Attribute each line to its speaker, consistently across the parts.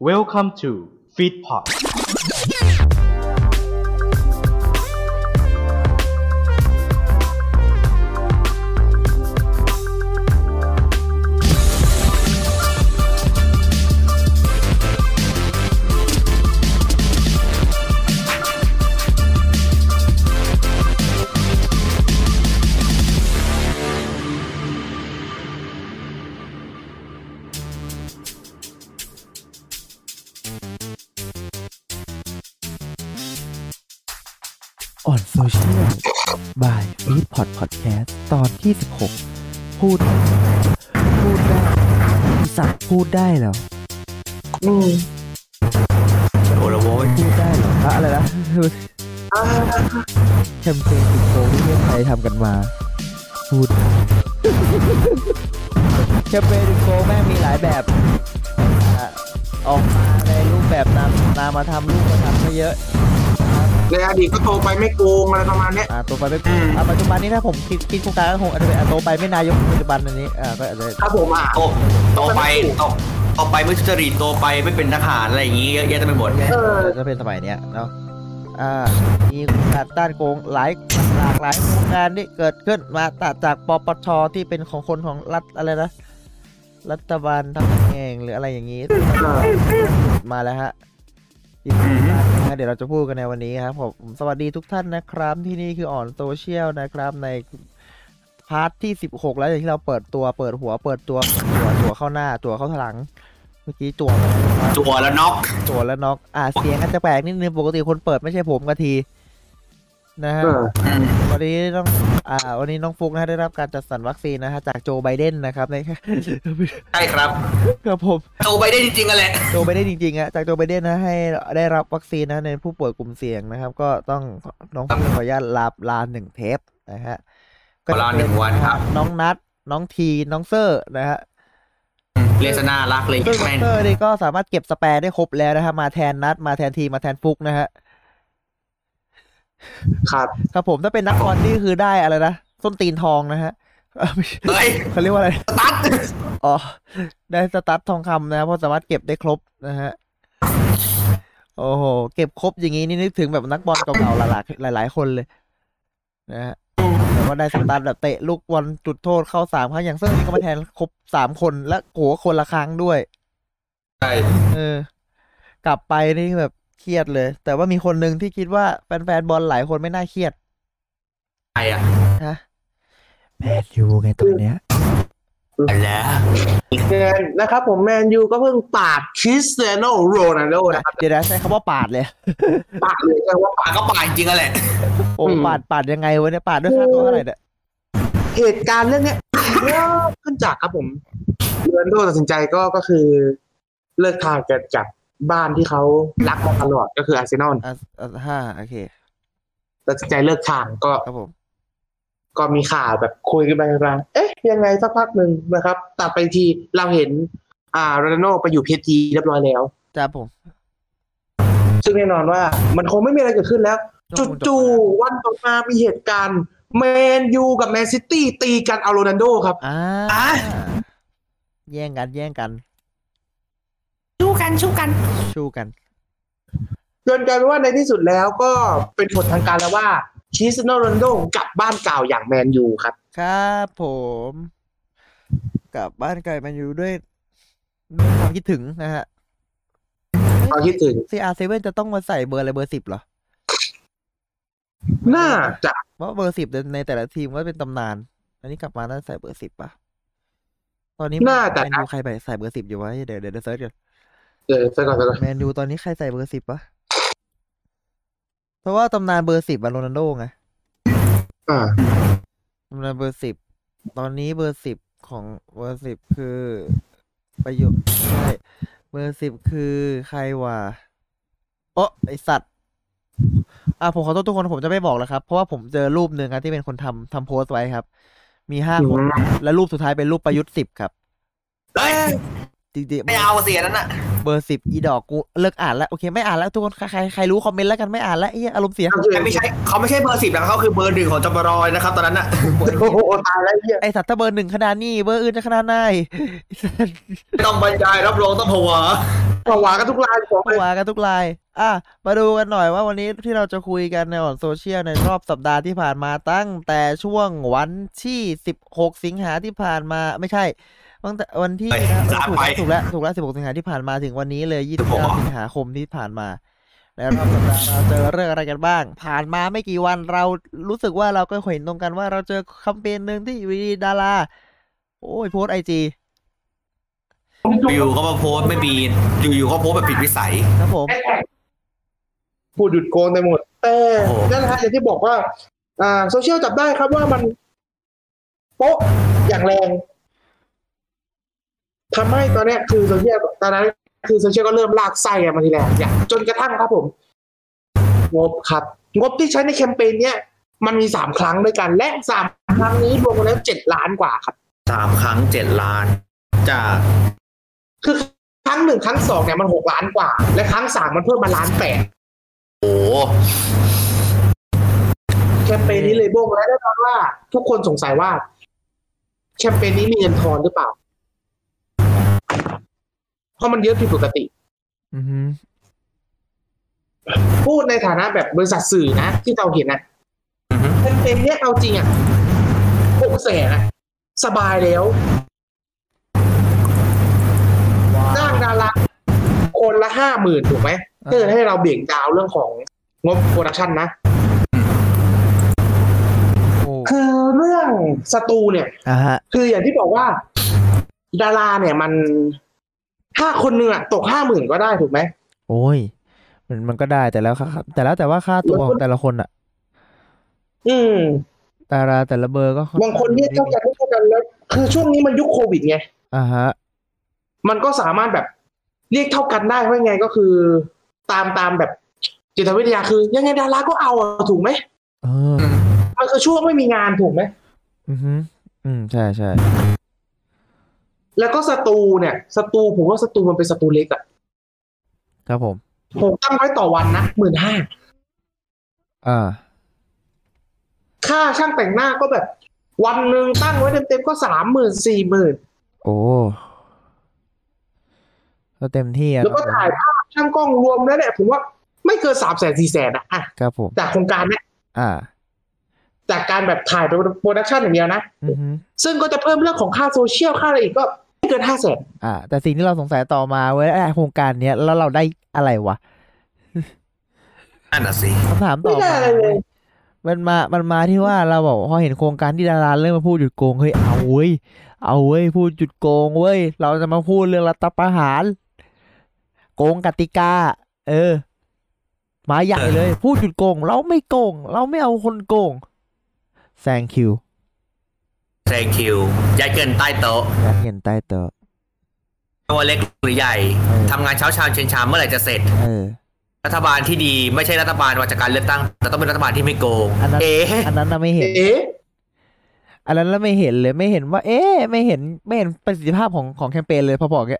Speaker 1: Welcome to Feedpot
Speaker 2: อ่อนโซเชียลบายฟีดพอดพอดแคสต์ตอนที่ 16 พูด พูดได้สัตว์พูดได้เหรอ
Speaker 3: อืม
Speaker 4: โอละโว้ย
Speaker 2: พูดได้เหรออะอะไรนะ แคมเปญติดโควิดที่เพื่อนไทยทำกันมา พูด แคมเปญติดโควิดแม่งมีหลายแบบอ่ะออกมาในรูปแบบนามนามมาทำรูปมาทำก็เยอะ
Speaker 3: ในอดีตก็โตไปไม่โกงอะไรประมาณเนี้ย
Speaker 2: อ่าตัวไปไม่อ่าปัจจุบันนี้ถ้าผมคิดคิดโครงการก็คงอาจจะเป็นอ่ะตัวไปไม่นายกปัจจุบันอันนี้อ่าก็อาจจะ
Speaker 3: ครับผมอ่ะ
Speaker 4: โตโตไปโตโตไปไม่ทุจริตโตไปไม่เป็นทหารอะไรอย่างงี้เยอะแยะเต็มไปหมด
Speaker 2: เออจะเป็นสมัยเนี้ยเนาะ อ่า มีการต้านโกงหลายหลากหลายโครงการที่เกิดขึ้นมาตัดจากปปชที่เป็นของคนของรัฐอะไรนะ รัฐบาลทำเองหรืออะไรอย่างนี้
Speaker 3: เออ
Speaker 2: มาแล้วฮะอีกนะเดี๋ยวเราจะพูดกันในวันนี้ครับผม สวัสดีทุกท่านนะครับ ที่นี่คืออ่อนโซเชียลนะครับ ในพาร์ทที่ 16 แล้วอย่างที่เราเปิดตัวเปิดหัวเปิดตัวตัว ตัวเข้าหน้าตัวเข้าหลัง เมื่อกี้ตัว
Speaker 4: จั่วแล้วน็อก
Speaker 2: ตัวแล้วน็อกอ่าเสียงอาจจะแปลกนิดนึงปกติคนเปิดไม่ใช่ผมกะทีนะฮะ
Speaker 3: เออ
Speaker 4: อืม
Speaker 2: วันนี้ต้องอ่า วันนี้น้องฟุกนะฮะได้รับการจัดสรรวัคซีนนะฮะจากโจไบเดนนะครับ ใน
Speaker 4: ใช่ครับ
Speaker 2: ครับผม
Speaker 4: โตไปได้จริงๆกันแหละ
Speaker 2: โจไบเดนจริงๆอะจากโจไบเดนนะให้ได้รับวัคซีนนะในผู้ป่วยกลุ่มเสี่ยงนะครับ ก็ต้องน้องฟุกขออนุญาตลาลาหนึ่งเทปนะฮะ
Speaker 4: เวลาหนึ่งวันครับ
Speaker 2: น้องนัดน้องทีน้องเซอร์นะฮะ
Speaker 4: เลสนารักเลย
Speaker 2: ซึ่ง
Speaker 4: แม่น
Speaker 2: เตอร์นี่ก็สามารถเก็บสแปร์ได้ครบแล้วนะฮะมาแทนนัดมาแทนทีมาแทนฟุกนะฮะ
Speaker 3: ครับ
Speaker 2: ครับผมถ้าเป็นนักบอลนี่คือได้อะไรนะส้นตีนทองนะฮะ เอ้าไม่ใช่
Speaker 4: เฮ้ย
Speaker 2: เขาเรียกว่าอะไร
Speaker 4: ตัด
Speaker 2: อ๋อได้สตั๊ดทองคำนะเพราะสามารถเก็บได้ครบนะฮะโอ้โหเก็บครบอย่างนี้นี่นึกถึงแบบนักบอลเก่าๆหลายๆหลายๆคนเลยนะฮะแต่ว่าได้สตั๊ดแบบเตะลูกบอลจุดโทษเข้าสามครั้งอย่างเซอร์นี่ก็มาแทนครบสามคนและโขคนละครั้งด้วย
Speaker 4: ใช่
Speaker 2: เออ กลับไปนี่แบบเครียดเลย แต่ว่ามีคนหนึ่งที่คิดว่าแฟนๆบอลหลายคนไม่น่าเครียด
Speaker 4: ใครอ่ะ
Speaker 2: ฮะแมนยูไงตอนเนี้ย
Speaker 4: อะไร
Speaker 3: เงินนะครับผมแมนยูก็เพิ่งปราบคริสเตียโนโรนัลโดนะครับ
Speaker 2: เดี๋ยวนะใช้คำว่าปาดเลย
Speaker 3: ปราบเลยแต่ว่า
Speaker 4: ปากก็ปากจริงๆกันแหละ
Speaker 2: โอ้
Speaker 3: อืม
Speaker 2: ปาดปาดยังไงวะเนี่ยปาดด้วยค่าตัวเท่าไหร่เนี่ย
Speaker 3: เหตุการณ์เรื่องเนี้ยเริ่มขึ้นจากครับผมโรนัลโดตัดสินใจก็ก็คือ เลิกทางกันจากบ้านที่เขารักมาตลอดก็คืออาร์เซนอล
Speaker 2: อ่ะอ่ะห้าโอเค
Speaker 3: ตัดสินใจเลิกทางก็
Speaker 2: ครับผม
Speaker 3: ก็มีข่าวแบบคุยกันไปกันมาเอ๊ะ ยังไงสักพักหนึ่งนะครับตัดไปอีกทีเราเห็น อ่าโรนัลโดไปอยู่เพทีเรียบร้อยแล้ว
Speaker 2: จ้าผม
Speaker 3: ซึ่งแน่นอนว่ามันคงไม่มีอะไรเกิดขึ้นแล้ว จู่ๆวันต่อมามีเหตุการณ์แมนยูกับแมนซิตี้ตีกันเอาโรนันโดครับ
Speaker 2: อ่าแย่งกันแย่งกัน
Speaker 4: ชู้กันชู้กัน
Speaker 2: ชู้กัน
Speaker 3: จนกลายเป็นว่าในที่สุดแล้วก็เป็นผลทางการแล้วว่าคริสเตียโนโรนัลโดกลับบ้านเก่าอย่างแมนยูครับ
Speaker 2: ครับผมกลับบ้านไกลมันอยู่ด้วยด้วยความคิดถึงนะฮะ
Speaker 3: ความคิดถึง
Speaker 2: ซีอาร์เซเว่นจะต้องมาใส่เบอร์อะไรเบอร์สิบเหรอ
Speaker 3: น่าจะ
Speaker 2: เพราะเบอร์สิบในแต่ละทีมก็เป็นตำนาน อันนี้กลับมาน่าจะใส่เบอร์สิบป่ะตอนนี้
Speaker 3: น่าจะ
Speaker 2: แมนยูใครไปใส่เบอร์สิบอยู่วะเดี๋ยวเดี๋ยวเดี๋ยวเซิร์ชกัน
Speaker 3: เออซะก่อนซะก่อน
Speaker 2: แมนยูตอนนี้ใครใส่เบอร์สิบวะ เพราะว่าตำนานเบอร์สิบอะโรนัลโดไง
Speaker 3: อ่า
Speaker 2: ตำนานเบอร์สิบ ตอนนี้เบอร์สิบของเบอร์สิบคือประโยชน์ใช่เบอร์สิบคือใครวะโอ้ไอสัตว์ อ่ะผมขอโทษทุกคนผมจะไม่บอกแล้วครับ เพราะว่าผมเจอรูปหนึ่งครับที่เป็นคนทำทำโพสต์ไว้ครับ มีห้าคน และรูปสุดท้ายเป็นรูปประยุทธ์สิบครับ
Speaker 4: เฮ้ย
Speaker 2: จริงๆ
Speaker 4: ไม่เอาเสียนั้นน่ะ
Speaker 2: เบอร์สิบอีดอกกูเลิกอ่านแล้วโอเคไม่อ่านแล้วทุกคนใครใครใครรู้คอมเมนต์แล้วกันไม่อ่านแล้วไอ้เหี้ยอารมณ์เสีย
Speaker 4: แต่ไม่ใช่เขาไม่ใช่เบอร์สิบนะเขาคือเบอร์หนึ่งของจปรอยนะครับ ตอนนั้นน่ะ
Speaker 3: โอ้โหตายแล้วไอ้เหี้ย
Speaker 2: ไอสัตว์ถ้าเบอร์หนึ่งขนาดนี้เบอร์อื่นจะขนาดไหน
Speaker 4: ต้องบรรยายรับรองต้องผวา
Speaker 3: ผวากันทุกรายผมเลย
Speaker 2: ว่ากันทุกไลน์อ่ะ มาดูกันหน่อยว่าวันนี้ที่เราจะคุยกันในออนโซเชียลในรอบสัปดาห์ที่ผ่านมาตั้งแต่ช่วงวันที่ 16 สิงหาที่ผ่านมาไม่ใช่ ตั้งแต่วันที่
Speaker 4: สาม
Speaker 2: ถูก
Speaker 4: ไป
Speaker 2: แล้วถูกแล้วถูกแล้ว 16 สิงหาที่ผ่านมาถึงวันนี้เลย 29 สิงหาคมที่ผ่านมาแล้วรอบสัปดาห์เราเจอเรื่องอะไรกันบ้าง ผ่านมาไม่กี่วันเรารู้สึกว่าเราก็เห็นตรงกันว่าเราเจอแคมเปญหนึ่งที่อยู่ดีๆดาราโอ้ยโพสไอจี
Speaker 4: อยู่ๆเขามาโพสต์ไม่มีอยู่ๆเขาโพสต์แบบผิดวิสัย
Speaker 2: ครับผม
Speaker 3: พูดหยุดโกนไปหมด แต่
Speaker 4: โอ้โห
Speaker 3: นั่นแหละฮะอย่างที่บอกว่า อ่าโซเชียลจับได้ครับว่ามันโป๊ะอย่างแรงทำให้ตอนเนี้ยคือโซเชียลตอนนั้น คือโซเชียลก็เริ่มลากไส้อะมาทีแรกอย่างจนกระทั่งครับผม งบครับ งบที่ใช้ในแคมเปญเนี้ยมันมีสามครั้งด้วยกัน และสามครั้งนี้รวมกันแล้วเจ็ดล้านกว่าครับ
Speaker 4: สามครั้งเจ็ดล้านจาก
Speaker 3: คือครั้งหนึ่งครั้งสองเนี่ยมันหกล้านกว่า และครั้งสามมันเพิ่มมาล้านแปด
Speaker 4: โอ้
Speaker 3: แคมเปญนี้เลยโบงและแน่นอนว่า ทุกคนสงสัยว่า แคมเปญนี้มีเงินทอนหรือเปล่า เพราะมันเยอะผิดปกติ
Speaker 2: อือหือ
Speaker 3: พูดในฐานะแบบบริษัทสื่อนะ ที่เราเห็นนะแคมเปญเนี้ยเอาจริงอ่ะหกแสนอะสบายแล้วจ้างดาราคนละห้าหมื่นถูกไหมเพื่อให้เราเบี่ยงดาวเรื่องของงบโปรดักชันนะ
Speaker 2: โอ้
Speaker 3: คือเรื่องสตูเนี่ย
Speaker 2: อ่าฮะ
Speaker 3: คืออย่างที่บอกว่า ดาราเนี่ยมันถ้าคนหนึ่งอะตกห้าหมื่นก็ได้ถูกไหม
Speaker 2: โอ้ย มันมันก็ได้แต่แล้วครับ แต่แล้วแต่ว่าค่าตัวของแต่ละคนอะ
Speaker 3: อืม
Speaker 2: ดาราแต่ละเบอร์ก็
Speaker 3: บางคนเนี่ยเท่ากันไม่เท่ากันแล้ว คือช่วงนี้มันยุคโควิดไง
Speaker 2: อ่าฮะ
Speaker 3: มันก็สามารถแบบ เรียกเท่ากันได้ว่าไงก็คือ ตามตามแบบจิตวิทยาคือ ยังไงดาราก็เอาอะถูกไหม
Speaker 2: เออ
Speaker 3: มันคือช่วงไม่มีงานถูกไหม
Speaker 2: อือหือ อืม ใช่ใช่
Speaker 3: แล้วก็สตูเนี่ยสตูผมว่าสตูมันเป็นสตูเล็กอะ
Speaker 2: ครับผม
Speaker 3: ผมตั้งไว้ต่อวันนะหมื่นห้า
Speaker 2: อ่า
Speaker 3: ค่าช่างแต่งหน้าก็แบบ วันหนึ่งตั้งไว้เต็มๆก็สามหมื่นสี่หมื่น
Speaker 2: โอ้ก็เต็มที่อะ
Speaker 3: แล้วก็ถ่ายภาพช่างกล้องรวมแล้วเนี่ยผมว่าไม่เกินสามแสนสี่แสนอะอะ
Speaker 2: ครับผม
Speaker 3: จากโครงการเนี่ย
Speaker 2: อ่า
Speaker 3: จากการแบบถ่ายไปโปรดักชันอย่างเดียวนะ
Speaker 2: อือหือ
Speaker 3: ซึ่งก็จะเพิ่มเรื่องของค่าโซเชียลค่าอะไรอีกก็ไม่เกินห้าแสน
Speaker 2: อ่า แต่สิ่งที่เราสงสัยต่อมาเว้ยไอ้โครงการเนี้ยแล้วเราได้อะไรวะ
Speaker 4: นั่นน่ะสิ
Speaker 2: คำถามต่
Speaker 3: ไม่
Speaker 2: อ
Speaker 3: ได้
Speaker 2: มา
Speaker 3: อะไรเลย
Speaker 2: มันมา มันมาที่ว่าเราบอกพอเห็นโครงการที่ดาราเริ่มมาพูดหยุดโกงเฮ้ยเอาเว้ยเอาเว้ยพูดหยุดโกงเว้ยเราจะมาพูดเรื่องรัฐประหาร โกงกติกา เออ มาใหญ่เลย พูดหยุดโกง เราไม่โกง เราไม่เอาคนโกง thank you
Speaker 4: แซงคิวย้ายเกินใต้โต๊ะ
Speaker 2: ยัดเงินใต้โต๊ะ
Speaker 4: ไม่ว่าเล็กหรือใหญ่ทำงานเช้าชามเย็นชามเมื่อไหร่จะเสร็จ
Speaker 2: เออ
Speaker 4: รัฐบาลที่ดีไม่ใช่รัฐบาลมาจากการเลือกตั้ง แต่ต้องเป็นรัฐบาลที่ไม่โกง
Speaker 2: อันนั้น
Speaker 4: เอ๊ะ
Speaker 2: อันนั้นน่ะไม่เห็น
Speaker 3: เอ๊ะ
Speaker 2: อันนั้นเราไม่เห็นเลยไม่เห็นว่า เอ๊ะไม่เห็นไม่เห็นประสิทธิภาพของของแคมเปญเลยพอบอกแก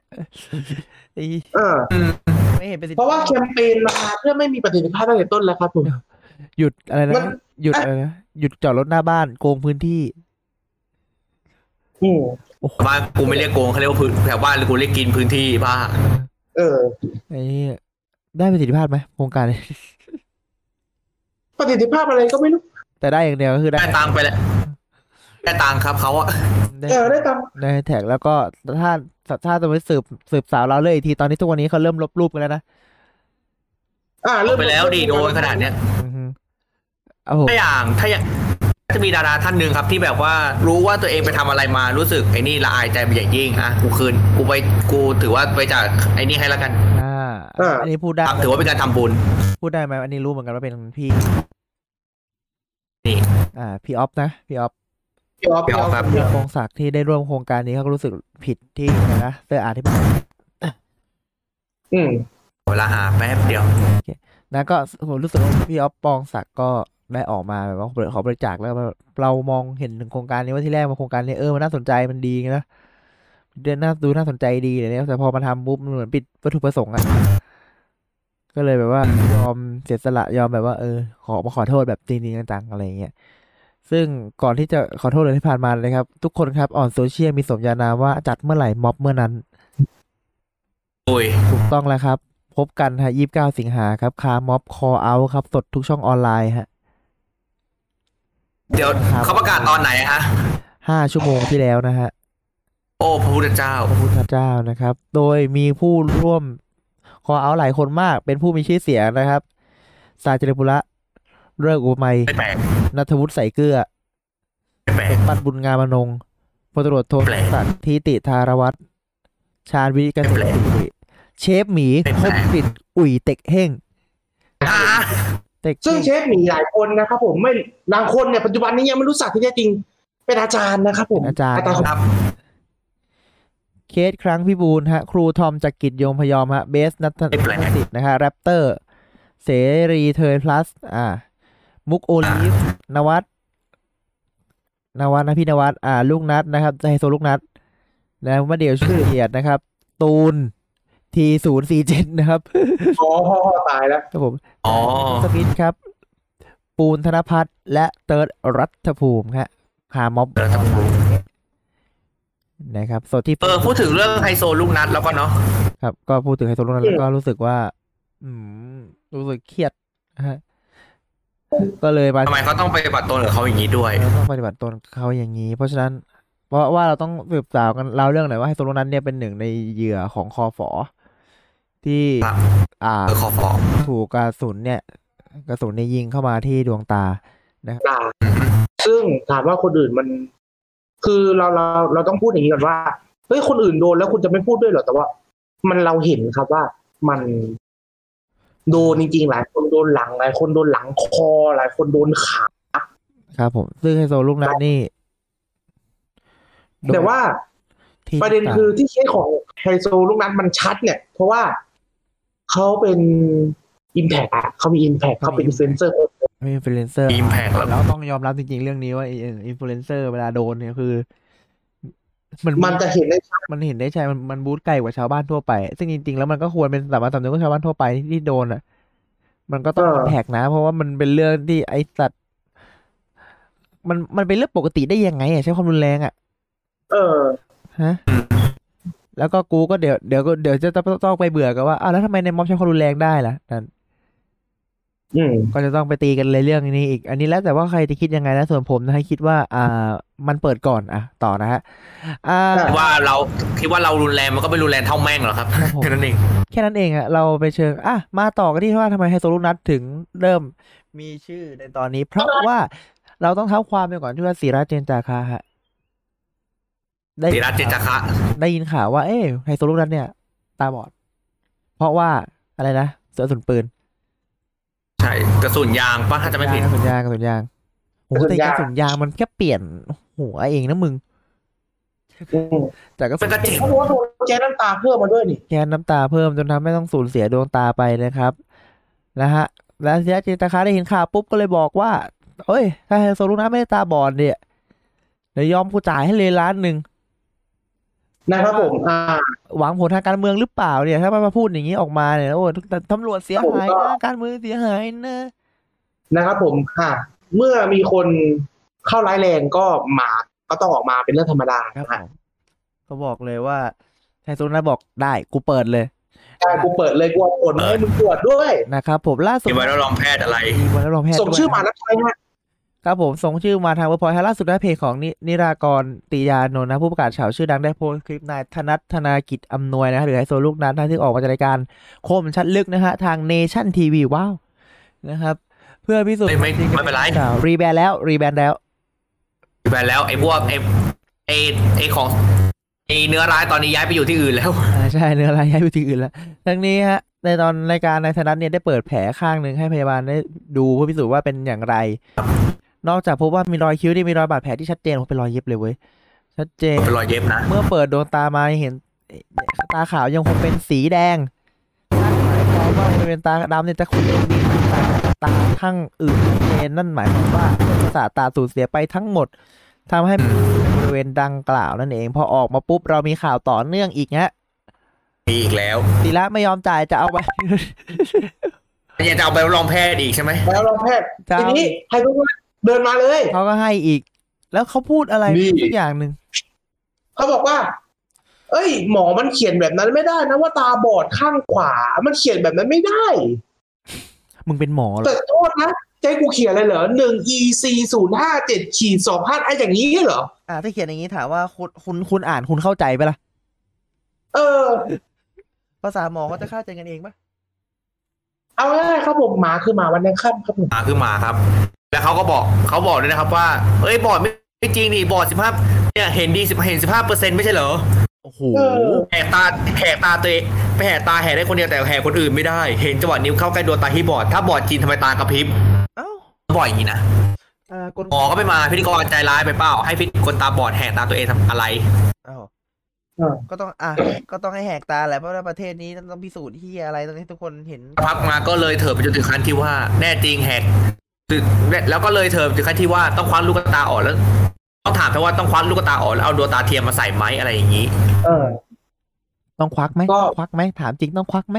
Speaker 2: อี
Speaker 3: เออ
Speaker 4: อืม
Speaker 2: ไม่เห็นประสิทธิ
Speaker 3: เพราะว่าแคมเปญมาเพื่อไม่มีประสิทธิภาพตั้งแต่ต้นแล้วครับผม
Speaker 2: หยุดอะไร
Speaker 3: มั
Speaker 2: นะ
Speaker 3: น
Speaker 2: หยุดอะไรนะหยุดจอดรถหน้าบ้านโกงพื้นที่
Speaker 3: อืม
Speaker 2: โอ้โห
Speaker 4: บ้านกูไม่เรียกโกงเขาเรียกว่าพื้นแถวบ้านกูเรียกกินพื้นที่บ้า
Speaker 3: เออ
Speaker 2: ไอ้นี่ได้ประสิทธิภาพไหมโครงการนี้
Speaker 3: ประสิทธิภาพอะไรก็ไม่รู้
Speaker 2: แต่ได้อย่างเดียวก็คือได้
Speaker 4: ได้ตังค์ไปแล้วได้ตังค์ครับเขาอะ
Speaker 2: ได้
Speaker 3: เออได้ตาม
Speaker 2: ได้แท็กแล้วก็ถ้าถ้าสมมติสืบสืบสาวเราเลยอีกทีตอนนี้ทุกวันนี้เขาเริ่มลบรูปกันแล้วนะ
Speaker 3: อ่า
Speaker 4: ล
Speaker 3: เริ่
Speaker 4: ง
Speaker 3: ม
Speaker 4: ไปแล้วดีโดนขนาดเนี้ย
Speaker 2: อือฮึเอาผม
Speaker 4: ถ้าอย่างถ้าอย่างจะมีดาราท่านหนึ่งครับที่แบบว่ารู้ว่าตัวเองไปทำอะไรมารู้สึกไอ้นี่ละอายใจเป็นอย่างยิ่งอ่ะกูคืนกูไปกูถือว่าไปจากไอ้นี่ให้ละกัน
Speaker 2: อ่าอันนี้พูดได้
Speaker 4: ถือว่าเป็นการทำบุญ
Speaker 2: พูดได้ไหมอันนี้รู้เหมือนกันว่าเป็นพี่
Speaker 4: นี่
Speaker 2: อ่าพี่ออฟนะพี่ออฟ
Speaker 3: เดี๋ยวเอาไป
Speaker 4: เดี๋ยว
Speaker 3: เอา
Speaker 4: ครับ
Speaker 3: เดี๋ยว
Speaker 2: พงศักดิ์ที่ได้ร่วมโครงการนี้เขาก็รู้สึกผิดที่นะเสื้ออาร์ตที่
Speaker 3: อืม
Speaker 4: เวลาหาแป๊บเดียว
Speaker 2: นะก็ผมรู้สึกว่าพี่ออฟปองศักดิ์ก็ได้ออกมาแบบว่าขอบริจาคแล้วเรามองเห็นถึงโครงการนี้ว่าที่แรกมาโครงการนี้เออมันน่าสนใจมันดีนะ เดือนหน้าดูน่าสนใจดีเลยเนี่ยแต่พอมาทำปุ๊บมันเหมือนปิดวัตถุประสงค์อะก็เลยแบบว่ายอมเสียสละยอมแบบว่าเออ ขอมาขอโทษแบบจริงๆจังๆอะไรอย่างเงี้ยซึ่งก่อนที่จะขอโทษเลยที่ผ่านมาเลยครับ ทุกคนครับออนโซเชียลมีสมญานามว่าจัดเมื่อไหร่ม็อบเมื่อนั้น
Speaker 4: โอ้ย
Speaker 2: ถูกต้องแล้วครับ พบกันฮะยี่สิบเก้าสิงหาครับคาม็อบคอเอาครับ สดทุกช่องออนไลน์ฮะ
Speaker 4: เดี๋ยว
Speaker 2: ครับ
Speaker 4: เขาประกาศตอนไหนฮะ
Speaker 2: ห้าชั่วโมงที่แล้วนะฮะ
Speaker 4: โอ้พระพุทธเจ้า
Speaker 2: พระพุทธเจ้านะครับ โดยมีผู้ร่วมคอเอาหลายคนมาก เป็นผู้มีชื่อเสียงนะครับ สายเจริญปุระเลิกอุปไมย
Speaker 4: ไม่แปลก
Speaker 2: นัทวุฒิใส่เกลือ
Speaker 4: ไม่แปล
Speaker 2: ส
Speaker 4: ก
Speaker 2: ม บัติบุญงามอนงพลตำรวจโท
Speaker 4: แปลก
Speaker 2: สันทิติธารวัตรชาญวิริกเกษ
Speaker 4: แปล
Speaker 2: ต
Speaker 4: ก
Speaker 2: รศิริเชฟหมี
Speaker 4: ไม่
Speaker 2: ค
Speaker 4: แปล
Speaker 2: ม
Speaker 4: ก
Speaker 2: ติดอุ่ยเต็กเฮ้ง
Speaker 4: อ่ะ
Speaker 2: เต็ก
Speaker 3: ซึ่ง
Speaker 2: เฮ้ง
Speaker 3: เชฟหมีหลายคนนะครับผมไม่บางคนเนี่ยปัจจุบันนี้ยังไม่รู้สักที่แท้จริง เป็นอาจารย์นะครับผม
Speaker 2: เป็นอาจารย์
Speaker 3: อาจารย์ของ
Speaker 4: ครับ
Speaker 2: เคสครั้งพิบูลฮะ ครูทอมจากกิจยมพยอมฮะเบสนัท
Speaker 4: ไม่แปลก
Speaker 2: นัทสิทธิ์นะฮะแรปเตอร์ เสรีเทิร์นพลัส อ่า มุกโอลีฟนวัดนวัดนะพี่นวัดอ่า ลูกนัดนะครับไฮโซลูกนัด แล้วมาเดี๋ยวชื่อเกียรตินะครับ ตูนทีศูนย์สี่เจ็ดนะครับ
Speaker 3: อ๋อ ตายแล้ว
Speaker 2: ครับผม
Speaker 4: อ๋อ
Speaker 2: สมิธครับ ปูนธนพัฒน์และเติร์ดรัฐภูมิฮะคาม็อบ
Speaker 4: เติร์ดรัฐภูมิ
Speaker 2: นะครับสดที่
Speaker 4: เออพูดถึงเรื่องไฮโซลูกนัดแล้วก็เนาะ
Speaker 2: ครับก็พูดถึงไฮโซลูกนั้น
Speaker 3: อืม
Speaker 2: แล้วก็รู้สึกว่า อืม รู้สึกเครียดฮะก็เลยมา
Speaker 4: ทำไมเขาต้องไปบัตรตนกับเขาอย่างนี้ด้วย
Speaker 2: เราต้องปฏิบัติตนเขาอย่างนี้ เพราะฉะนั้น เพราะว่าเราต้องสืบสาวกันเล่าเรื่องหน่อยว่าไฮโซลูกนั้นเนี่ยเป็นหนึ่งในเหยื่อของคอฝอ ที่
Speaker 4: ครับ
Speaker 2: อ่า
Speaker 4: เออขอฟ้อง
Speaker 2: ถูกกระสุนเนี่ยกระสุนเนี่ยยิงเข้ามาที่ดวงตา
Speaker 3: ตาซึ่งถามว่าคนอื่นมัน คือเราเราเราต้องพูดอย่างนี้ก่อนว่าเฮ้ยคนอื่นโดนแล้วคุณจะไม่พูดด้วยเหรอแต่ว่า มันเราเห็นครับว่ามันโดนจริงๆหลายคนโดนหลังหลายคนโดนหลังคอหลายคนโดนขา
Speaker 2: ครับ ผม ซึ่งไฮโซลูกนั้นนี่โดน
Speaker 3: แต่ว่า
Speaker 2: ที่
Speaker 3: ประเด็น
Speaker 2: ตา
Speaker 3: คือที่เคสของไฮโซลูกนั้นมันชัดเนี่ย เพราะว่าเขาเป็นอิมแพกอะเขามีอิมแพกเขาเป็นอินฟลูเอนเซอร์
Speaker 2: มีอินฟลูเอนเซอร์
Speaker 4: มีมแพกแล้ว
Speaker 2: แล้วต้องยอมรับจริงๆ เรื่องนี้ว่าไอ้อินฟลูเอนเซอร์เวลาโดนเนี่ยคือ มัน
Speaker 3: มันจะเห็นได้ชัด
Speaker 2: มันเห็นได้ใช่มันมันบูทไกลกว่าชาวบ้านทั่วไป ซึ่งจริงๆ แล้วมันก็ควรเป็นสามัญสำนึกของชาวบ้านทั่วไปที่ที่โดนอ่ะ มันก็ต้องแท็กนะ เพราะว่ามันเป็นเรื่องที่ไอ้สัตว์มันมันเป็นเรื่องปกติได้ยังไงอ่ะใช้ความรุนแรงอ่ะ
Speaker 3: เออ
Speaker 2: ฮะ แล้วก็กูก็เดี๋ยวเดี๋ยวก็เดี๋ยวจะต้องต้องไปเบื่อกันว่าอ้าวแล้วทำไมในม็อบใช้ความรุนแรงได้ล่ะนั่น
Speaker 3: อืม
Speaker 2: ก็จะต้องไปตีกันเลยเรื่องนี้อีก อันนี้แล้วแต่ว่าใครจะคิดยังไงนะส่วนผมนะให้คิดว่า อ่า มันเปิดก่อนอ่ะ ต่อนะฮะอ่า
Speaker 4: ว่าเราคิดว่าเรารุนแรงมันก็ไม่รุนแรงเท่าแม่งหรอกครับ
Speaker 2: ครับผม
Speaker 4: แค่นั้นเอง
Speaker 2: แค่นั้นเองอะเราไปเชิงอ่ะมาต่อกันที่ว่าทำไมไฮโซลูกนัดถึงเริ่มมีชื่อในตอนนี้ เพราะว่าเราต้องเท้าความไปก่อนที่ว่าศิราเจนจาคาฮะได้
Speaker 4: ศิรัตน์เจนจาคะ
Speaker 2: ได้ยินข่าวว่าเอ้ยไฮโซลูกนัดเนี่ย ตาบอด เพราะว่าอะไรนะเสือสุนปืน
Speaker 4: ใช่กระสุนยางป้าถ้าจะไม่ผิด
Speaker 2: กระสุนยางกระสุนยางโอ้โห
Speaker 3: กระสุ
Speaker 2: แต่
Speaker 3: นยาง
Speaker 2: กระสุนยางมันแค่เปลี่ยนหัวเองนะมึง
Speaker 3: อืม
Speaker 2: จากกระสุ
Speaker 4: มันนก็เจ๋ง
Speaker 3: เขาบอกว่าโดนแก๊สน้ำตาเพิ่มมาด้วยนี่
Speaker 2: แก๊สน้ำตาเพิ่มจนทำให้ต้องสูญเสียดวงตาไปนะครับ นะฮะ แล้วเสียจิตาคาได้เห็นข่าวปุ๊บก็เลยบอกว่า เอ้ย ถ้าไฮโซลูกน้าไม่ได้ตาบอดเนี่ยเดี๋ยวยอมกูจ่ายให้เลยล้านหนึ่ง
Speaker 3: นะครับผม อ่า
Speaker 2: หวังผลทางการเมืองหรือเปล่าเนี่ย ถ้ามันมาพูดอย่างนี้ออกมาเนี่ย โอ้ยตำรวจเสียหายนะการเมืองเสียหายนะ
Speaker 3: นะครับผมค่ะ เมื่อมีคนเข้าร้ายแรงก็หมาก็ต้องออกมาเป็นเรื่องธรรมดา
Speaker 2: ครับ
Speaker 3: นะฮะ
Speaker 2: ผมเขาบอกเลยว่าไฮโซลูกน้าบอกได้กูเปิดเลย
Speaker 3: ได้กูเปิดเลยกูเอาผลมาให้มึงตรวจด้วย
Speaker 2: นะครับผมล่าสุด
Speaker 4: มีไวรัลรองแพทย์อะไร
Speaker 2: มีไวรัลรองแพทย์
Speaker 3: ส่ง
Speaker 2: ด้วย
Speaker 3: ชื่อมา
Speaker 2: นะ
Speaker 3: รับใช้ฮะ
Speaker 2: ครับผมส่งชื่อมาทางเว็บพอยต์ล่าสุดได้เพจของนินิรากรติยานนท์นะ ผู้ประกาศข่าวชื่อดังได้โพสต์คลิปนายธนัทธนากิจอำนวยนะฮะหรือไฮโซลูกนั้นนะที่ออกมาจากรายการคมชัดลึกนะฮะ ทางเนชั่นทีวีว้าว นะครับ เพื่อพิสูจน์
Speaker 4: ไม่ไม่ไม่เป็นไร
Speaker 2: ข่าวรีแบรนด์แล้ว รีแบรนด์แล้ว
Speaker 4: ไปแล้วไอ้พวกไอ้ไอ้ไอ้ของไอ้เนื้อร้ายตอนนี้ย้ายไปอยู่ที่อื่นแล้ว
Speaker 2: อ่าใช่เนื้อลายย้ายไปที่อื่นแล้วทั้งนี้ฮะ ในตอนรายการนายธนัทเนี่ยได้เปิดแผลข้างหนึ่งให้พยาบาลได้ดูเพื่อพิสูจน์ว่าเป็นอย่างไร นอกจากพบว่ามีรอยคิ้วที่มีรอยบาดแผลที่ชัดเจนโอ้เป็นรอยเย็บเลยเว้ยชัดเจน
Speaker 4: เป็นรอยเย็บนะ
Speaker 2: เมื่อเปิดดวงตามาเห็นตาขาวยังคงเป็นสีแดงนั่นหมายความว่าบริเวณตาดำเนี่ยจะขุ่นเป็นดินตาข้างอื่นชัดเจนนั่นหมายความว่าประสาทตาสูญเสียไปทั้งหมด ทำให้บริเวณดังกล่าวนั่นเอง พอออกมาปุ๊บเรามีข่าวต่อเนื่องอีกฮะ
Speaker 4: มีอีกแล้ว
Speaker 2: ศิระไม่ยอมจ่ายจะเอาไป
Speaker 4: ยังจะเอาไปรองแพทย์อีกใช่ไหม
Speaker 3: แล้วรองแพทย์
Speaker 2: จะเอา
Speaker 3: ทีนี้ใครก็ว่าเดินมาเลย
Speaker 2: เขาก็ให้อีก แล้วเขาพูดอะไร
Speaker 3: นี่
Speaker 2: สักอย่างหนึ่ง
Speaker 3: เขาบอกว่า เอ้ย หมอมันเขียนแบบนั้นไม่ได้นะว่าตาบอดข้างขวา มันเขียนแบบนั้นไม่ได้
Speaker 2: มึงเป็นหมอเหร
Speaker 3: แต่
Speaker 2: อ
Speaker 3: โทษนะใจะให้กูเขียนอะไรเหรอหนึ่ง ec ศูนย์ห้าเจ็ดขีดสองห้าไอ้อย่างนี้เหรอ
Speaker 2: อ่าถ้าเขียนอย่างนี้ถามว่าคุณคุณคุณอ่านคุณเข้าใจไปะล่ะ
Speaker 3: เออ
Speaker 2: ภาษาหมอเขาจะเข้าใจกันเองปะ
Speaker 3: เอาง่ายๆครับผมหมาคือหมาวันแรงค่ำครับผม
Speaker 4: หมาคือหมาครับ แล้วเขาก็บอกเขาบอกด้วยนะครับว่าเอ้ยบอดไม่ไม่จริงนี่บอดสิบห้าเนี่ยเห็นดีสิบเห็นสิบห้าเปอร์เซ็นต์ไม่ใช่เหรอ
Speaker 2: โอ้โห
Speaker 3: เออ
Speaker 4: แหกตาแหกตาตัวเองไปแหกตาแหกได้คนเดียวแต่แหกคนอื่นไม่ได้ เห็นจังหวะนิ้วเข้าใกล้ดวงตาที่บอดถ้าบอดจริงทำไมตากระพริบ
Speaker 2: เอ้า
Speaker 4: บ่อยอย่างนี้นะ
Speaker 2: อ่ากล
Speaker 4: หมอก็ไม่มาพิธีกรใจร้ายไปเปล่าให้พิธีกรตาบอดแหกตาตัวเองทำอะไร
Speaker 2: เอ้า
Speaker 3: เออ
Speaker 2: ก็ต้องอ่ะก็ต้องให้แหกตาแหละเพราะว่าประเทศนี้ต้องพิสูจน์ที่อะไรต้องให้ทุกคนเห็น
Speaker 4: พักมาก็เลยเถิดไปจนถึงขั้นที่ว่าแน่จริงแหกตึกแล้วก็เลยเถิดถึงขั้นที่ว่าต้องคว้าลูกตาออกแล้วต้องถามไปว่าต้องคว้าลูกตาออกแล้วเอาดวงตาเทียมมาใส่ไหมอะไรอย่างนี้
Speaker 3: เออ
Speaker 2: ต้องควักไหม
Speaker 3: ก็
Speaker 2: ควักไหมถามจริงต้องควักไหม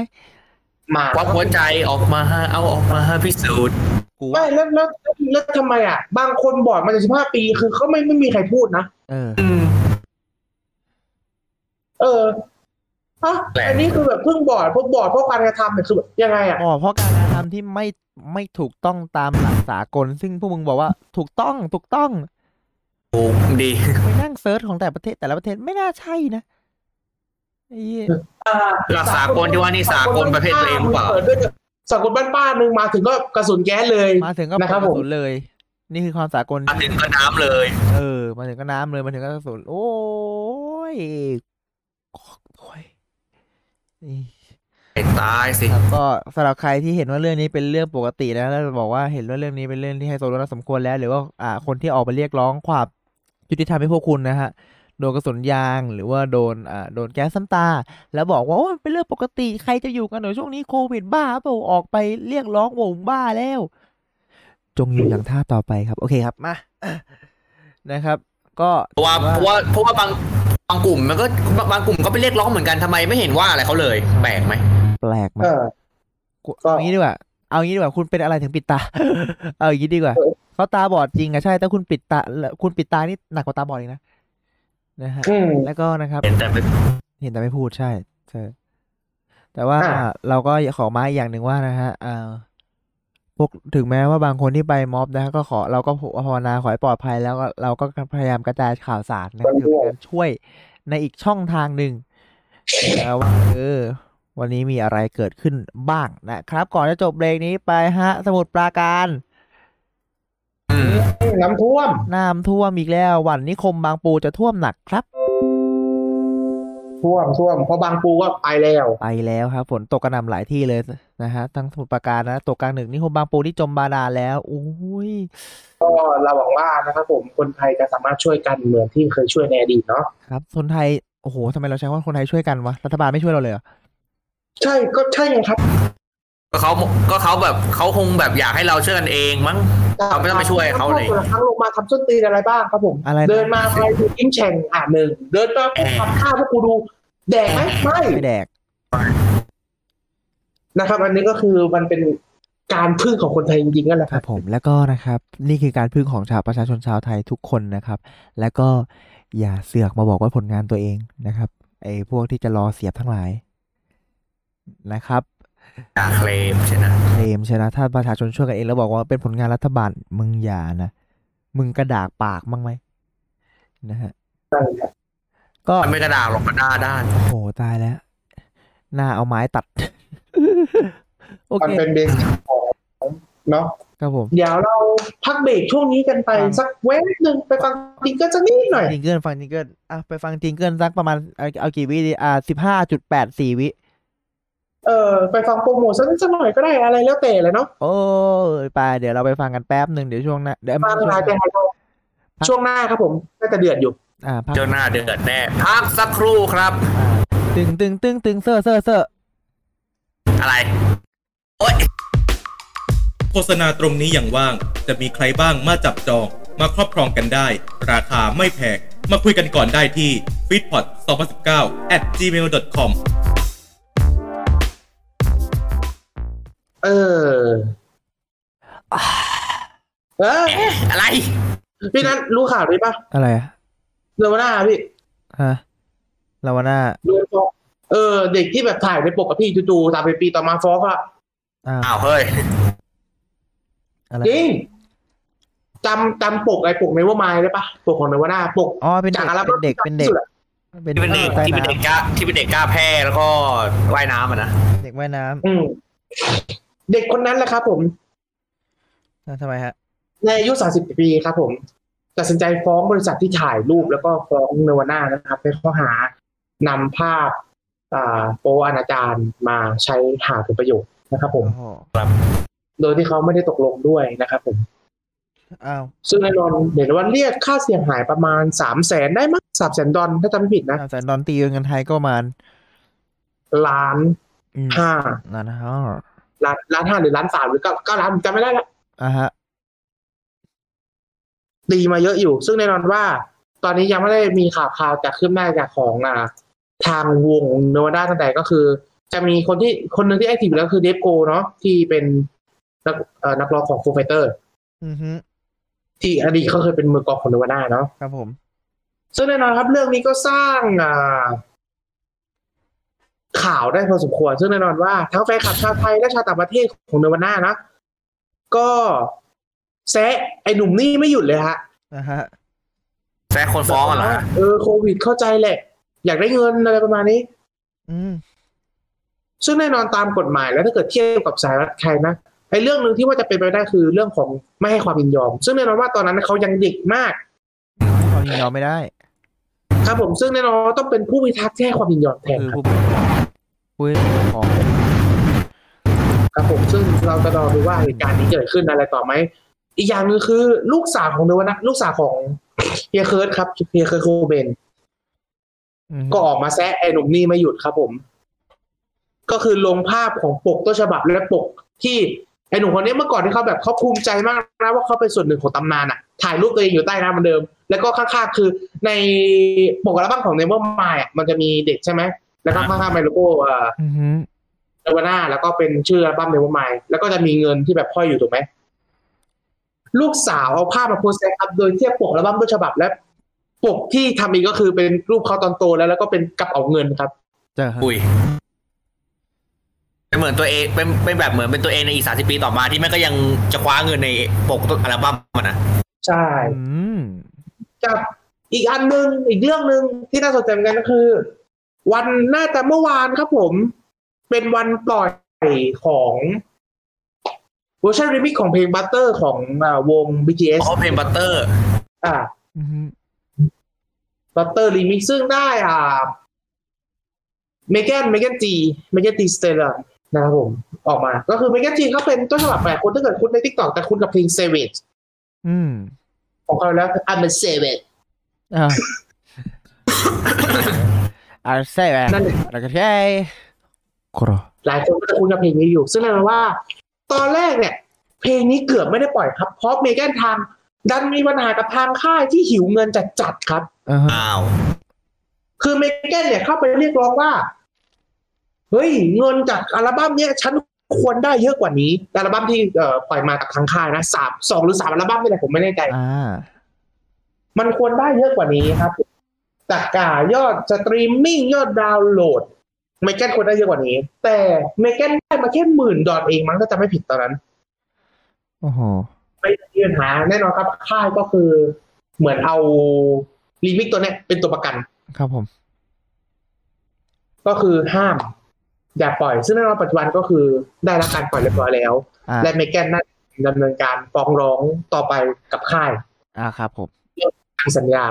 Speaker 3: หมา
Speaker 4: ควักหัวใจออกมาเอาออกมาพิสูจน์
Speaker 2: กู
Speaker 3: ไม่
Speaker 2: ว่า
Speaker 3: แล้วแล้วแล้วทำไมอ่ะ บางคนบอดมาจากสิบห้าปีคือเขาไม่ไม่มีใครพูดนะ
Speaker 2: เออ
Speaker 4: อืม
Speaker 3: เอออะ
Speaker 4: แปลก
Speaker 3: อันนี้คือแบบเพิ่งบอดเพวกบอดเพราะการกระทำเนี่ยคือแบบยังไงอ่ะ
Speaker 2: อ๋อเพราะการกระทำที่ไม่ไม่ถูกต้องตามหลักสากล ซึ่งพวกมึงบอกว่าถูกต้องถูกต้อง
Speaker 4: โอ้ดี
Speaker 2: ไปนั่งเซิร์ชของแต่ประเทศแต่ละประเทศไม่น่าใช่นะไอ้เหี้ย
Speaker 3: อ่า
Speaker 4: หลักสากลที่ว่านี่สากลประเภทตัวเองหรือเปล่า
Speaker 3: ดด้วยกับสากลบ้านป้าหนึ่งมาถึงก็กระสุนแก๊สเลย
Speaker 2: มาถึงก็
Speaker 3: นะครับ
Speaker 2: ก
Speaker 3: ผม
Speaker 2: ระสุนเลย นี่คือความสากล
Speaker 4: มาถึงก็น้ำเลย
Speaker 2: เออ มาถึงก็น้ำเลยมาถึงก็กระสุนโอ้ยโอ้ยนี่
Speaker 4: ให้ตายสิ
Speaker 2: ครับก็สำหรับใครที่เห็นว่าเรื่องนี้เป็นเรื่องปกตินะแล้วบอกว่าเห็นว่าเรื่องนี้เป็นเรื่องที่ไฮโซโลน่าสมควรแล้ว หรือว่าอ่าคนที่ออกมาเรียกร้องความยุติธรรมให้พวกคุณนะฮะโดนกระสุนยางหรือว่าโดนอ่าโดนแก๊สซ้ำตา แล้วบอกว่าโอ้ยเป็นเรื่องปกติใครจะอยู่กันหน่อยช่วงนี้โควิดบ้าเปล่าออกไปเรียกร้องโหวงบ้าแล้ว จงอยู่อย่างท่าต่อไปครับ โอเคครับมา นะครับ ก็
Speaker 4: เพราะว่าเพราะว่าเพราะว่าบางบางกลุ่มมันก็บางกลุ่มก็ไปเรียกร้องเหมือนกันทำไมไม่เห็นว่าอะไรเขาเลยแปลกไหม
Speaker 2: แปลกไหม
Speaker 3: เออ
Speaker 2: กู
Speaker 3: ก็
Speaker 2: เอางี้ดีกว่า เอางี้ดีกว่า คุณเป็นอะไรถึงปิดตา เอาอย่างงี้ดีกว่า
Speaker 3: เออ
Speaker 2: เขาตาบอดจริงอะใช่ แต่คุณปิดตาแล้วคุณปิดตานี่หนักกว่าตาบอดอีกนะ นะฮะ
Speaker 3: อืม
Speaker 2: แล้วก็นะครับ
Speaker 4: เห็นแต่เป็น
Speaker 2: เห็นแต่ไม่พูดใช่ใช่แต่ว่า
Speaker 3: อ่ะ
Speaker 2: อ่ะเราก็ขอมาอีกอย่างหนึ่งว่านะฮะอ่าพวกถึงแม้ว่าบางคนที่ไปม็อบนะฮะก็ขอเราก็ภาวนาขอให้ปลอดภัยแล้วก็เราก็พยายามกระจายข่าวสารนะครับถึงการช่วยในอีกช่องทางหนึ่งแล้วว่าเออ วันนี้มีอะไรเกิดขึ้นบ้างนะครับ ก่อนจะจบเบรกนี้ไปฮะ สมุดปราการ
Speaker 4: อืม
Speaker 3: น้ำท่วม
Speaker 2: น้ำท่วมอีกแล้ว วันนิคมบางปูจะท่วมหนักครับ
Speaker 3: ท่วมท่วมเพราะบางปูก็ไปแล้ว
Speaker 2: ไปแล้วครับฝนตกกระหน่ำหลายที่เลยนะฮะทั้งสมุทรปราการนะตกกลางหนึ่งนี่คมบางปูที่จมบาดาลแล้วโอ้ย
Speaker 3: ก็เราหวังว่านะครับผมคนไทยจะสามารถช่วยกันเหมือนที่เคยช่วยในอดีตเนาะ
Speaker 2: ครับคนไทยโอ้โหทำไมเราใช้คำว่าคนไทยช่วยกันวะรัฐบาลไม่ช่วยเราเลยเหรอ
Speaker 3: ใช่ก็ใช่ไงครับ
Speaker 4: ก็เขาก็เขาแบบเขาคงแบบอยากให้เราช่วยกันเองมั้ง เราไม่ต้องไปช่วยเขาเลย
Speaker 3: ครั้งลงมาทำส้นตีนอะไรบ้างครับผม
Speaker 2: อะไร
Speaker 3: เดิน
Speaker 2: นะ
Speaker 3: มาใครดูกิ้งแฉ่งอ่ะหนึ่งเดินมาทำข้าวพวกกูดู แดกไหมไม่
Speaker 2: ไม่แดก
Speaker 3: นะครับ อันนี้ก็คือมันเป็นการพึ่งของคนไทยจริงๆนั่นแหละ
Speaker 2: ค
Speaker 3: ค
Speaker 2: รั
Speaker 3: รั
Speaker 2: บบ ผมแล้วก็นะครับ นี่คือการพึ่งของชาวประชาชนชาวไทยทุกคนนะครับ แล้วก็อย่าเสือกมาบอกว่าผลงานตัวเองนะครับไอ้พวกที่จะรอเสียบทั้งหลายนะครับ
Speaker 4: อยากเคลมใช่นะ
Speaker 2: เคลมใช่นะถ้าประชาชนช่วยกันเองแล้วบอกว่าเป็นผลงานรัฐบาลมึงอย่านะ มึงกระดากปากบ้างไหมนะฮะก็
Speaker 4: มันไม่กระดาษหรอกกระดาษด้าน
Speaker 2: โอ้โหตายแล้ว หน้าเอาไม้ตัด โอ
Speaker 3: มัน
Speaker 2: เค
Speaker 3: เป็นเบสของเนาะ
Speaker 2: ครับผม
Speaker 3: เดี๋ยวเราพักเบรกช่วงนี้กันไป
Speaker 2: ครับ
Speaker 3: สักแวบหนึ่งไปฟังติ๊กเก็สักนิดหน่อย
Speaker 2: จิงเกิลฟังจิงเกิลอ่ะไปฟังจิงเกิลสักประมาณเอาเอากี่วิดีอ่าสิบห้าจุดแปดสี่วิ
Speaker 3: เออไปฟังโปรโมทสักนิดสักหน่อยก็ได้อะไรแล้วแต่เลยเนาะ
Speaker 2: โอ้ยไปเดี๋ยวเราไปฟังกันแป๊บหนึ่งเดี๋ยวช่วงหน้าเดี๋ยว
Speaker 3: ฟัง
Speaker 2: ช่วงห
Speaker 3: ราย
Speaker 2: น้า
Speaker 3: แต่ไฮโล
Speaker 2: ครับ
Speaker 3: ช่วงหน้าครับผมน่าจะเดือดอยู่
Speaker 2: อ่าพัก
Speaker 4: เจ้าหน้าเดือดแน่พักสักครู่ครับ
Speaker 2: ตึงตึงตึงตึงเซ่อเซ่อเซ่อ
Speaker 4: อะไร
Speaker 5: โฆษณาตรงนี้อย่างว่าง จะมีใครบ้างมาจับจอง มาครอบครองกันได้ ราคาไม่แพง มาคุยกันก่อนได้ที่ f e e d p o t 2019 at gmail.com
Speaker 3: เออเออ
Speaker 4: เอ๊ะอะไร
Speaker 3: พี่นั้นรู้ข่าวนี้ปะ
Speaker 2: อะไรอะ
Speaker 3: เนวาน่าพี่
Speaker 2: ฮะลาวาน่า
Speaker 3: โดนฟ้องเออ เด็กที่แบบถ่ายในปกกับพี่จู่ๆตามไปปีต่อมาฟ้องอะ
Speaker 2: อ้าว
Speaker 4: อ้าวเฮ้ย
Speaker 2: อะไร
Speaker 3: จริงจำจำปกไอ้ปกในว่าไม้ได้ปะปกของเนวาน่าปก
Speaker 2: อ๋อเป็น
Speaker 3: จาก
Speaker 2: เด็ก
Speaker 3: อัลบั้
Speaker 2: เป็น
Speaker 3: ม
Speaker 2: เด็กเป็นเด็กเป็น
Speaker 3: ที่สุอะ
Speaker 4: ที่เป็นเด็ก
Speaker 2: ใต้
Speaker 4: ที่
Speaker 2: น้
Speaker 4: เป็นเด็กกล้าที่เป็นเด็กกล้าแพร่แล้วก็ว่ายน้ำอ่ะนะ
Speaker 2: ำเด็กว่ายน้
Speaker 3: อืมเด็กคนนั้นแหละครับผม
Speaker 2: ำแล้วทำไมฮะ
Speaker 3: ในอายุ 30 ปีครับผม ตัดสินใจฟ้องบริษัทที่ถ่ายรูปแล้วก็ฟ้องเนวาน่านะครับในข้อหานำภาพอ่าโปอนาจารมาใช้หาผลประโยชน์นะครับผม
Speaker 2: โอ้โห
Speaker 3: โดยที่เขาไม่ได้ตกลงด้วยนะครับผม
Speaker 2: อ้าว
Speaker 3: ซึ่งแน่นอนเห็นว่าเรียกค่าเสียหายประมาณสามแสนได้มั้งสามแสนดอลถ้าจำไม่ผิดนะ
Speaker 2: อาจารย์ดอนตีเงินไทยก็ประมาณ
Speaker 3: ล้าน
Speaker 2: อืม
Speaker 3: ห้า
Speaker 2: นั่นนะฮะ
Speaker 3: ล้านล้านห้าหรือล้านสามหรือเก้าเก้าล้านจำไม่ได้ละ
Speaker 2: อ่ะฮะ
Speaker 3: ตีมาเยอะอยู่ ซึ่งแน่นอนว่า ตอนนี้ยังไม่ได้มีข่าวข่าวจากขึ้นหน้าจากของอ่าทางวงโนวาด้าตั้งแต่ก็คือ จะมีคนที่คนหนึ่งที่แอคทีฟอยู่แล้วคือเดฟโกเนาะที่เป็นนักเอ่อนักร้องของโฟไฟเตอร์
Speaker 2: อือฮึ
Speaker 3: ที่อดีตเขาเคยเป็นมือกลองของโนวาด้าเนาะ
Speaker 2: ครับผม
Speaker 3: ซึ่งแน่นอนครับเรื่องนี้ก็สร้างอ่าข่าวได้พอสมควร ซึ่งแน่นอนว่าทั้งแฟนคลับชาวไทยและชาวต่างประเทศของโนวาด้านะ ก็แซะไอ้หนุ่มนี่ไม่หยุดเลยฮะ
Speaker 2: นะฮะ
Speaker 4: แซ่คนฟ้องอ่ะเหรอ
Speaker 3: เออโควิดเข้าใจแหละ อยากได้เงินอะไรประมาณนี้
Speaker 2: อืม
Speaker 3: ซึ่งแน่นอนตามกฎหมายแล้วถ้าเกิดเทียบกับสายรัฐไทยนะไอ้เรื่องหนึ่งที่ว่าจะเป็นไปได้คือเรื่องของไม่ให้ความยินยอม ซึ่งแน่นอนว่าตอนนั้นเขายังเด็กมาก
Speaker 2: ความยินยอมไม่ได้
Speaker 3: ครับผมซึ่งแน่นอนว่าต้องเป็นผู้พิทักษ์ที่ให้ความยินยอมแทน
Speaker 2: คือ
Speaker 3: ครับ
Speaker 2: ผู้ปกครองผู้ปกครอง
Speaker 3: ครับผมซึ่งเราจะรอดูว่าเหตุการณ์นี้เกิดขึ้นอะไรต่อไหมอีกอย่างหนึ่งคือ ลูกสาวของเนวนะลูกสาวของเฮียเคิร์ดครับเฮียเคิร์ดโคเบน
Speaker 2: อือฮึ
Speaker 3: ก็ออกมาแซะไอ้หนุ่มนี่ไม่หยุดครับผม ก็คือลงภาพของปกต้นฉบับและปกที่ไอ้หนุ่มคนนี้เมื่อก่อนที่เขาแบบเขาภูมิใจมากนะว่าเขาเป็นส่วนหนึ่งของตำนานอะถ่ายรูปตัวเองอยู่ใต้น้ำเหมือนเดิม แล้วก็ข้างๆคือในปกอัลบั้มของเนเวอร์มายมันจะมีเด็กใช่ไหมแล้วก็ข้างๆเป็นโลโก้เอ่อ
Speaker 2: อือฮึ
Speaker 3: เนวาน่าแล้วก็เป็นชื่ออัลบั้มเนเวอร์มายแล้วก็จะมีเงินที่แบบห้อยอยู่ถูกไหมลูกสาวเอาภาพมาโพสต์นะครับโดยเทียบปกอัลบั้มต้นฉบับและ ปกที่ทำอีกก็คือเป็นรูปเขาตอนโตแล้วแล้วก็เป็นกระเป๋าเงินครับ
Speaker 2: เจอฮะ
Speaker 4: อุ้ยเป็นเหมือนตัวเองเป็นเป็นแบบเหมือนเป็นตัวเองในอีกสาสิปีต่อมาที่แม่งก็ยังจะคว้าเงินในปกอัลบั้มมันนะ
Speaker 3: ใช่
Speaker 2: อืม
Speaker 3: กับอีกอันหนึ่งอีกเรื่องหนึ่งที่น่าสนใจเหมือนกันก็คือ วันน่าจะเมื่อวานครับผม เป็นวันปล่อยของเวอร์ชันรีมิกของเพลง Butter ของอ่าวง BTS
Speaker 4: เพราะเพนบัตเตอร์
Speaker 3: อ่า
Speaker 2: อือฮึ
Speaker 3: Butter Remix ซึ่งได้อ่าเมแกนเมแกนจีเมแกนจีสเตลนะครับผม ออกมา ก็คือเมแกนจีเขาเป็นต้นฉบับแปลกคนถ้าเกิดคุณใน TikTok แต่คุณกับเพลง Savage
Speaker 2: อืม
Speaker 3: ของเขาแล้ว I'm a savage
Speaker 2: อ่าอาร์เซ่แบบ
Speaker 3: นั่นแหละ
Speaker 2: แล้วก็ใช่ครอ
Speaker 3: หลายคนก็จะคุ้นกับเพลงนี้อยู่ ซึ่งแน่นอนว่า ตอนแรกเนี่ย เพลงนี้เกือบไม่ได้ปล่อยครับ เพราะเมแกนทาง ดันมีปัญหากับทางค่ายที่หิวเงินจัดจัดๆครับ
Speaker 2: อ่าฮะ
Speaker 4: อ้าว
Speaker 3: คือเมแกนเนี่ยเข้าไปเรียกร้องว่า เฮ้ย เงินจากอัลบั้มเนี้ยฉันควรได้เยอะกว่านี้อัลบั้มที่เอ่อปล่อยมากับทางค่ายนะสามสองหรือสามอัลบั้มนี่แหละผมไม่แน่ใจ
Speaker 2: อ่า
Speaker 3: มันควรได้เยอะกว่านี้ครับจากกายอดสตรีมมิ่งยอดดาวน์โหลดเมแกนควรได้เยอะกว่านี้ แต่เมแกนได้มาแค่หมื่นดอลเองมั้งถ้าจะไม่ผิดตอนนั้น
Speaker 2: โอ้โห
Speaker 3: ไม่มีปัญหาแน่นอนครับ ค่ายก็คือเหมือนเอาลิมิกตัวเนี้ยเป็นตัวประกัน
Speaker 2: ครับผม
Speaker 3: ก็คือห้าม อย่าปล่อย ซึ่งแน่นอนปัจจุบันก็คือได้รับการปล่อยเรียบร้อยแล้ว
Speaker 2: อ่า
Speaker 3: และเมแกนน่าจะดำเนินการฟ้องร้องต่อไปกับค่าย
Speaker 2: อ่าครับผม
Speaker 3: ทางสัญญา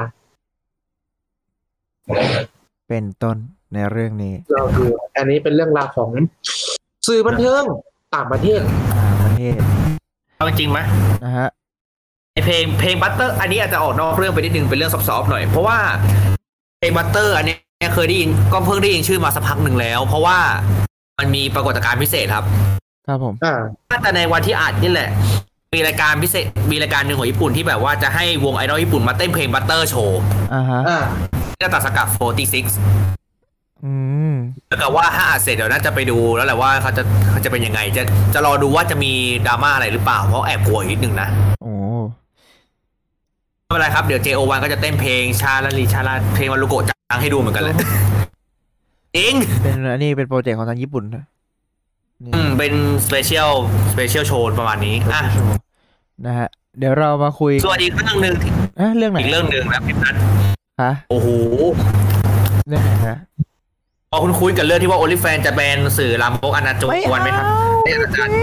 Speaker 2: เป็นต้นในเรื่องนี้
Speaker 3: เราดูอันนี้เป็นเรื่องราวของสื่อบันเทิงต่างประเทศ
Speaker 2: อ่าประเทศ
Speaker 4: เอาจริงไหม
Speaker 2: นะฮะ
Speaker 4: ไอเพลงเพลงบัตเตอร์ อันนี้อาจจะออกนอกเรื่องไปนิดนึงเป็นเรื่องซอฟๆหน่อย เพราะว่าเพลงบัตเตอร์ อันเนี้ยเคยได้ยินก็เพิ่งได้ยินชื่อมาสักพักหนึ่งแล้ว เพราะว่ามันมีปรากฏการณ์พิเศษครับ
Speaker 2: ครับผม
Speaker 3: อ่า
Speaker 4: น่าจะในวันที่อัดนี่แหละ มีรายการพิเศษมีรายการหนึ่งของญี่ปุ่นที่แบบว่าจะให้วงไอดอลญี่ปุ่นมาเต้นเพลงบัตเตอร์โชว์
Speaker 2: อ่าฮะ
Speaker 3: อ่า
Speaker 4: ที่ตัดสกัด46
Speaker 2: อืม
Speaker 4: แล้วก็ว่าถ้าอัดเสร็จเดี๋ยวน่าจะไปดูแล้วแหละว่าเขาจะเขาจะเป็นยังไง จะจะรอดูว่าจะมีดราม่าอะไรหรือเปล่าเพราะแอบกลัวอยู่นิดนึงนะ
Speaker 2: โอ้
Speaker 4: ไม่เป็นไรครับ เดี๋ยว JO1 ก็จะเต้นเพลงชาลาลีชาลาเพลงวารุโกะจังให้ดูเหมือนกันแหละ จริง
Speaker 2: เป็นอันนี้เป็นโปรเจกต์ของทางญี่ปุ่นนะนี่
Speaker 4: อืมเป็นสเปเชียลสเปเชียลโชว์ประมาณนี้อ่ะ
Speaker 2: โชว์นะฮะ เดี๋ยวเรามาคุย
Speaker 4: ส่วนอีกเรื่องหนึ่ง
Speaker 2: อ่ะเรื่องไหน
Speaker 4: อีกเรื่องหนึ่งนะพี่นัท
Speaker 2: ฮะ
Speaker 4: โอ้โห
Speaker 2: เรื่องไหนฮะ
Speaker 4: พอคุณคุ้นๆกับเรื่องที่ว่าโอลิแฟนจะแบนสื่อลามกอนาจ
Speaker 2: ไม่
Speaker 4: รไหมครับ
Speaker 2: เอา
Speaker 4: เนี่ยอาจารย์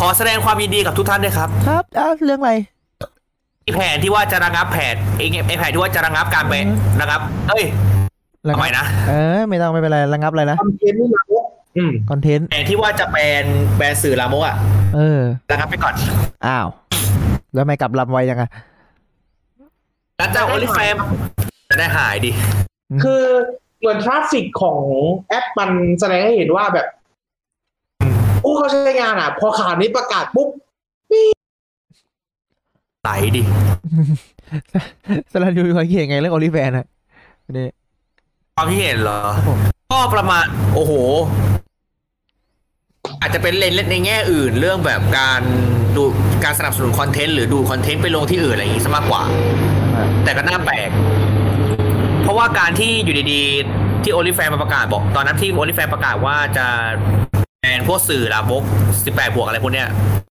Speaker 4: ขอแสดงความยินดีกับทุกท่านด้วยครับ
Speaker 2: ครับอ่ะเรื่องอะไร
Speaker 4: ที่แผนที่ว่าจะระงับแผนไอ้ไอ้แผนที่ว่าจะระงับการแบนระงับเอ้ย
Speaker 2: ระ
Speaker 4: ทำ
Speaker 2: งั
Speaker 4: ไม
Speaker 2: บ
Speaker 4: นะ
Speaker 2: เออ ไม่ต้องไม่เป็นไร ระงับอะไรนะ
Speaker 3: คอนเทนต์นี่มาแล้วอืม
Speaker 2: คอนเทนต์
Speaker 4: แผนที่ว่าจะแบนแบนสื่อลามกอะ
Speaker 2: เออ
Speaker 4: ระงับไปก่อน
Speaker 2: อ้าว แล้วทำไม่กลับลำไวยังไง
Speaker 4: แล้วเจ้าโอลิแฟนจะได้หายดิ
Speaker 2: อืม
Speaker 3: คือเหมือนทราฟฟิกของแอปมันแสดงให้เห็นว่าแบบผู้เขาใช้งานอ่ะ พอข่าวนี้ประกาศปุ๊บ
Speaker 4: ไหลดิ
Speaker 2: สลันยูเขาเขียนไงเรื่องโอลิแฟนอะนี่
Speaker 4: ความที่เห็นเหรอ
Speaker 2: ครับผม
Speaker 4: ก็ประมาณ โอ้โห อาจจะเป็นเลนเล่นในแง่อื่น เรื่องแบบการดูการสนับสนุนคอนเทนต์หรือดูคอนเทนต์ไปลงที่อื่นอะไรอย่างนี้ซะมากกว่า แต่ก็น่าแปลก เพราะว่าการที่อยู่ดีๆ ที่โอลิแฟนมาประกาศบอก ตอนนั้นที่โอลิแฟนประกาศว่าจะแบนพวกสื่อลามก18บวกอะไรพวกเนี้ย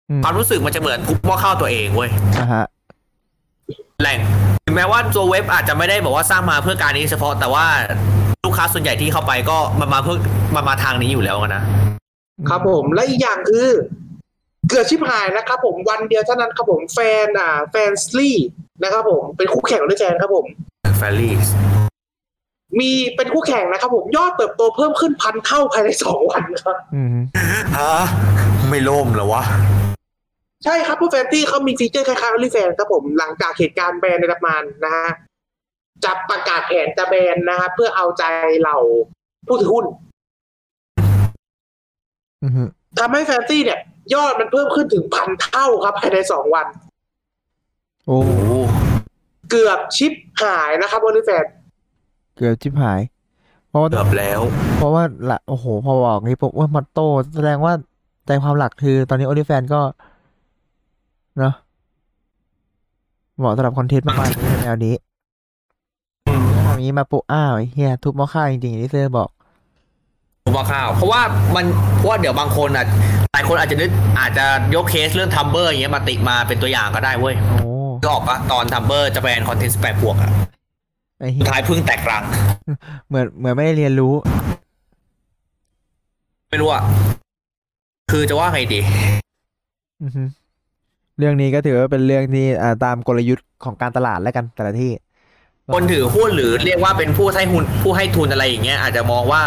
Speaker 2: อืม
Speaker 4: ความรู้สึกมันจะเหมือนทุบหม้อข้าวตัวเองเว้ย
Speaker 2: อ่ะฮะ
Speaker 4: แหล่งถึงแม้ว่าตัวเว็บอาจจะไม่ได้บอกว่าสร้างมาเพื่อการนี้เฉพาะ แต่ว่าลูกค้าส่วนใหญ่ที่เข้าไปก็มันมาเพื่อมันมาทางนี้อยู่แล้วกันนะ
Speaker 3: ครับผม และอีกอย่างคือ เกือบชิบหายนะครับผมวันเดียวเท่านั้นครับผมแฟนอ่า แฟนสลีนะครับผม เป็นคู่แข่งด้วยแจนครับผม
Speaker 4: แฟรี่
Speaker 3: มีเป็นคู่แข่งนะครับผมยอดเติบโตเพิ่มขึ้นพันเท่าภายในสองวันครับ
Speaker 2: อืม
Speaker 4: ฮะไม่ล่มเหรอวะ
Speaker 3: ใช่ครับผู้แฟนตี้เขามีฟีเจอร์คล้ายๆ OnlyFans ครับผมหลังจากเหตุการณ์แบนในประมาณนะฮะจะประกาศแผนจะแบนนะฮะเพื่อเอาใจเหล่าผู้ถือหุ้น
Speaker 2: อืมฮึ
Speaker 3: ทำให้แฟนตี้เนี่ย ยอดมันเพิ่มขึ้นถึงพันเท่าครับภายในสองวัน
Speaker 2: โอ้
Speaker 4: โอ้โห
Speaker 3: เกือบชิปหายนะครับบริแฟน
Speaker 2: เกือบชิบหาย เพราะว่า
Speaker 4: เกือบแล้ว
Speaker 2: เพราะว่าละโอ้โห พอบอกนี้ปุ๊บว่ามอตโต้แสดงว่าใจความหลักคือตอนนี้โอลิแฟนก็เนาะเหมาะสำหรับคอนเทนต์มากๆในแนวนี้ทำนี้มาปุ๊บอ้าวไอ้เฮียทุบหม้อข้าวจริงๆอย่างที่เซอร์บอก
Speaker 4: ผมว่าข้าว เพราะว่ามันเพราะว่าเดี๋ยวบางคนอ่ะหลายคนอาจจะนึกอาจจะยกเคสเรื่องทัมเบอร์อย่างเงี้ยมาติมาเป็นตัวอย่างก็ได้เว้ย
Speaker 2: โอ้
Speaker 4: ก็ออกปะตอนทัมเบอร์จะแบนคอนเทนต์แปดบวกอะ
Speaker 2: ไอ้
Speaker 4: สุ
Speaker 2: เฮี
Speaker 4: ด
Speaker 2: ย
Speaker 4: ท้ายเพึ่งแตกรัง
Speaker 2: เหมือนเหมือนไม่ได้เรียนรู้
Speaker 4: ไม่รู้อะคือจะว่าไงดี
Speaker 2: อือฮึเรื่องนี้ก็ถือว่าเป็นเรื่องที่อ่าตามกลยุทธ์ของการตลาดแล้วกันแต่ละที่
Speaker 4: คนถือหุ้นหรือเรียกว่าเป็นผู้ให้หุ้นผู้ให้ทุนอะไรอย่างเงี้ยอาจจะมองว่า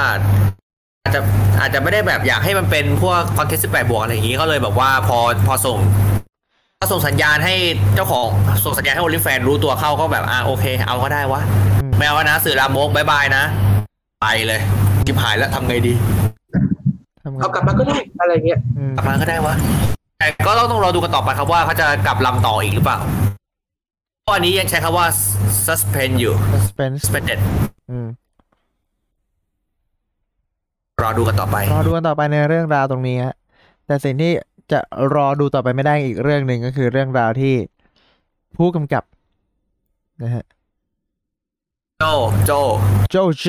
Speaker 4: อาจจะอาจจะไม่ได้แบบอยากให้มันเป็นพวกคอนเทนต์สิบแปดบวกอะไรอย่างงี้ก็เลยแบบว่าพอพอส่งพอส่งสัญญาณให้เจ้าของส่งสัญญาณให้โอลิแฟนรู้ตัวเข้าก็แบบอ่าโอเค เอาก็ได้วะ
Speaker 2: อืม
Speaker 4: ไม่เอานะสื่อลามกบายบายนะ ไปเลยกิบหายแล้วทำไงดี
Speaker 2: ทำไง
Speaker 3: เอากลับมาก็ได้อะไรเงี้ย
Speaker 2: อืม
Speaker 4: กลับมาก็ได้วะแต่ก็ต้องต้องรอดูกันต่อไปครับว่าเขาจะกลับลำต่ออีกหรือเปล่าตอนนี้ยังใช้คำว่า suspend อยู่
Speaker 2: สเปน
Speaker 4: suspended
Speaker 2: อืม
Speaker 4: รอดูกันต่อไป
Speaker 2: รอดูกันต่อไปในเรื่องราวตรงนี้ฮะแต่สิ่งที่จะรอดูต่อไปไม่ได้อีกเรื่องหนึ่งก็คือเรื่องราวที่ผู้กำกับนะฮะ
Speaker 4: โจ โจ
Speaker 2: โจโจ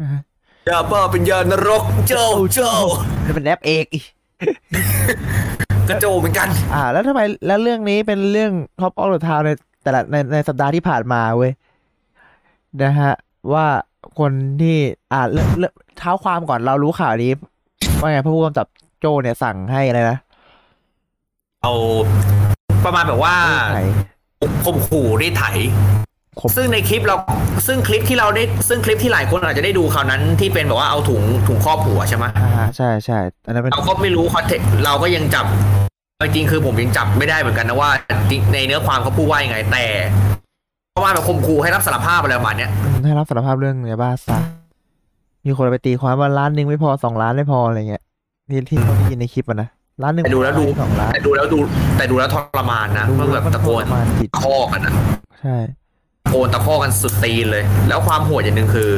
Speaker 2: นะฮะ
Speaker 4: อย่าบ้าเป็นยานรก โจ โจ
Speaker 2: จะเป็นแรปเอกอีก
Speaker 4: กระโจเหมือนกัน
Speaker 2: อ่า แล้วทำไมแล้วเรื่องนี้เป็นเรื่องท็อปออฟเดอะทาวในแต่ละในในสัปดาห์ที่ผ่านมาเว้ยนะฮะ ว่าคนที่อ่าเริ่มเริ่มเท้าความก่อนเรารู้ข่าวนี้ว่าไงผู้กำกับโจเนี่ยสั่งให้อะไรนะ
Speaker 4: เอา ประมาณแบบว่า
Speaker 2: ไหน
Speaker 4: ข่มขู่รีดไถ
Speaker 2: ผม
Speaker 4: ซึ่งในคลิปเรา ซึ่งคลิปที่เราได้ ซึ่งคลิปที่หลายคนอาจจะได้ดูคราวนั้นที่เป็นแบบว่าเอาถุงถุงครอบหัวใช่ไหม
Speaker 2: อ่าฮะใช่ใช่อันนั้นเป็น
Speaker 4: เราก็ไม่รู้คอนเทกต์เราก็ยังจับเอาจริงคือผมยังจับไม่ได้เหมือนกันนะว่าจริงในเนื้อความเขาพูดว่ายังไงแต่ประมาณแบบข่มขู่ให้รับสารภาพอะไรประมาณเนี้ย
Speaker 2: อืมให้รับสารภาพเรื่องยาบ้าซะมีคนไปตีความว่าล้านหนึ่งไม่พอสองล้านไม่พออะไรเงี้ยที่ที่เขาได้ยินในคลิปอะนะ ร้านหนึ่ง
Speaker 4: แต่ดูแล้วดู
Speaker 2: สองร้าน
Speaker 4: แต่ดูแล้วดู แต่ดูแล้วทรมานนะมันแบบตะโกน
Speaker 2: ประมาณจิต
Speaker 4: ตะคอกกันนะ
Speaker 2: ใช่
Speaker 4: ตะโกนตะคอกกันสุดตีนเลย แล้วความโหดอย่างหนึ่งคือ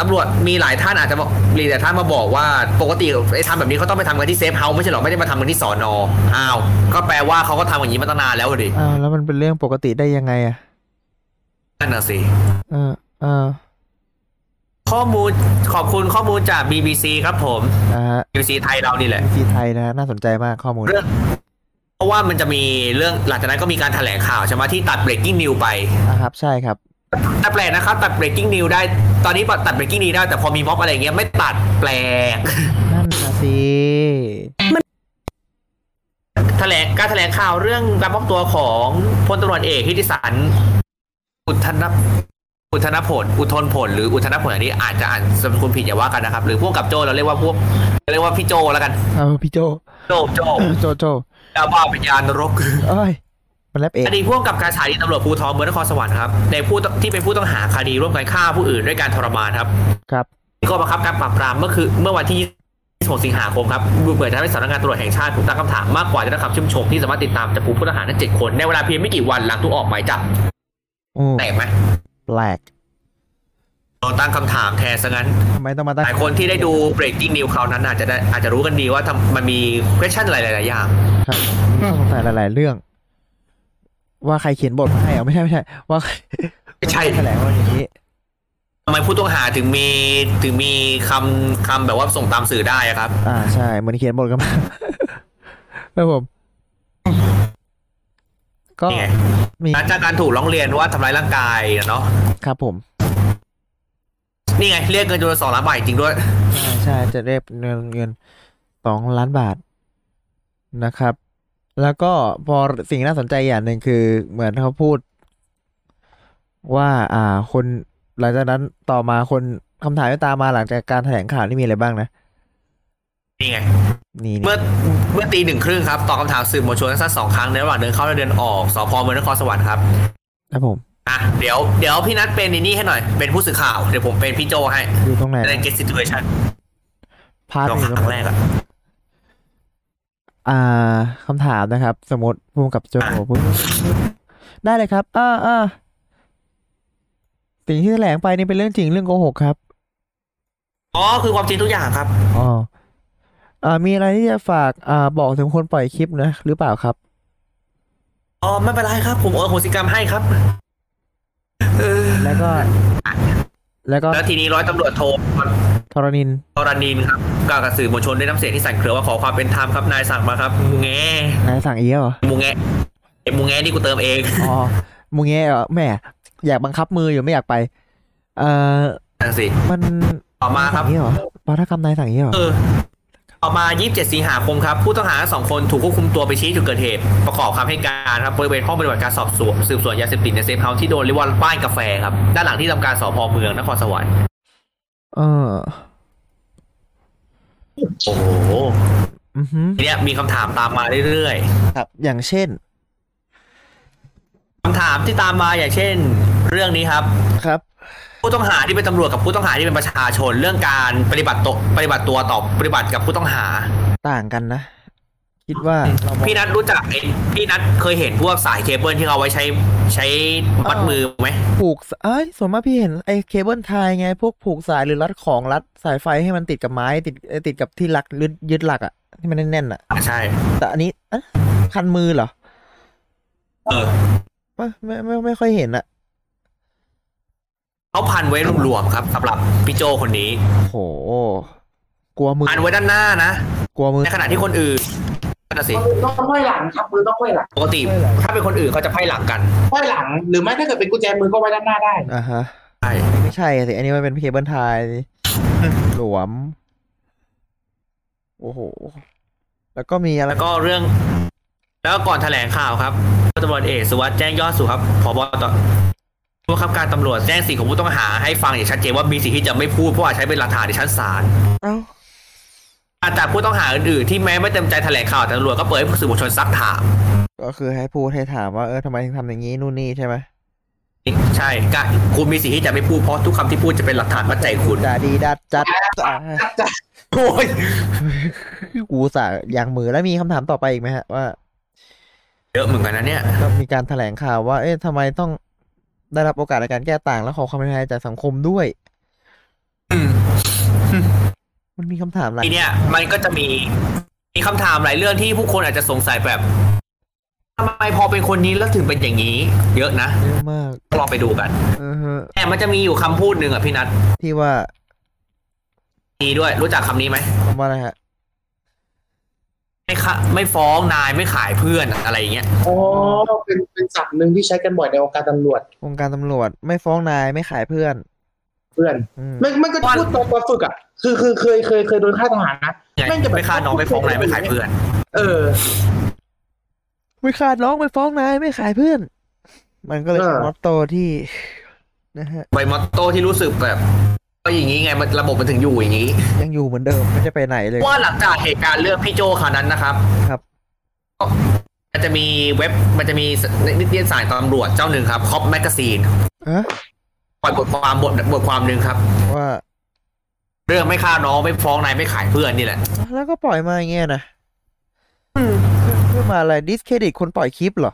Speaker 4: ตำรวจมีหลายท่านอาจจะบอกมีหลายท่านมาบอกว่า ปกติไอ้ทำแบบนี้เขาต้องไปทำกันที่เซฟเฮาส์ไม่ใช่หรอไม่ได้มาทำกันที่สอนออ้าวก็แปลว่าเขาก็ทำอย่างนี้มาตั้งนานแล้วดิ
Speaker 2: อ้าวแล้วมันเป็นเรื่องปกติได้ยังไงอ่ะ
Speaker 4: นั่นน่ะสิ
Speaker 2: เอออ่า
Speaker 4: ข้อมูลขอบคุณข้อมูลจาก BBC ครับผม
Speaker 2: นะฮะ
Speaker 4: BBC ไทยเรานี่แหละ
Speaker 2: ซีไทยนะฮะน่าสนใจมากข้อมูล
Speaker 4: เรื่อง เพราะว่ามันจะมีเรื่องหลังจากนั้นก็มีการแถลงข่าวใช่ไหมที่ตัด breaking news ไป
Speaker 2: อ่ะครับใช่ครับ
Speaker 4: แต่แปลกนะครับ ตัด breaking news ได้ตอนนี้ตัด breaking news ได้ แต่พอมีม็อบอะไรอย่างเงี้ยไม่ตัดแปลก
Speaker 2: นั่นนะสิ
Speaker 4: แถลงการแถลงข่าวเรื่องการมอบตัวของพลตำรวจเอกทิติสันอุทธนอุทธนผล อุทธนผล หรืออุทธนผลอันนี้อาจจะอ่านสมคุณผิดอย่าว่ากันนะครับหรือพวกกับโจเราเรียกว่าพวกเรียกว่าพี่โจแล้วกัน
Speaker 2: เอาพี่โจ
Speaker 4: โจโจ
Speaker 2: โจโจ
Speaker 4: ดาวบ้าเป็นยานรก
Speaker 2: เอ้ย มันแรปเอง
Speaker 4: คดีพ่วงกับการสถานีตำรวจภูธรเมืองนครสวรรค์ครับในผู้ตที่เป็นผู้ต้องหาคดีร่วมกันฆ่าผู้อื่นด้วยการทรมานครับ
Speaker 2: ครับ
Speaker 4: ก็บังคับการปราบปรามเมื่อคือเมื่อวันที่26สิงหาคมครับดูเปิดทำให้สำนักงานตำรวจแห่งชาติถูกตั้งคำถามมากกว่าจะได้รับคำชื่นชมที่สามารถติดตามจับกลุ่มผู้ต้องหาทั้ง7คน ในเวลาเพียงไม่กี่วันหลังถูกออกหมายจับ
Speaker 2: โอ้
Speaker 4: แปลกไหม
Speaker 2: แปลก
Speaker 4: โดนตั้งคำถามแทนซะงั้น
Speaker 2: ทำไมต้องมาตั้ง
Speaker 4: หลายคนที่ได้ดู breaking news คราวนั้นอาจจะได้อาจจะรู้กันดีว่าทำมันมี question อะไรหลายๆอย่าง
Speaker 2: ครับ มีข้อสงสัยหลาย ๆ เรื่อง ว่าใครเขียนบทมาให้เหรอไม่ใช่ไม่ใช่ ว่าใคร
Speaker 4: ไม่ใช่
Speaker 2: แถลงว่าอย่างนี้
Speaker 4: ทำไมผู้ต้องหาถึงมีถึงมีคำคำแบบว่าส่งตามสื่อได้อะครับ
Speaker 2: อ่าใช่เหมือนเขียนบทกันมา ครับผม ก็
Speaker 4: นี่ไง
Speaker 2: มี
Speaker 4: หลังจากการถูกร้องเรียนว่าทำร้ายร่างกายน่ะเนาะ
Speaker 2: ครับผม
Speaker 4: นี่ไง เรียกเงินจำนวนสองล้านบาทจริงด้วย
Speaker 2: ใช่ใช่จะได้เงินเงินสองล้านบาทนะครับ แล้วก็พอสิ่งน่าสนใจอย่างหนึ่งคือเหมือนเขาพูด ว่า อ่า คนหลังจากนั้นต่อมาคนคำถามที่ตามมาหลังจากการแถลงข่าวนี่มีอะไรบ้างนะ
Speaker 4: นี่ไง
Speaker 2: นี่นี่
Speaker 4: เมื่อเมื่อตีหนึ่งครึ่งครับตอบคำถามสื่อมวลชนสั้นๆสองครั้งในระหว่างเดินเข้าและเดินออกสพเมืองนครสวรรค์ครับ
Speaker 2: ครับผม
Speaker 4: อ่ะเดี๋ยวเดี๋ยวพี่นัทเป็นไอ้นี่ให้หน่อย เป็นผู้สื่อข่าว เดี๋ยวผมเป็นพี่โจให้
Speaker 2: อยู่ตรงไหน
Speaker 4: ใน
Speaker 2: นะ
Speaker 4: get situation
Speaker 2: พาร์ท
Speaker 4: ลอง
Speaker 2: ห
Speaker 4: ค
Speaker 2: นึ่งตรง
Speaker 4: รั้ง
Speaker 2: ไหน
Speaker 4: แรกอะ
Speaker 2: อ่าคำถามนะครับ สมมติพูดกับโจพูดได้เลยครับ อ่าอ่าสิ่งที่แถลงไปนี่เป็นเรื่องจริงเรื่องโกหกครับ
Speaker 4: อ๋อคือความจริงทุกอย่างครับ
Speaker 2: อ๋ออ่า มีอะไรที่จะฝากอ่าบอกถึงคนปล่อยคลิปนะ หรือเปล่าครับ
Speaker 4: อ๋อไม่เป็นไรครับ ผมโอนโหสิกรรมให้ครับเออ
Speaker 2: แล้วก็ แล้วก็
Speaker 4: แล้วทีนี้ร้อยตำรวจโทร
Speaker 2: ธรณิน
Speaker 4: กรณีนครับกล่าวกับสื่อมวลชนด้วยน้ำเสียงที่สั่นเครือว่าขอความเป็นธรรมครับนายสั่งมาครับมูงแง
Speaker 2: นายสั่งเอี้ยเหรอ
Speaker 4: มูงแงไอ้มูงแงนี่กูเติมเอง
Speaker 2: อ๋อ มึงเงี้ยเหรอแหม่ อยากบังคับมืออยู่ไม่อยากไป เอ่อ
Speaker 4: นั่นสิ
Speaker 2: มัน
Speaker 4: ต่อมาครับ
Speaker 2: สั่งเอี้ยเหรอปาทกรรมนายสั่งเอี้ยเหรอ
Speaker 4: เออต่อมา 27 สิงหาคมครับ ผู้ต้องหาทั้งสองคนถูกควบคุมตัวไปชี้จุดเกิดเหตุ ประกอบคำให้การครับบริเวณห้องปฏิบัติการสอบสวนสืบสวนยาเสพติดในเซฟเฮาส์ที่โดนเรียกว่าป้านกาแฟครับ ด้านหลังที่ทำการสพเมืองนครสวรรค์
Speaker 2: เออ
Speaker 4: โอ้โห
Speaker 2: อือฮึ
Speaker 4: ทีเนี้ยมีคำถามตามมาเรื่อยๆ
Speaker 2: ครับ อย่างเช่น
Speaker 4: คำถามที่ตามมาอย่างเช่น เรื่องนี้ครับ
Speaker 2: ครับ
Speaker 4: ผู้ต้องหาที่เป็นตำรวจกับผู้ต้องหาที่เป็นประชาชนเรื่องการปฏิบัติตวปฏิบัติตัวต่อปฏิบัติกับผู้ต้องหา
Speaker 2: ต่างกันนะ คิดว่าเรามอง
Speaker 4: พี่นัทรู้จักไอ้พี่นัทเคยเห็นพวกสายเคเบิลที่เขาเอาไว้ใช้ใช้มัดมือไหม
Speaker 2: ผูกเอ้ยส่วนมากพี่เห็นไอ้เคเบิลไทยไง พวกผูกสายหรือรัดของรัดสายไฟให้มันติดกับไม้ ติดเอ่อติดกับที่รักหรือยึดหลักอะที่มันแน่นๆอะ
Speaker 4: อ่ะใช่
Speaker 2: แต่อันนี้อะคันมือเหรอ
Speaker 4: เออ
Speaker 2: ไม่ไมไม่ไม่ค่อยเห็นอะ
Speaker 4: เขาพันไว้รวมๆครับสำหรับพี่โจคนนี้
Speaker 2: โห กลัวมือ
Speaker 4: พันไว้ด้านหน้านะ
Speaker 2: กลัวมือ
Speaker 4: ในขณะที่คนอื่นนั่นนะสิ
Speaker 3: มือต้องค่อยหลังครับมือต้องค่อยหลัง
Speaker 4: ปกติ ถ้าเป็นคนอื่นเขาจะไพ่หลังกัน
Speaker 3: ค่อยหลัง หรือไม่ถ้าเกิดเป็นกุญแจมือก็ไว้ด้านหน้าได้
Speaker 2: อ่ะฮะ
Speaker 4: ใช่
Speaker 2: ไม่ใช่สิ อันนี้มันเป็นเคเบิลไทยหลวม โอ้โห แล้วก็มีอะไร
Speaker 4: แล้วก็เรื่อง แล้วก่อนแถลงข่าวครับพลตำรวจเอกสุวัสด์แจ้งยอดสุขครับผบตผู้บังคับการตำรวจแจ้งสิทธิของผู้ต้องหาให้ฟังอย่างชัดเจนว่ามีสิทธิที่จะไม่พูดเพราะอาจใช้เป็นหลักฐานในชั้นศาล
Speaker 2: เอ้า
Speaker 4: อาจจากผู้ต้องหาอื่นๆที่แม้ไม่เต็มใจแถลงข่าวแต่ตำรวจก็เปิดให้ผู้สื่อมวลชนซักถาม
Speaker 2: ก็คือให้พูดให้ถามว่า เออทำไมถึงทำอย่างนี้นู่นนี่ใช่ไหม
Speaker 4: ใช่กะคุณมีสิทธิ์ที่จะไม่พูดเพราะทุกคำที่พูดจะเป็นหลักฐานมัดใจคุณ
Speaker 2: ด่าดีดัดจัดอ่ะ
Speaker 4: โอ้ย
Speaker 2: กูสะอย่างมือแล้วมีคำถามต่อไปอีกไหมฮะว่า
Speaker 4: เยอะเหมือนกันนะเนี่ย
Speaker 2: ก็มีการแถลงข่าวว่า เอ๊ะทำไมต้องได้รับโอกาสในการแก้ต่างและขอความเป็นธรรมจากสังคมด้วย
Speaker 4: อืม
Speaker 2: มันมีคำถามหลาย
Speaker 4: ทีเนี้ยมันก็จะมีมีคำถามหลายเรื่องที่ผู้คนอาจจะสงสัยแบบทำไมพอเป็นคนนี้แล้วถึงเป็นอย่างนี้ เยอะนะ
Speaker 2: เยอะมาก
Speaker 4: ลองไปดูกัน
Speaker 2: เออฮะ
Speaker 4: แต่มันจะมีอยู่คำพูดหนึ่งอ่ะพี่นัท
Speaker 2: ที่ว่า
Speaker 4: มีด้วยรู้จักคำนี้ไหม
Speaker 2: คำว่าอะไรฮะ
Speaker 4: ไม่คะไม่ฟ้องนายไม่ขายเพื่อนอะไรอย่างเงี้ย
Speaker 3: อ๋อเป็นเป็นศัพท์หนึ่งที่ใช้กันบ่อยในองค์การตำรวจ
Speaker 2: วงการตำรวจไม่ฟ้องนายไม่ขายเพื่อน
Speaker 3: เพื่อน
Speaker 2: อืม
Speaker 3: มันมันก็พูดตอนตอนฝึกอ่ะคือคือเคยเคยเคยโดนค่ายทหารนะ แม่งจะแบบ
Speaker 4: ไม่ฆ่าน้องไม่ฟ้องนายไม่ขายเพื่อน
Speaker 3: เออ
Speaker 2: ไม่ขาดน้องไม่ฟ้องนายไม่ขายเพื่อน มันก็เลยเป็น
Speaker 3: เออ
Speaker 2: มอตโตที่ นะฮะ
Speaker 4: ใบมอตโต้ที่รู้สึกแบบก็อย่างนี้ไงมันระบบมันถึงอยู่อย่างนี้
Speaker 2: ยังอยู่เหมือนเดิมไม่จะไปไหนเลย
Speaker 4: ว่าหลังจากเหตุการณ์เรื่องพี่โจคราวนั้นนะครับ
Speaker 2: ครับ
Speaker 4: ก็มันจะมีเว็บมันจะมีนิตยสารตำรวจเจ้าหนึ่งครับคอปแมกซีน
Speaker 2: ฮะ
Speaker 4: ปล่อยบทความบทบทความหนึ่งครับ
Speaker 2: ว่า
Speaker 4: เรื่องไม่ฆ่าน้องไม่ฟ้องนายไม่ขายเพื่อนนี่แหละ
Speaker 2: แล้วก็ปล่อยมาอย่างเงี้ยนะเพื่อเพื่อมาอะไรดิสเครดิตคนปล่อยคลิปเหรอ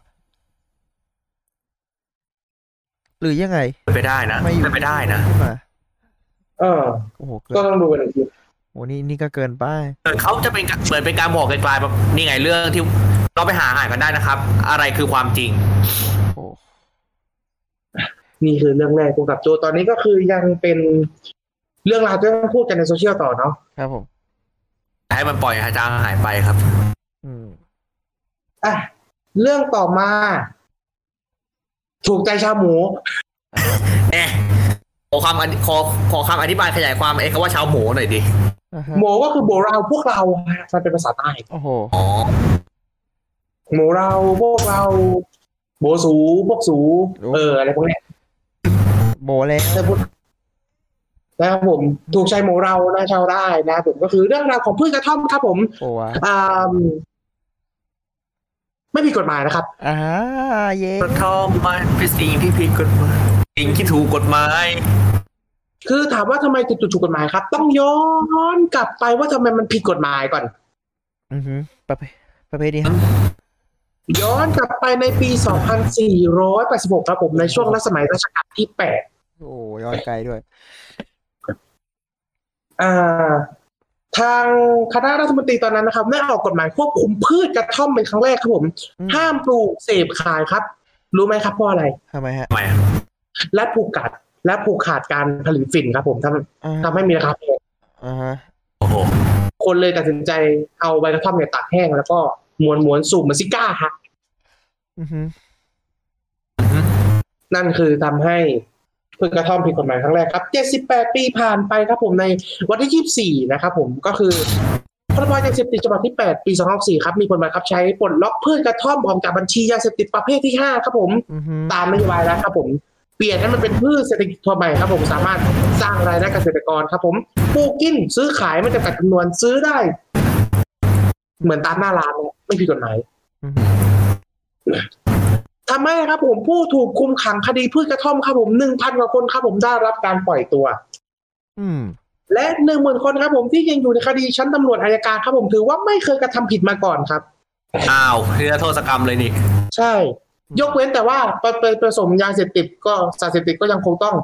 Speaker 2: หรือยังไง
Speaker 4: เป็นไปได้นะ
Speaker 2: ไม่อยู่
Speaker 4: เป็นไปได้นะ
Speaker 2: ขึ้นมา
Speaker 3: เออ
Speaker 2: โอ้โหเกิ
Speaker 3: ก็
Speaker 2: น
Speaker 3: ต้องดูกันอีกที
Speaker 2: โอ้นี่นี่ก็เกินไป
Speaker 4: เหมือนเขาจะเป็นการเหมือนเป็นการบอกไกลๆแบบนี่ไงเรื่องที่เราไปหาอ่านกันได้นะครับ อะไรคือความจริง
Speaker 2: โอ้
Speaker 3: นี่คือเรื่องแรกกูกับโจตอนนี้ก็คือยังเป็นเรื่องราวที่ต้องพูดกันในโซเชียลต่อเนาะ
Speaker 2: ครับผม
Speaker 4: ให้มันปล่อยให้จางหายไปครับ
Speaker 2: อืม
Speaker 3: อ่ะเรื่องต่อมา ถูกใจชาวหมู
Speaker 4: เอ๊ะขอคำอธิขอขอคำอธิบายขยายความไอ้คำว่าชาวหมูหน่อยดิ
Speaker 2: อ่าฮะ
Speaker 3: หมูก็คือโบเราพวกเราฮะมันเป็นภาษาใต้
Speaker 2: โอ้โห
Speaker 4: อ๋อ
Speaker 3: หมูเราพวกเราโบสูพวกสู เอออะไรพวกเนี้ย
Speaker 2: โบเลย
Speaker 3: ได้พูดนะครับผม ถูกใจหมูเรานะชาวใต้นะครับผมก็คือเรื่องราวของพืชกระท่อมครับผม
Speaker 2: โอ้วะ
Speaker 3: อ่าไม่มีกฎหมายนะครับ
Speaker 2: อ่าเย้
Speaker 4: กระท่อมมันเป็นสิ่งที่ผิดกฎหมายสิ่งที่ถูกกฎหมาย
Speaker 3: คือถามว่าทำไมติดถูกกฎหมายครับ ต้องย้อนกลับไปว่าทำไมมันผิดกฎหมายก่อน
Speaker 2: อือฮึประเภทประเภทนี้
Speaker 3: ย้อนกลับไปในปี 2486 ครับผมในช่วงรัชสมัยรัชกาลที่
Speaker 2: โอ้ย้อนไกลด้วย
Speaker 3: 8 อ่า ทางคณะรัฐมนตรีตอนนั้นนะครับได้ออกกฎหมายควบคุมพืชกระท่อมเป็นครั้งแรกครับผม
Speaker 2: อืม
Speaker 3: ห้ามปลูกเสพขายครับ รู้ไหมครับเพราะอะไร
Speaker 2: ทำไมฮะ
Speaker 4: ทำไมอะ
Speaker 3: และผูกกัด และผูกขาดการผลิตฝิ่นครับ ผมท
Speaker 2: อ่า
Speaker 3: ำทำให้มีราคาแพง
Speaker 2: อ่าฮะ
Speaker 4: โอ้โห
Speaker 3: คนเลยตัดสินใจเอาใบกระท่อมเนี่ยตัดแห้งแล้วก็ม้วนม้วนๆสูบเหมือนซิก้าฮะ
Speaker 2: อือฮึ
Speaker 3: นั่นคือทำให้พืชกระท่อมผิดกฎหมายครั้งแรกครับ 78 ปีผ่านไปครับผมในวันที่ 24 นะครับผมก็คือพรบยาเสพติดฉบับที่ 8 ปี2564ครับ มีผลบังคับใช้ปลดล็อกพืชกระท่อมออกจากบัญชียาเสพติดประเภทที่ 5 ครับผม
Speaker 2: อือฮึ
Speaker 3: ตามนโยบายแล้วครับผม เปลี่ยนให้มันเป็นพืชเศรษฐกิจทั่วไปครับผมสามารถสร้างรายได้เกษตรกรครับผมปลูกกินซื้อขายไม่จำกัดจำนวนซื้อได้ เหมือนตามหน้าร้านเนี่ยไม่ผิดกฎหมาย
Speaker 2: อือฮึ
Speaker 3: ทำให้ครับผมผู้ถูกคุมขังคดีพืชกระท่อมครับผมหนึ่งพันกว่าคนครับผมได้รับการปล่อยตัว
Speaker 2: อืม
Speaker 3: และหนึ่งหมื่นคนครับผมที่ยังอยู่ในคดีชั้นตำรวจอายการครับผมถือว่าไม่เคยกระทำผิดมาก่อนครับ
Speaker 4: อ้าวเรือโทษกรรมเลยนี่
Speaker 3: ใช่ ยกเว้นแต่ว่าไปไปผสมยาเสพติดก็สารเสพติดก็ยังคงต้อง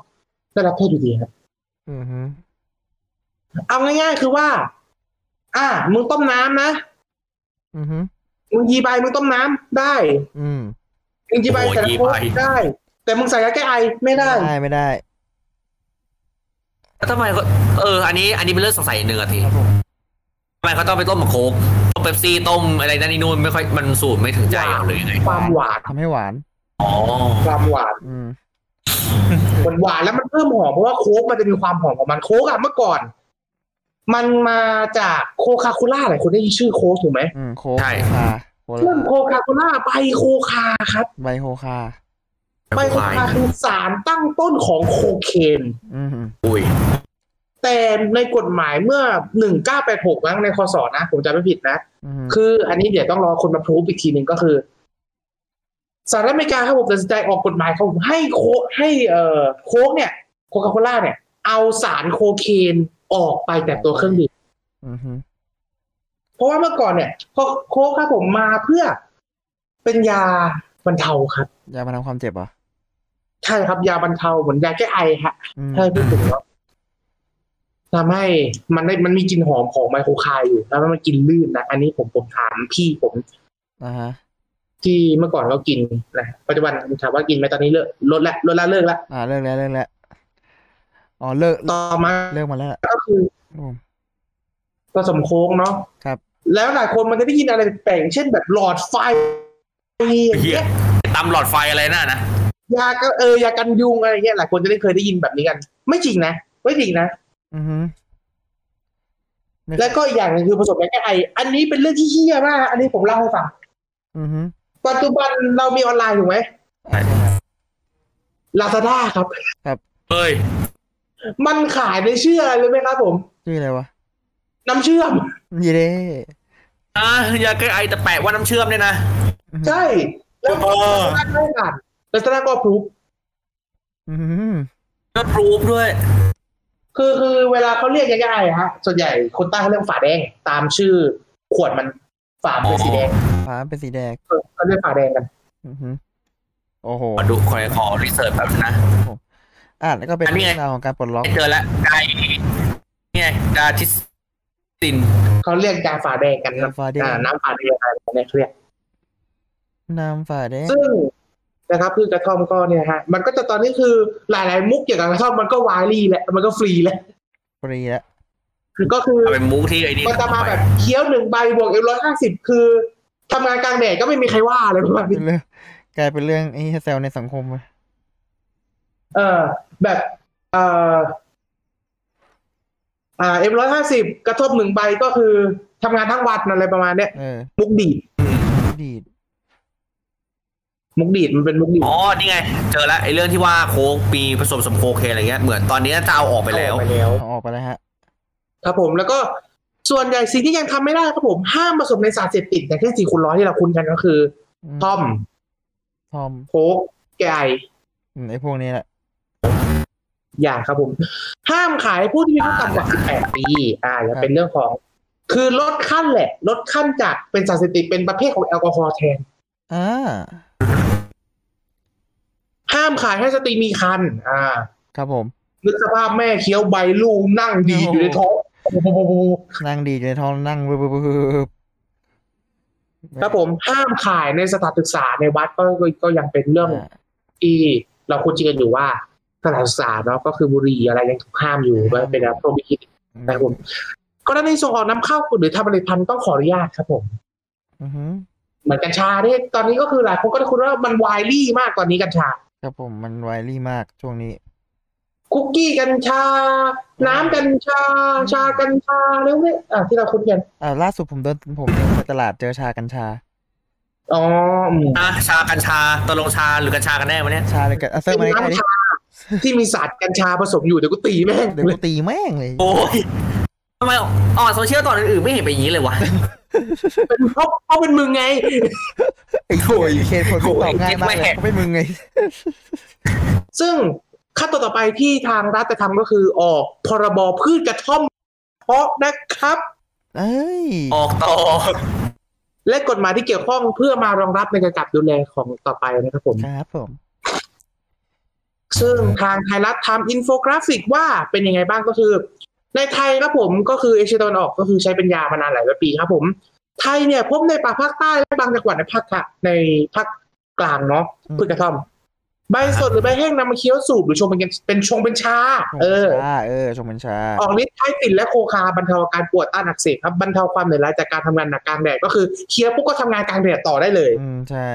Speaker 3: ได้รับโทษอยู่ดีครับ
Speaker 2: อือฮึ
Speaker 3: เอาง่ายๆคือว่า อ่ามึงต้มน้ำนะ
Speaker 2: อือฮึ
Speaker 3: มึงยีใบมึงต้มน้ำได้
Speaker 2: อืม
Speaker 3: มึงยีใบแต่ละโคกได้ แต่มึงใส่ยาแก้ไอไม่ได้
Speaker 2: ได้ไม่ได้
Speaker 4: แล้วทำไมก็เออ อันนี้ อันนี้เป็นเรื่องสงสัยอีกหนึ่งอะที
Speaker 2: ครับผม
Speaker 4: ทำไมเขาต้องไปต้มมะโคกต้มเป๊ปซี่ต้มอะไรนั่นนี่นู่นไม่ค่อยมันสูตรไม่ถึงใจเราเลยไง
Speaker 3: ความหวาน
Speaker 2: ทำให้หวาน
Speaker 4: อ๋อ
Speaker 3: ความหวาน
Speaker 2: อืม
Speaker 3: หวานหวานแล้วมันเพิ่มหอมเพราะว่าโค้กมันจะมีความหอมของมันโค้กอะเมื่อก่อน มันมาจากโคคาโคล่าหลายคนได้ยินชื่อโค้กถูกไหม
Speaker 2: อืมโคคาโค
Speaker 3: เริ่ม
Speaker 2: ลา
Speaker 3: โคคาโคล่าใบโคคาครับ
Speaker 2: ใบโคคา
Speaker 3: ใบโคคาคือสารตั้งต้นของโคเคน
Speaker 2: อืม
Speaker 4: อุ้ย
Speaker 3: แต่ในกฎหมายเมื่อ 1986มั้งในคศนะ ผมจำไม่ผิดนะ
Speaker 2: อืม
Speaker 3: คืออันนี้เดี๋ยวต้องรอคนมาพรูฟอีกทีหนึ่งก็คือ สหรัฐอเมริกาครับผมตัดสินใจออกกฎหมายครับผมให้โคกให้เอ่อโคกเนี่ยโคคาโคล่าเนี่ย เอาสารโคเคนออกไปจากตัวเครื่องดื่ม
Speaker 2: อือฮึ
Speaker 3: เพราะว่าเมื่อก่อนเนี่ยโคโคกครับผมมาเพื่อเป็นยาบรรเทาครับ
Speaker 2: ยามาทำความเจ็บเหรอ
Speaker 3: ใช่ครับยาบรรเทาเหมือนยาแก้ไอฮะ
Speaker 2: อืม
Speaker 3: ใช่พูดถึงแล้วทำให้มันได้มันมีกลิ่นหอมของไมโครไคายอยู่แล้วมันกินลื่นนะ อันนี้ผมผมถามพี่ผม
Speaker 2: อ่าฮะ
Speaker 3: ที่เมื่อก่อนเขากินนะปัจจุบันถามว่ากินไหมตอนนี้เลิกลดละลดละเลิกละ
Speaker 2: อ่าเลิกแล้วเลิกแล้วอ๋อเลิก
Speaker 3: ต่อมา
Speaker 2: เลิกมาแล้วล่ะ
Speaker 3: ก็คือ
Speaker 2: ครับผม
Speaker 3: ผสมโค้งเนาะ
Speaker 2: ครับ
Speaker 3: แล้วหลายคนมันจะได้ยินอะไรแปลกๆเช่นแบบหลอดไฟอย่าง
Speaker 4: เฮี
Speaker 3: เงี้
Speaker 4: ย
Speaker 3: ย
Speaker 4: ตำหลอดไฟอะไรน่ะนะ
Speaker 3: ยาก็เออยากันยุงอะไรเงี้ยหลายคนจะได้เคยได้ยินแบบนี้กัน ไม่จริงนะไม่จริงนะ
Speaker 2: อือฮึไม่
Speaker 3: แล้วก็อีกอย่างหนึงคือผสมยาแก้ไออันนี้เป็นเรื่องที่เฮี้ยมากอันนี้ผมเล่าให้ฟัง
Speaker 2: อือฮึ
Speaker 3: ปัจจุบันเรามีออนไลน์ถูกไหม
Speaker 2: อ่าใช่ครับ
Speaker 3: ลาซาด้าครับ
Speaker 4: เฮ้ย
Speaker 3: มันขายในชื่ออะไรรู้ไหมครับผม
Speaker 2: ชื่ออะไรวะ
Speaker 3: น้ำเชื่อม
Speaker 2: ยีเด้
Speaker 4: อ่ะยาแก้ไอแต่แปะว่าน้ำเชื่อมเนี่ยนะ
Speaker 2: อือฮึ
Speaker 3: ใช่ แล้วก็
Speaker 4: เออ
Speaker 3: ลาซาด้าก็อ่านลาซาด้าก็พรูฟ
Speaker 2: อือฮึ
Speaker 4: ก็พรูฟด้วย
Speaker 3: คือคือเวลาเขาเรียกง่ายๆอะฮะ ส่วนใหญ่คนใต้เขาเรียกฝาแดง ตามชื่อขวดมันฝาเป็นสีแดง
Speaker 2: ฟ้าเป็นสีแดง
Speaker 3: เออเขาเรียกฝาแดงกัน
Speaker 2: อือฮึโอ้โห
Speaker 4: มาดูขอขอรีเสิร์ชแบบนะ
Speaker 2: อ่านแล้วก็เป็น
Speaker 4: อันนี้ไง
Speaker 2: เรื่องราวของการปลดล็อก
Speaker 4: เจอแล้วไก่เนี่ยดาทิสติน
Speaker 3: เขาเรียกยาฝาแดงกันนะ
Speaker 2: ฟ้าแด
Speaker 3: อ่างน้ำฝาแดงอะไรเนี่ยเขาเรียก
Speaker 2: น้ำฟ้าแดง
Speaker 3: ซึ่งนะครับพืชกระท่อมก็เนี่ยฮะ มันก็จะตอนนี้คือหลายๆมุกเกี่ยวกับกระท่อมมันก็วายลี่แหละ มันก็ฟรีแหละ
Speaker 2: ฟรีแล้ว
Speaker 3: คือก็คือ
Speaker 4: เอาเป็นมุกที่ไอ้นี่
Speaker 3: มันจะมาแบบเคี้ยวหนึ่งใบบวกเอ็มร้อยห้าสิบคือทำงานกลางแดดก็ไม่มีใครว่าเลยประมาณ
Speaker 2: เป็
Speaker 3: นี้
Speaker 2: นเรื่องกลายเป็นเรื่องไอ้แซวในสังคมอะ
Speaker 3: เออ แบบเออ อ่าเอ็มร้อยห้าสิบกระทบหนึ่งใบก็คือทำงานทั้งวันอะไรประมาณเนี้ย
Speaker 2: เออ
Speaker 3: มุกดีด
Speaker 2: ดีด
Speaker 3: มุกดีดมันเป็นมุกดีด
Speaker 4: อ๋อ นี่ไง เจอแล้วไอ้เรื่องที่ว่าโค้กปีผสมสมโคเคนอะไรเงี้ย เหมือนตอนนี้จะเอาออกไปแล้ว
Speaker 3: เอาไปแล้ว
Speaker 2: เอาออกไปแล้วฮะ
Speaker 3: ครับผมแล้วก็ส่วนใหญ่สิ่งที่ยังทำไม่ได้ครับผม ห้ามผสมในสารเสพติดอย่างเช่นสี่คูณร้อยที่เราคุ้นกันก็คือ
Speaker 2: อื
Speaker 3: ทอม
Speaker 2: ทอม
Speaker 3: โค้กแกไอ
Speaker 2: อืมไอ้พวกนี้แหละ
Speaker 3: ยาครับผม ห้ามขายผู้ที่มีอายุต่ำกว่า18ปี อ่าจะเป็นเรื่องของ คือลดขั้นแหละ ลดขั้นจากเป็นสารเสพติดเป็นประเภทของแอลกอฮอล์แทน
Speaker 2: อ่า
Speaker 3: ห้ามขายให้สตรีมีคันอ่า
Speaker 2: ครับผม
Speaker 3: นึกสภาพแม่เคี้ยวใบลูกนั่งดีดอยู่ในท้องโอ้โห
Speaker 2: นั่งดีดอยู่ในท้องนั่งบึบบึบบึบ
Speaker 3: ครับผมห้ามขายในสถานศึกษาในวัดก็ก็ก็ยังเป็นเรื่อง
Speaker 2: า
Speaker 3: ที่เราคุ้นชินกันอยู่ว่าสถานศึกษาเนาะก็คือบุหรี่อะไรยังถูกห้ามอยู่ว่าเป็นอะไรโปรบิคิด
Speaker 2: อื
Speaker 3: นะครับผมกรณีส่งออกน้ำเข้าหรือทำผลิตภัณฑ์ต้องขออนุญาตครับผม
Speaker 2: อือฮึ
Speaker 3: เหมือนกัญชาเนี่ยตอนนี้ก็คือหลายคนก็ได้คุณว่ามันวายรี่มากตอนนี้กัญชา
Speaker 2: ครับผมมันไวรี่มากช่วงนี้
Speaker 3: คุกกี้กัญชา น้ำกัญชา ชากัญชาเรื่องเนี้ยอ่ะที่เราคุ้นกัน
Speaker 2: อ่าล่าสุดผมเดินผมเดินไปตลาดเจอชากัญชา
Speaker 3: อ๋ออืม
Speaker 4: อ่ะ ชากัญชาตกลงชาหรือกัญชากันแน่วะเนี่ย
Speaker 2: ชาเลยกันอ่ะเซิร์
Speaker 3: เป็
Speaker 2: ฟ
Speaker 3: น
Speaker 2: มาได้
Speaker 3: น้ำ
Speaker 2: ดิ
Speaker 3: ชาที่มีสารกัญชาผสมอยู่เดี๋ยวกูตีแม่ง
Speaker 2: เดี๋ยว
Speaker 3: เล
Speaker 2: กู
Speaker 3: ย
Speaker 2: ตีแม่งเลย
Speaker 4: โอ้ยทำไมออกโซเชียลตอนอื่นๆไม่เห็นเป็นอย่างนี้เลยวะ
Speaker 3: เป็นเพราะเพราะเป็นมึงไง
Speaker 2: ไอ้โอยเคสคนตอบง่ายมากเลยเขาไม่มึงไง
Speaker 3: ซึ่งขั้นตอนต่อไปที่ทางรัฐจะทำก็คือออกพรบพืชกระท่อมเพาะนะครับ
Speaker 2: เอ้ย
Speaker 4: ออกต่อ
Speaker 3: และกฎหมายที่เกี่ยวข้องเพื่อมารองรับในการกำกับดูแลของต่อไปนะครับผม
Speaker 2: ครับผม
Speaker 3: ซึ่งทางไทยรัฐทำอินโฟกราฟิกว่าเป็นยังไงบ้างก็คือ ในไทยครับผมก็คือเอเชียตะวันออกก็คือใช้เป็นยามานานหลายร้อยปีครับผม ไทยเนี่ยพบในป่าภาคใต้และบางจังหวัดในภาคกะในภาคกลางเนาะ
Speaker 2: อืม
Speaker 3: พืชกระท่อม ใบสดหรือใบแห้งนำมาเคี้ยวสูบหรือชงเป็นเป็นชงเป็นชา
Speaker 2: ชง
Speaker 3: เออ
Speaker 2: ชาเออชงบัญชา
Speaker 3: ออกฤทธิ์ให้ติ่นและโคคาบรรเทาอาการปวดต้านอักเสบครับบรรเทาความเหนื่อยล้าจากการทำงานหนักกลางแดดก็คือเคลียร์ปุ๊บก็ทำงานกลางแดดต่อได้เลย
Speaker 2: อืม ใช่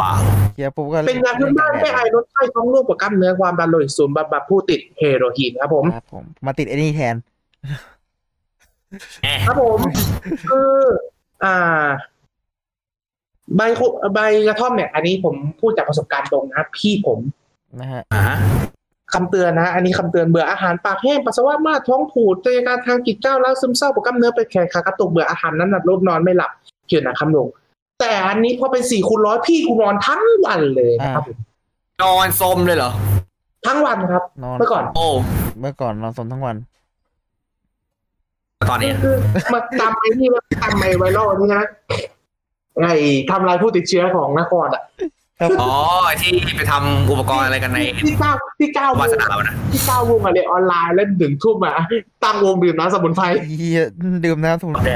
Speaker 4: ว้าว
Speaker 2: เคียร์ปุ๊บก็
Speaker 3: เป็นยาพื้นบ้านแก้ไอลดไข้ท้องร่วงปวดกล้ามเนื้อความดันโลหิตสูงบำบัดผู้ติดเฮโรอีนครับผม
Speaker 2: ครับผม มาติดไอ้นี่แทน
Speaker 4: แอะ
Speaker 3: ครับผมคืออ่า ใบโคใบกระท่อมเนี่ย อันนี้ผมพูดจากประสบการณ์ตรงนะครับพี่ผม
Speaker 2: นะฮะ
Speaker 4: อ่ะ
Speaker 3: คำเตือนนะ อันนี้คำเตือนเบื่ออาหารปากแห้งปัสสาวะมากท้องผูดเจอการทางกิจก้าวแล้วซึมเศร้าปวดกล้ามเนื้อไปนแขนขากระตุกเบื่ออาหารน้ำหนักลดนอนไม่หลับเกี่ยวหนักคำลง แต่อันนี้พอเป็นสี่คูณร้อยพี่กูนอนทั้งวันเลยนะครับผม
Speaker 4: นอนสมเลยเหรอ
Speaker 3: ทั้งวันครับ
Speaker 2: นอน
Speaker 3: เมื่อก่อน
Speaker 4: โอ้
Speaker 2: เมื่อก่อนนอนสมทั้งวัน
Speaker 4: ตอนนี้
Speaker 3: คือมาตามไอ้นี่มาตามไอ้ไวรัลนี่นะไอ้ทำลายผู้ติดเชื้อของนครอ่ะ
Speaker 4: อ๋อที่ไปทำอุปกรณ์อะไรกันใน
Speaker 3: ที่เก้าที่เก้าว
Speaker 4: าง สนามนะ
Speaker 3: ที่เก้าวงอะไรออนไลน์แล้วถึงทุ่มอ่ะตั้งวงดื่มน้ำสมุนไพร
Speaker 2: เหี้ยดื่มน้ำสมุนไพร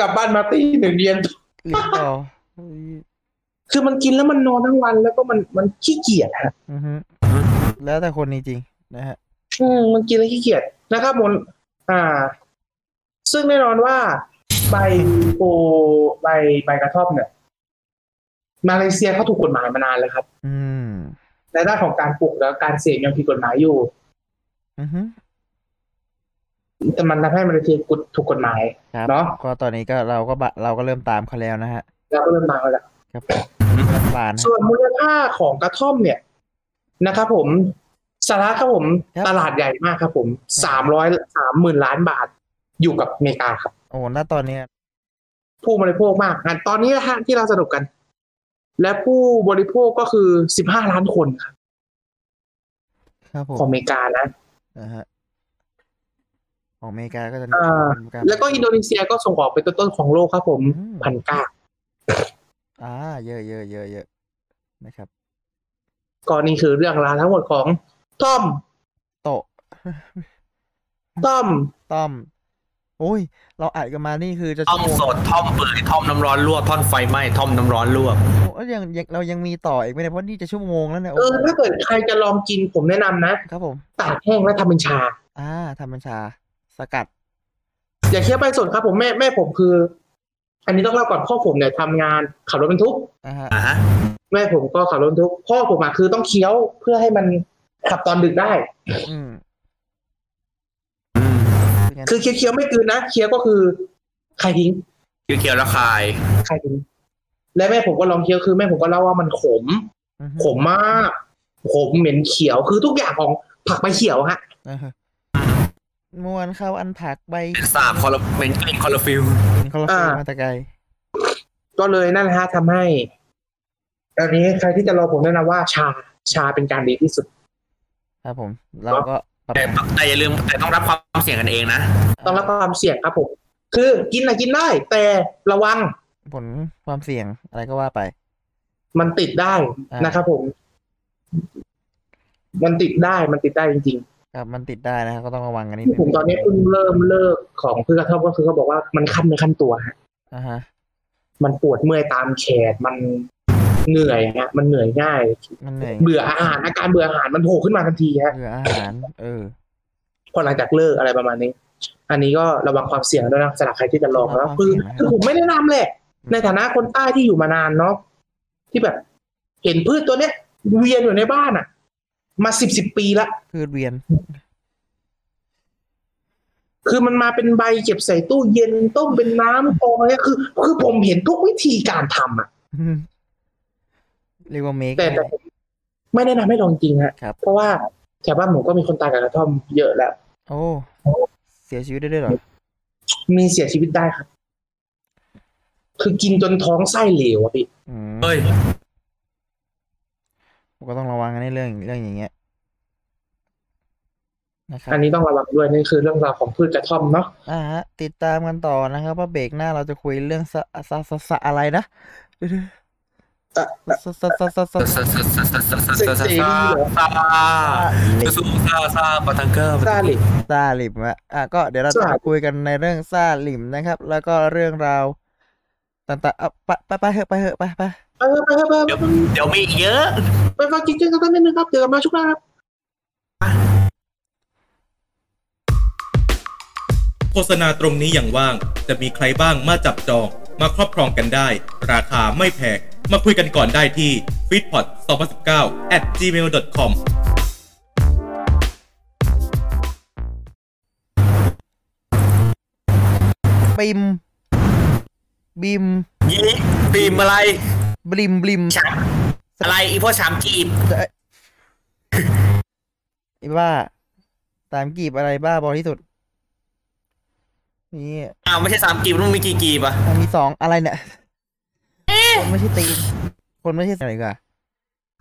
Speaker 3: กลับบ้านมาตีหนึ่งเย็น
Speaker 2: หรือเปล่า
Speaker 3: คือมันกินแล้วมันนอนทั้งวันแล้วก็มันมันขี้เกียจฮะ
Speaker 2: อือฮึแล้วแต่คนจริงๆนะฮะ
Speaker 3: อืมมันกินแล้วขี้เกียจนะครับมนอ่า ซึ่งแน่นอนว่าใบโอใบใบกระท่อมเนี่ย มาเลเซียเขาถูกกฎหมายมานานแล้วครับ
Speaker 2: อืม
Speaker 3: ในด้านของการปลูกและการเสพยังผิดกฎหมายอยู่
Speaker 2: อือฮึ
Speaker 3: แต่มันทำให้มาเลเซียกุดถูกกฎหมาย
Speaker 2: ครับ
Speaker 3: เนอะ
Speaker 2: ก็ตอนนี้ก็เราก็บะเราก็เริ่มตามเขาแล้วนะฮะ
Speaker 3: แล้วก็เริ่มมาแล้ว
Speaker 2: ครับผมรัฐบาลนะ
Speaker 3: ส่วนมูลค่าของกระท่อมเนี่ยนะครับผมสาระครับผม
Speaker 2: ครับ
Speaker 3: ตลาดใหญ่มากครับผมสามร้อยสามหมื่นล้านบาทอยู่กับอเมริกาครับ
Speaker 2: โอ้โหณตอนเนี้ย
Speaker 3: ผู้บริโภคมากอ่ะตอนนี้นะฮะที่เราสรุปกัน และผู้บริโภคก็คือ 15 ล้านคนครับ
Speaker 2: ครับผม
Speaker 3: ของอเมริกานะ
Speaker 2: นะฮะของอเมริกาก็จะ
Speaker 3: อ่า
Speaker 2: าร
Speaker 3: แล้วก็อินโดนีเซียก็ส่งออกเป็นต้นๆของโลกครับผม
Speaker 2: อืม
Speaker 3: พันเก้า
Speaker 2: อ่าเยอะเยอะเยอะเยอะนะครับ
Speaker 3: ก็นี่คือเรื่องราวทั้งหมดของต้อม
Speaker 2: โตะ
Speaker 3: ต้อม
Speaker 2: ต้อม โอ้ย เราอัดกันมานี่คือจะ
Speaker 4: ท่อมสดท่อมเปื่อยท่อมน้ำร้อนลวกท่อนไฟไหม้ท่อมน้ำร้อนลวก
Speaker 2: โอ้ยยังยังเรายังมีต่ออีกไหมเนี่ยเพราะนี่จะชั่วโมงแล้วเนี่ย
Speaker 3: เอ
Speaker 2: โอ้
Speaker 3: อ
Speaker 2: โห
Speaker 3: ถ้าเกิดใครจะลองกินผมแนะนำนะครับ
Speaker 2: ผม
Speaker 3: ตากแห้งแล้วทำเป็นชา
Speaker 2: อ่าทำบัญชา สกัด
Speaker 3: อย่าเคี้ยวไปสดครับผมแม่แม่ผมคือ อันนี้ต้องเล่าก่อนพ่อผมเนี่ยทำงานขับรถบรรทุก
Speaker 2: อ่าฮะ
Speaker 4: อ่ะฮะ
Speaker 3: แม่ผมก็ขับรถบรรทุก พ่อผมอะคือต้องเคี้ยวเพื่อให้มันขับตอนดึกได้
Speaker 2: อืม
Speaker 3: คือเคี้ยวๆไม่กลืนนะเคี้ยวก็คือใครทิ้ง
Speaker 4: คือเคี้ยวแล้วคาย
Speaker 3: ใครทิ้งและแม่ผมก็ลองเคี้ยวคือแม่ผมก็เล่าว่ามันขม
Speaker 2: อือฮึ
Speaker 3: ขมมาก ขมเหม็นเขียวคือทุกอย่างของผักใบเขียวอะฮะ
Speaker 2: อ่าฮะมวนเข้าอันผักใบ
Speaker 4: เป็นสาบคอลลาเมนกลิ่นคอลลาฟิล
Speaker 2: กินคอลลาเจนมาแตะไกล
Speaker 3: ก็เลยนั่นแหละฮะทำให้อันนี้ใครที่จะรอผมแนะนำว่าชาชาเป็นการดีที่สุด
Speaker 2: ครับผม เราก็ปรับ
Speaker 4: แต่แต่อย่าลืมแต่ต้องรับความเสี่ยงกันเองนะ
Speaker 3: ต้องรับความเสี่ยงครับผม คือกินนะกินได้ แต่ระวัง
Speaker 2: ผลความเสี่ยงอะไรก็ว่าไป
Speaker 3: มันติดได้
Speaker 2: อ่าน
Speaker 3: นะครับผม มันติดได้มันติดได้จริง
Speaker 2: ครับมันติดได้นะครับก็ต้องระวังกัน
Speaker 3: ๆ
Speaker 2: นิด
Speaker 3: ที่
Speaker 2: นึง
Speaker 3: ผมตอนนี้เพิ่งเริ่มเลิกของพืชกระท่อมก็คือเขาบอกว่ามันคันในอขั้นตัวฮะ
Speaker 2: อ่าฮะ
Speaker 3: มันปวดเมื่อยตามแขนมันเหนื่อยฮะ มันเหนื่อยง่าย
Speaker 2: มันเหนื่อย
Speaker 3: เบื่ออาหารอาการเบื่ออาหารมันโผล่ขึ้นมาทันทีฮะ
Speaker 2: เบื่ออาหาร เออ
Speaker 3: พอหลังจากเลิกอะไรประมาณนี้ อันนี้ก็ระวังความเสี่ยงด้วยนะสำหรับใครที่จะลองแล้วคือคือผมไม่แนะนำเลย ในฐานะคนใต้ที่อยู่มานานเนาะที่แบบ เห็นพืชตัวเนี้ย เวียนอยู่ในบ้านอะมาสิบสิบปีละ
Speaker 2: พืชเวียน
Speaker 3: คือมันมาเป็นใบเก็บใส่ตู้เย็นต้มเป็นน้ำกรองอะไรเงี้ยคือ คือผมเห็นทุกวิธีการทำอะ
Speaker 2: เรียกว่าเมค
Speaker 3: แต่แต่
Speaker 2: ได้
Speaker 3: ผมไม่แนะนำให้ลองจริงฮะ
Speaker 2: ครับ
Speaker 3: เพราะว่าแถวบ้านผมก็มีคนตายกับกระท่อมเยอะแล้ว
Speaker 2: โอ้ เสียชีวิตได้ด้วยเหรอ
Speaker 3: มีเสียชีวิตได้ครับ คือกินจนท้องไส้เหลวอะพี่
Speaker 2: อืม
Speaker 4: เฮ้ย
Speaker 2: ก็ต้องระวังกันในเรื่องเรื่องอย่างเงี้ย นะครับ
Speaker 3: อันนี้ต้องระวังด้วยนี่คือเรื่องราวของพืชกระท่อมเนาะ
Speaker 2: อ่าฮะ ติดตามกันต่อนะครับว่าเบรกหน้าเราจะคุยเรื่องสะสะสะสะอะไรนะเดี๋ยวๆสะสะสะสะสะ
Speaker 4: ซาซาซาซาซาซาซาซาซูซาซาปัทังเกอร์
Speaker 3: ซาลิก
Speaker 2: ซาลิมอะอ่ะก็เดี๋ยวเราจะ
Speaker 3: ซาลิม
Speaker 2: คุยกันในเรื่องซาลิมนะครับ แล้วก็เรื่องราวต่างๆเอาไปไปไปเถอะไปเถอะไปไป
Speaker 3: เออไปครับไปครับ
Speaker 4: เดี๋ยวมีอีกเยอะ
Speaker 3: ไปฟังกินกันสักนิดนึงครับเดี๋ยวกลับมาช่วงหน้าครับ
Speaker 5: โฆษณาตรงนี้อย่างว่าง จะมีใครบ้างมาจับจอง มาครอบครองกันได้ ราคาไม่แพงมาคุยกันก่อนได้ที่ f e e d p o t 2019 at gmail.com
Speaker 2: บิม บิม
Speaker 4: ยีปีมอะไร
Speaker 2: บลิมบลิม
Speaker 4: ฉามอะไรอีพวกฉามจีบ
Speaker 2: ไอ้บ้าตามกีบอะไรบ้าบอที่สุด นี่
Speaker 4: อ้าวไม่ใช่สามกีบมันมีกี่กีบอะ
Speaker 2: มันมีสองอะไรเนี่ย ไม่ใช่ตีมคนไม่ใช่อะไรกัน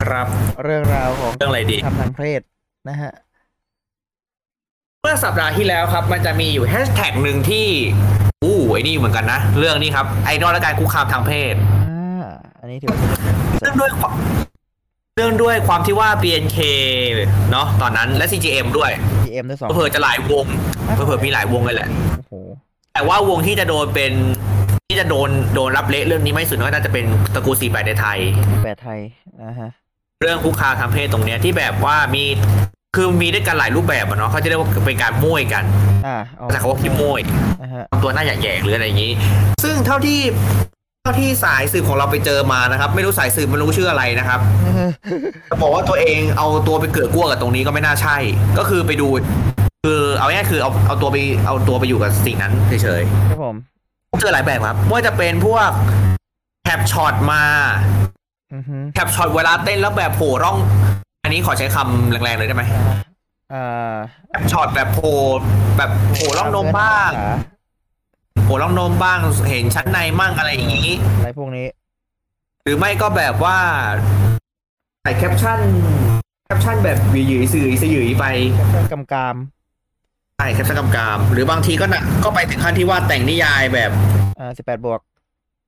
Speaker 4: ครับ
Speaker 2: เรื่องราวของ
Speaker 4: เรื่องอะไรดี
Speaker 2: ทำทางเพศนะฮะ
Speaker 4: เมื่อสัปดาห์ที่แล้วครับ มันจะมีอยู่แฮชแท็กหนึ่งที่อู้ไอ้นี่เหมือนกันนะ เรื่องนี้ครับไอดอลและการคุกคามทางเพศ
Speaker 2: อ่า อันนี้ถือว่าเป็น
Speaker 4: เรื่องด้วยความเรื่องด้วยความที่ว่า BNK เนาะตอนนั้นและ CGM ด้วย
Speaker 2: พีเอ็มด้วยสอง
Speaker 4: เผื่อๆจะหลายวงเผื่อๆมีหลายวงเลยแหละ
Speaker 2: โอ้โห
Speaker 4: แต่ว่าวงที่จะโดนเป็นที่จะโดนโดนรับเละเรื่องนี้ไม่สุดก็น่าจะเป็นตระกูลสีแปดในไทย
Speaker 2: แปดไทยนะฮะ
Speaker 4: เรื่องคุกคามทางเพศตรงเนี้ยที่แบบว่ามีคือมีด้วยกันหลายรูปแบบอะเนาะเขาจะเรียกว่าเป็นการมั่วยกัน
Speaker 2: อ่าเอา
Speaker 4: แต่เขาว่าพี่มั่วย
Speaker 2: นะฮะ
Speaker 4: ตัวหน้าหยกๆหรืออะไรอย่างนี้ ซึ่งเท่าที่เท่าที่สายสืบของเราไปเจอมานะครับ ไม่รู้สายสืบมันรู้ชื่ออะไรนะครับจะบอกว่าตัวเองเอาตัวไปเกิดกลัวกับตรงนี้ก็ไม่น่าใช่ ก็คือไปดู คือเอาง่ายๆคือเอาเอาตัวไปเอาตัวไปอยู่กับสิ่งนั้นเฉย
Speaker 2: ครับผม
Speaker 4: ๆเจอหลายแบบครับไม่ว่าจะเป็นพวกแคปช็อตมา
Speaker 2: อือฮึ
Speaker 4: แคปช็อตเวลาเต้นแล้วแบบโผล่ร่อง อันนี้ขอใช้คำแรงๆเลยได้ไหม
Speaker 2: อ่า
Speaker 4: แคปช็อตแบบโผล่แบบโผล่ร่องนมบ้างโผล่ร่องนมบ้างเห็นชั้นในมั่งอะไรอย่างนี้
Speaker 2: อะไรพวกนี้
Speaker 4: หรือไม่ก็แบบว่าใส่แคปชั่น แคปชั่นแบบหยืยๆสื่อสยืยๆไป
Speaker 2: กำกาม
Speaker 4: ใช่แคปชั่นกำกาม หรือบางทีก็นะก็ไปถึงขั้นที่ว่าแต่งนิยายแบบ
Speaker 2: อ่าสิบแปดบวก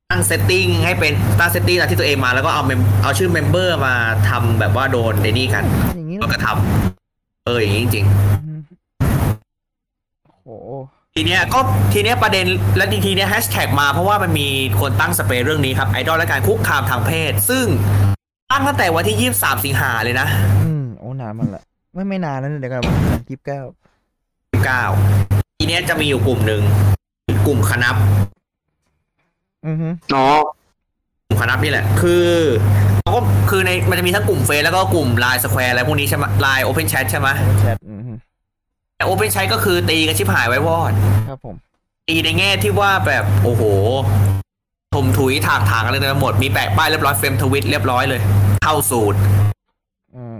Speaker 4: ตั้งเซตติ้งให้เป็นตั้งเซตติ้งตามที่ตัวเองมาแล้วก็เอาเมมเอาชื่อเมมเบอร์มาทำแบบว่าโดนในนี่กัน
Speaker 2: อย่างนี้
Speaker 4: ก็
Speaker 2: นะ
Speaker 4: กระทำเอออย่างนี้จริง
Speaker 2: โอ้โห
Speaker 4: ๆทีเนี้ยก็ทีเนี้ยประเด็นและทีเนี้ยแฮชแท็กมาเพราะว่ามันมีคนตั้งสเปรย์เรื่องนี้ครับไอดอลและการคุกคามทางเพศ ซึ่งตั้งตั้งแต่วันที่ 23 สิงหาเลยนะ
Speaker 2: อืม โอ้นานมันละ ไม่ไม่นานนะเดี๋ยวกันยี่สิบเก้า
Speaker 4: เก้าทีเนี้ยจะมีอยู่กลุ่มหนึ่งกลุ่มคณะ
Speaker 2: อือฮึ
Speaker 3: อ๋อ
Speaker 4: กลุ่มคณะนี่แหละ คือเขาก็คือในมันจะมีทั้งกลุ่มเฟซแล้วก็กลุ่มไลน์สแควร์อะไรพวกนี้ใช่ไหมไลน์โอเพนแชทใช่ไหม
Speaker 2: แชทอือฮึ
Speaker 4: แต่โอเพนแชทก็คือตีกันชิบหายไว้วอด
Speaker 2: ครับผม
Speaker 4: ตีในแง่ที่ว่าแบบโอ้โหถมถุยถากถางอะไรเต็มไปหมด มีแปะป้ายเรียบร้อยเฟรมทวิตเรียบร้อยเลย เข้าสูตร
Speaker 2: อืม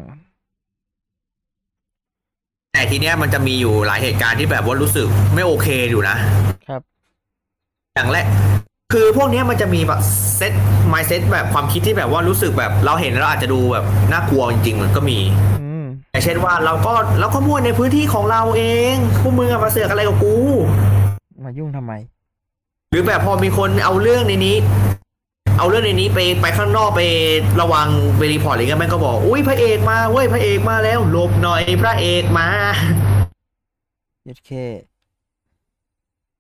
Speaker 4: แต่ทีเนี้ยมันจะมีอยู่หลายเหตุการณ์ที่แบบว่ารู้สึกไม่โอเคอยู่นะ
Speaker 2: ครับ
Speaker 4: อย่างแรกคือพวกเนี้ยมันจะมีแบบเซตไมเซตแบบความคิดที่แบบว่ารู้สึกแบบเราเห็นแล้วเราอาจจะดูแบบน่ากลัวจริงๆมันก็มี
Speaker 2: อืม
Speaker 4: แต่เช่นว่าเราก็เราก็มั่วในพื้นที่ของเราเองพวกมึงอะมาเสือกอะไรกับกู
Speaker 2: มายุ่งทำไม
Speaker 4: หรือแบบพอมีคนเอาเรื่องในนี้ เอาเรื่องในนี้ไปไปข้างนอกไประวังไปรีพอร์ตอะไรเงี้ยแม่งก็บอกอุ้ยพระเอกมาเว้ยพระเอกมาแล้วหลบหน่อยพระเอกมา
Speaker 2: ยุดเค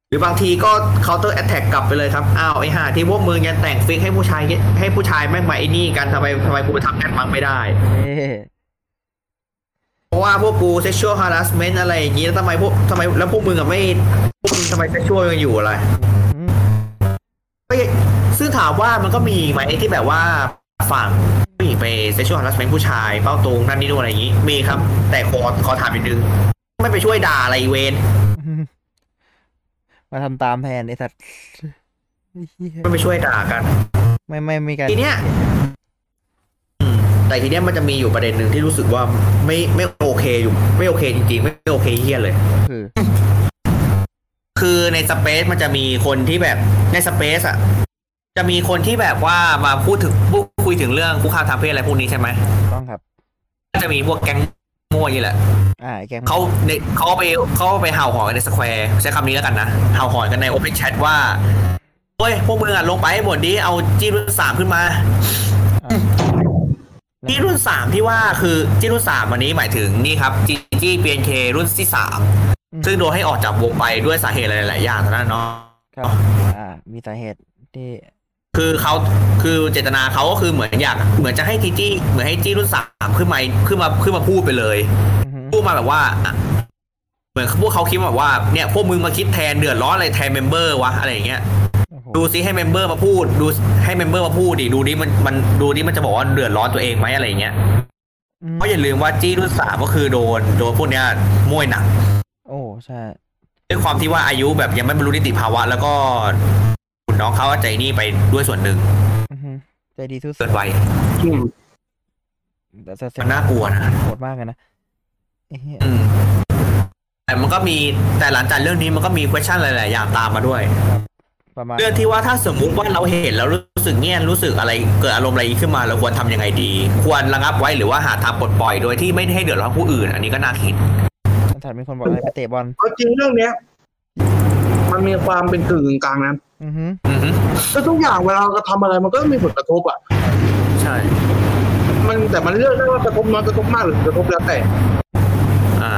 Speaker 4: หรือบางทีก็ counter attack กลับไปเลยครับ อ้าวไอ้ห่าที่พวกมึงยังแต่งฟิกให้ผู้ชายให้ผู้ชายแม่งมาไอ้นี่กันทำไมทำไมกูไปทำแอดมังไม่ได้
Speaker 2: เอ๊ะ
Speaker 4: เพราะว่าพวกกู sexual harassment อะไรอย่างนี้แล้วทำไมพวกทำไมแล้วพวกมึงกับไม่พวกมึงทำไม sexual ยังอยู่อะไร
Speaker 2: อืม
Speaker 4: ก็ยังซึ่งถามว่ามันก็มีไหมที่แบบว่าฝั่งผู้หญิงไป sexual harassment ผู้ชายเป้าตรงนั่นนี่นู่นอะไรอย่างนี้ มีครับ แต่ขอขอถามอีกนึงไม่ไปช่วยด่าอะไรอีเวน
Speaker 2: มาทำตามแทนไอ้สัตว์ไอ้เหี้ย
Speaker 4: ไม่ไปช่วยด่ากัน
Speaker 2: ไม่ไม่มีการ
Speaker 4: ทีเนี้ยอืมแต่ทีเนี้ยมันจะมีอยู่ประเด็นหนึ่งที่รู้สึกว่าไม่ไม่โอเคอยู่ไม่โอเคจริงๆ ไม่ไม่โอเคเฮี้ยเลย
Speaker 2: คือ
Speaker 4: คือในสเปซมันจะมีคนที่แบบในสเปซอ่ะ จะมีคนที่แบบว่ามาพูดถึงพูดคุยถึงเรื่องคุกคามทางเพศอะไรพวกนี้ใช่ไหม
Speaker 2: ต้องครับ
Speaker 4: ก็จะมีพวกแก๊งมั่วนี่แหละ
Speaker 2: อ่าไอ้แกม
Speaker 4: เขาในเขาไปเขาไปเห่าหอนกันในสแควร์ใช้คำนี้แล้วกันนะเห่าหอนกันในโอเพนแชทว่าเฮ้ยพวกมึงอ่ะลงไปให้หมดดิเอาจีรุ่นสามขึ้นมา
Speaker 2: อ่า
Speaker 4: ที่รุ่นสามที่ว่าคือที่รุ่นสามอันนี้หมายถึงนี่ครับจีจี้เปียนเครุ่นที่สามซึ่งโดนให้ออกจากวงไปด้วยสาเหตุหลายๆอย่างเท่านั้นเนาะ
Speaker 2: ครับ อ่า มีสาเหตุที่
Speaker 4: คือเขาคือเจตนาเขาก็คือเหมือนอยากเหมือนจะให้จีจี้เหมือนให้จี้รุ่นสามขึ้นมาขึ้นมาขึ้นมาพูดไปเลย
Speaker 2: อือฮึ
Speaker 4: พูดมาแบบว่าอ่ะเหมือนพวกเขาคิดแบบว่าเนี่ยพวกมึงมาคิดแทนเดือดร้อนอะไรแทนเมมเบอร์วะอะไรอย่างเงี้ย
Speaker 2: โอ้โห
Speaker 4: ดูซิให้เมมเบอร์มาพูด ดูให้เมมเบอร์มาพูดดิดูดิมันมันดูดิมันจะบอกว่าเดือดร้อนตัวเองไหมอะไรอย่างเงี้ย
Speaker 2: อืม
Speaker 4: เพราะอย่าลืมว่าจี้รุ่นสามก็คือโดนโดนพวกเนี้ยมวยหนัก
Speaker 2: โอ้ ใช่
Speaker 4: ด้วยความที่ว่าอายุแบบยังไม่บรรลุนิติภาวะ แล้วก็คุณน้องเขาก็ใจนี่ไปด้วยส่วนหนึ่ง
Speaker 2: อือฮึใจดีทุส
Speaker 4: เกินวัย
Speaker 3: อืม
Speaker 2: แต่แต่แต่
Speaker 4: มันน่ากลัวนะ
Speaker 2: โหดมากเลยนะไอ้เหี้ย
Speaker 4: อืมแต่มันก็มีแต่หลังจากเรื่องนี้มันก็มี question หลาย ๆ อย่างตามมาด้วย
Speaker 2: ประมาณ
Speaker 4: เรื่องที่ว่าถ้าสมมุติว่าเราเห็นแล้วรู้สึกเงียนรู้สึกอะไรเกิดอารมณ์อะไรขึ้นมาเราควรทำยังไงดี ควรระงับไว้หรือว่าหาทางปลดปล่อยโดยที่ไม่ให้เดือดร้อนผู้อื่น อันนี้ก็น่าคิด
Speaker 2: อาจารย์มีคนบอกอะไรไปเตะบอล
Speaker 3: เอาจริงเรื่องเนี้ย มันมีความเป็นกึ่งกลางนะ
Speaker 2: อือฮึ
Speaker 4: อือฮึ
Speaker 3: ก็ทุกอย่างเวลาเราจะทำอะไรมันก็มีผลกระทบอ่ะ
Speaker 4: ใช่
Speaker 3: มันแต่มันเลือกได้ว่ากระทบน้อยกระทบมากหรือกระทบแล้วแต่
Speaker 4: อ่า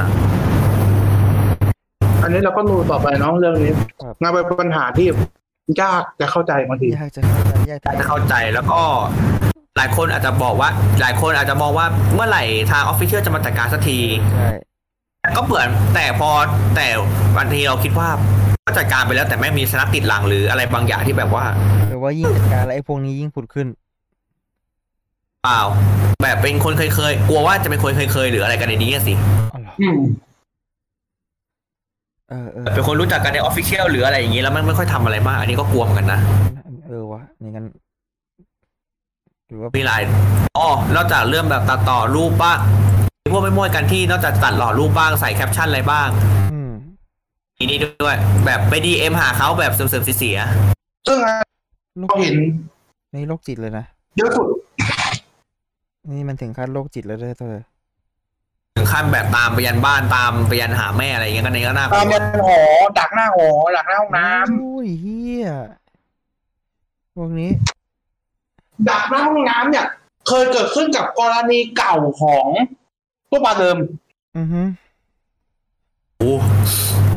Speaker 3: อันนี้เราก็ดูต่อไปเนาะเรื่องนี้
Speaker 2: ครับ
Speaker 3: งานเป็นปัญหาที่ยากจะเข้าใจบางที
Speaker 2: ยากจะเข้าใจยากจะ
Speaker 4: จะเข้าใจแล้วก็ หลายคนอาจจะบอกว่า หลายคนอาจจะมองว่าเมื่อไหร่ทางออฟฟิเชียลจะมาจัดการสักที
Speaker 2: ใช่
Speaker 4: ก็เปมือนแต่พอแต่บางทีเราคิดว่าก็จัดการไปแล้วแต่แม่งมีสนัขติดหลังหรืออะไรบางอย่างที่แบบว่า
Speaker 2: หรือว่ายิ่งจัดการแล้วไอ้พวกนี้ยิ่งผุดขึ้น
Speaker 4: เปล่า แบบเป็นคนเคยเคยๆกลัวว่าจะเป็นคนเคยเคยๆหรืออะไรกันในนี้อะสิ
Speaker 3: อืม
Speaker 2: เออเออ
Speaker 4: แบบเป็นคนรู้จักกันในออฟฟิเชียลหรืออะไรอย่างนี้แล้วมันไม่ค่อยทำอะไรมาก อันนี้ก็กลัวเหมือนกันนะ
Speaker 2: เออวะนี่กันหรือว่า
Speaker 4: มีหลายอ๋อนอกจากเรื่องแบบตัดต่อรูปบ้างมีพวกไม่มั่วกันที่นอกจากตัดหล่อรูปบ้างใส่แคปชั่นอะไรบ้าง
Speaker 2: อืม
Speaker 4: อีนี่ด้วย แบบไปดีเอ็มหาเขาแบบเสื่อมๆเสีย
Speaker 3: ซึ่งอัน
Speaker 2: โรค
Speaker 3: นี้เราเห็น
Speaker 2: ในโรคจิตเลยนะ
Speaker 3: เยอะสุด
Speaker 2: นี่มันถึงขั้นโรคจิตแล้วด้วยเธอ
Speaker 4: ๆถึงขั้นแบบตามไปยันบ้านตามไปยันหาแม่อะไรอย่างเงี้ยกันในก็น่าก
Speaker 3: ตา
Speaker 4: ลั
Speaker 3: ม
Speaker 4: ว
Speaker 3: ยันหอดักหน้าหอดักหน้าห้องน้
Speaker 2: โอ้ยเฮียพวกนี้
Speaker 3: ำดักหน้าห้องน้ำเนี่ย เคยเกิดขึ้นกับกรณีเก่าของตัวปลาเดิม
Speaker 2: อือฮึ
Speaker 4: โอ้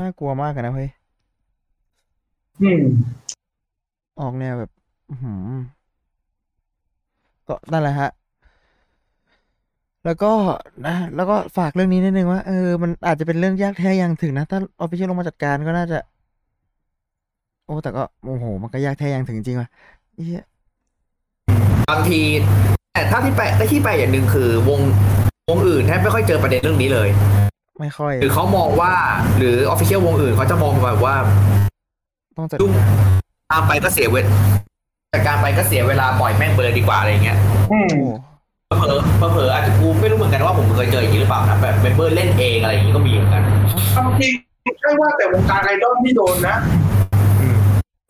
Speaker 2: น่ากลัวมากอะนะเฮ้ย
Speaker 3: อืม
Speaker 2: ออกแนวแบบ อือหือก็นั่นแหละฮะ แล้วก็นะ แล้วก็ฝากเรื่องนี้นิดนึงว่า เออ มันอาจจะเป็นเรื่องยากแท้อย่างถึงนะ ถ้าออฟฟิเชียลลงมาจัดการก็น่าจะ โอ้ แต่ก็ โอ้โห มันก็ยากแท้อย่างถึงจริงว่ะเหี้ย
Speaker 4: บางทีแต่ถ้าที่แปลกแต่ที่แปลกอย่างหนึ่งคือวงวงอื่นแทบไม่ค่อยเจอประเด็นเรื่องนี้เลย
Speaker 2: ไม่ค่อย
Speaker 4: หรือเขามองว่า หรือออฟฟิเชียลวงอื่นเขาจะมองแบบว่า
Speaker 2: ต้องจัด
Speaker 4: ยุ่งตามไปก็เสียเวลจากการไปก็เสียเวลาปล่อยแม่งเบอร์ดีกว่าอะไรอย่างเงี้ย
Speaker 3: อืม
Speaker 2: โอ้
Speaker 4: เผลอๆเผลอๆอาจจะกูไม่รู้เหมือนกันว่าผมเคยเจออย่างนี้หรือเปล่านะแบบเมมเบอร์เล่นเองอะไรอย่างนี้ก็มีเหมือนกัน
Speaker 3: บางทีใช่ว่าแต่วงการไอดอลที่โดนนะ
Speaker 4: อืม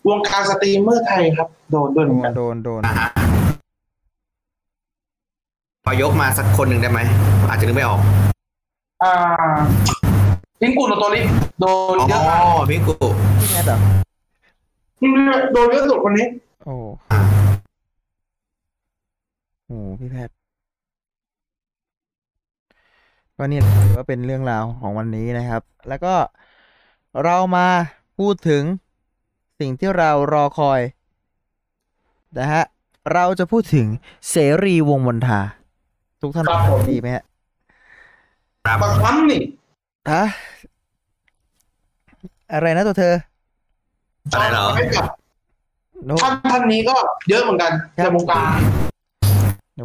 Speaker 3: วงการสตรีมเมอร์ไทยครับ โดนด้วยเหมือนกัน
Speaker 2: โดน โดน
Speaker 4: พอยกมาสักคนหนึ่งได้ไหมอาจจะนึกไม่ออก
Speaker 3: อ่าพิงกูโนโตริโดน
Speaker 4: อ๋
Speaker 3: เยอะมาก
Speaker 4: อพี่กู
Speaker 2: พี่แอดเหรอ
Speaker 3: โดนเยอะสุดคนนี้
Speaker 2: โอ้โหพี่แพทย์ก็เนี่ยถือว่าเป็นเรื่องราวของวันนี้นะครับ แล้วก็เรามาพูดถึงสิ่งที่เรารอคอยนะฮะ เราจะพูดถึงเสรีวงศ์มนทา ทุกท่าน
Speaker 3: ครับผม
Speaker 2: ดีไหมฮะ
Speaker 3: บางครั้งนี่
Speaker 2: ฮะ อะไรนะตัวเธอ
Speaker 4: อะไรเหรอ
Speaker 3: ให้กับ
Speaker 2: โน้ต
Speaker 3: ท่านท่านนี้ก็เยอะเหมือนกันในวงการ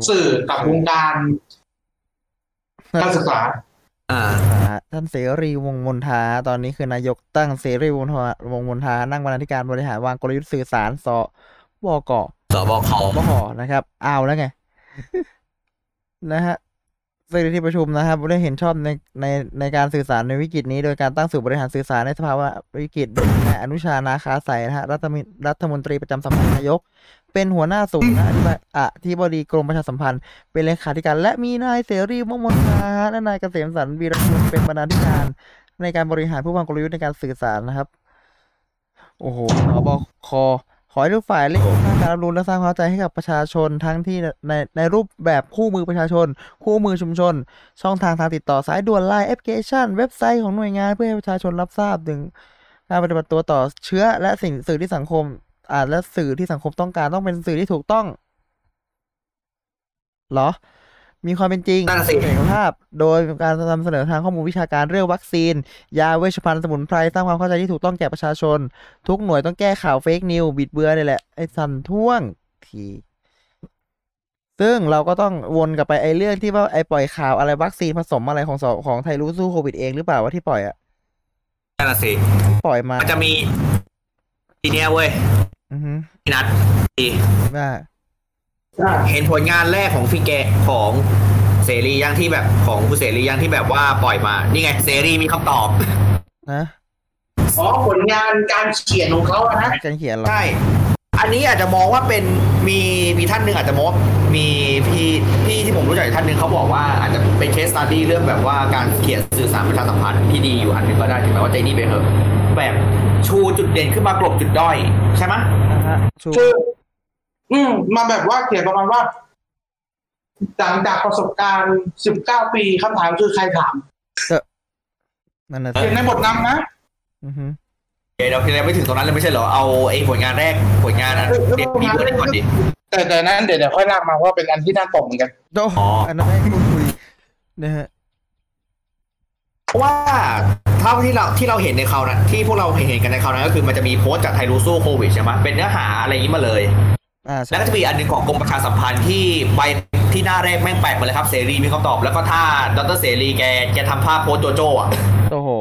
Speaker 3: สื่อกับวงการการศึกษา
Speaker 4: อ่า
Speaker 2: ฮะท่านเสรีวงศ์มนทา ตอนนี้คือนายกตั้งเสรีวงศ์มนทาวงศ์มนทา นั่งบรรณาธิการบริหารวางกลยุทธ์สื่อสารสบก
Speaker 4: สบค
Speaker 2: บหนะครับเอาแล้วไง นะฮะซึ่งในที่ประชุมนะครับได้เห็นชอบในในในการสื่อสารในวิกฤตนี้ โดยการตั้งศูนย์บริหารสื่อสารในสภาวะวิกฤตโดยนายอนุชานาคาใสยนะฮะรัฐมนรัฐมนตรีประจำสำนักนายก เป็นหัวหน้าศูนย์นะอธิบดีอ่ะที่บดีกรมประชาสัมพันธ์ เป็นเลขาธิการ และมีนายเสรีมงคลนะฮะและนายเกษมสันต์วีรคุณเป็นบรรณาธิการ ในการบริหารผู้วางกลยุทธ์ในการสื่อสารนะครับ โอ้โหสบคขอให้ทุกฝ่ายเร่งสร้างการรับรู้และสร้างความเข้าใจให้กับประชาชนทั้งที่ในในรูปแบบคู่มือประชาชน คู่มือชุมชน ช่องทางทางติดต่อสายด่วนไลน์แอปพลิเคชัน เว็บไซต์ของหน่วยงานเพื่อให้ประชาชนรับทราบถึงการปฏิบัติตัวต่อเชื้อ และสิ่งสื่อที่สังคมอ่านและสื่อที่สังคมต้องการต้องเป็นสื่อที่ถูกต้องเหรอ มีความเป็นจริง
Speaker 4: นั่นนะสิ
Speaker 2: เสรีภาพโดยการนำเสนอทางข้อมูลวิชาการเรื่องวัคซีน ยาเวชภัณฑ์สมุนไพรสร้างความเข้าใจที่ถูกต้องแก่ประชาชน ทุกหน่วยต้องแก้ข่าวเฟกนิวบิดเบือนนี่แหละ ไอ้สันท่วงที ซึ่งเราก็ต้องวนกลับไปไอ้เรื่องที่ว่าไอ้ปล่อยข่าวอะไรวัคซีนผสมอะไรของสองของไทยรู้สู้โควิดเองหรือเปล่าว่าที่ปล่อยอะ
Speaker 4: นั่นนะสิ
Speaker 2: ปล่อย มา
Speaker 4: มันจะมี ทีเนี้ยเว้ย
Speaker 2: อือฮึ
Speaker 4: พี่นัดดี
Speaker 2: ว่า
Speaker 4: เห็นผลงานแรกของพี่แกของเสรียังที่แบบของคุณเสรียังที่แบบว่าปล่อยมา นี่ไง เสรีมีคำตอบ
Speaker 2: นะ
Speaker 3: อ๋อผลงานการเขียนของเขาอะนะ
Speaker 2: การเขียนเหรอ
Speaker 4: ใช่ อันนี้อาจจะมองว่าเป็นมีมีท่านหนึ่งอาจจะมองว่ามีพี่พี่ที่ผมรู้จักอีกท่านหนึ่งเขาบอกว่าอาจจะเป็นเคสสตัดดี้เรื่องแบบว่าการเขียนสื่อสารประชาสัมพันธ์ที่ดีอยู่อันหนึ่งก็ได้ถึงแม้ว่าใจนี่ไปเถอะแบบชูจุดเด่นขึ้นมากลบจุดด้อยใช่ไหมย
Speaker 2: นะฮะชู
Speaker 3: คืออืมมาแบบว่าเขียนประมาณว่าหลังจากประสบการณ์ 19 ปีคำถามคือใครถาม
Speaker 2: นั่นนะ
Speaker 3: เขียนในบทนำนะ
Speaker 2: อือฮึ
Speaker 4: เดี๋ยวเรายังไม่ถึงตรงนั้นเลยไม่ใช่เหรอ เอาไอ้ผลงานแรกผลงานอันเด็กมีเพื่อนก่อนดิ
Speaker 3: แต่แต่นั้นเดี๋ยวเดี๋ยวค่อยลากมาเพราะว่าเป็นอันที่น่าตกเหมือนกัน
Speaker 2: โด
Speaker 4: อ๋ออั
Speaker 2: อันนั้นให้คุณคุยนะฮะ
Speaker 4: เพราะว่าเท่าที่เราที่เราเห็นในเขาวนะที่พวกเราเห็นกันในเขาวนะก็คือมันจะมีโพสต์จากไทยรูโซโควิดใช่ไหมเป็นเนื้อหาอะไรอย่างนี้มาเลย
Speaker 2: อ่าใช่
Speaker 4: แล้วก็จะมีอันหนึงของกรมประชาสัมพันธ์ที่ใบที่หน้าแรกแม่งแปะมาเลยครับเสรีมีคำตอบแล้วก็ถ้าดรเสรีแกแกทำภาพโพสต์โจโจ้อะ
Speaker 2: โอ้โห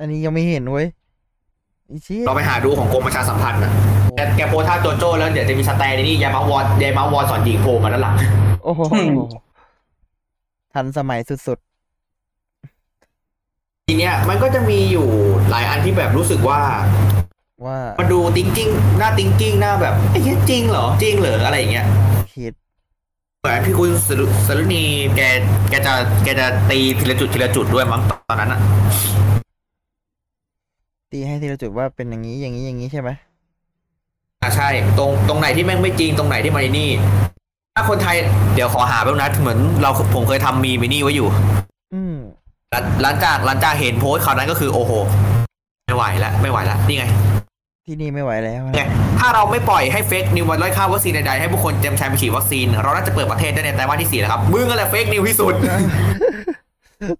Speaker 2: อันนี้ยังไม่เห็นเว้ยอีเชี่ย
Speaker 4: เราไปหาดูของกรมประชาสัมพันธ์นะแกแกโพสต์ท่าโจโจ้แล้วเดี๋ยวจะมีสแตนในนี่ยามาวอนยามาวอนสอนหญิงโผล่มาแล้วหลัง
Speaker 2: โอ้โห
Speaker 3: อืม
Speaker 2: ทันสมัยสุด
Speaker 4: ทีเนี้ยมันก็จะมีอยู่หลายอันที่แบบรู้สึกว่า
Speaker 2: ๆ ว่า
Speaker 4: มาดู thinking หน้า thinking หน้าแบบไอ้เหี้ยจริงเหรอ จริงเหรออะไรอย่างเงี้ย
Speaker 2: ผิด
Speaker 4: เหมือนพี่คุณสรุสรุณีแกแกจะแกจะตีทีละจุดทีละจุดด้วยมั้งตอนนั้นอะ
Speaker 2: ตีให้ทีละจุดว่าเป็นอย่างนี้อย่างนี้อย่างนี้ใช่ไหม
Speaker 4: อ่ะใช่ ตรงตรงไหนที่แม่งไม่จริงตรงไหนที่มันไอ้นี่ ถ้าคนไทยเดี๋ยวขอหาแป๊บนะเหมือนเราผมเคยทำมีมินี่ไว้อยู่
Speaker 2: อืม
Speaker 4: หลังหลังจากหลังจากเห็นโพสต์คราวนั้นก็คือโอ้โห ไม่ไหวแล้วไม่ไหวแล้วนี่ไง
Speaker 2: ที่นี่ไม่ไหวแล้วนะ
Speaker 4: ไงถ้าเราไม่ปล่อยให้เฟกนิวมันด้อยค่าวัคซีนใดๆให้ผู้คนเต็มใจไปฉีดวัคซีน เราน่าจะเปิดประเทศได้ในไตรมาสที่สี่แล้วครับ มึงอะไรเฟกนิวที่สุด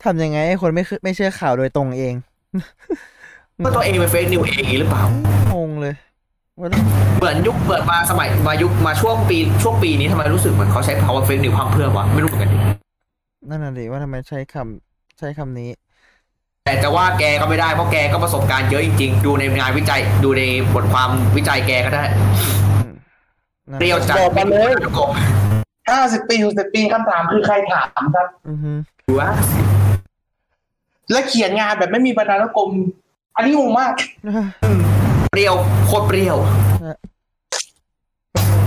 Speaker 2: ทำยังไงให้คนไม่เชื่อไม่เชื่อข่าวโดยตรงเอง
Speaker 4: ว่าตัวเองเป็นเฟกนิวเองอีกหรือเปล่า
Speaker 2: งงเลยว่า
Speaker 4: เหมือนยุคเปิดมาสมัยมายุคมาช่วงปีช่วงปีนี้ทำไมรู้สึกเหมือนเขาใช้คำว่าเฟกนิวพังเพื่อวะไม่รู้เหมือนกัน
Speaker 2: นั่นน่ะดิว่าทำไมใช้คำใช้คำนี้
Speaker 4: แต่จะว่าแกก็ไม่ได้เพราะแกก็ประสบการณ์เยอะจริงๆ ดูในงานวิจัยดูในบทความวิจัยแกก็ได้
Speaker 2: อืมนั่น
Speaker 4: เปรี้ยวจัด
Speaker 3: บอกมาเลย
Speaker 4: ไม่โกง
Speaker 3: 50 ปี60ปีคำถามคือใครถามครับ
Speaker 2: อือฮึ
Speaker 4: ดูวะ
Speaker 3: และเขียนงานแบบไม่มีบรรณานุกรม อันนี้งงมาก
Speaker 4: เปรี้ยวโคตรเปรี้ยว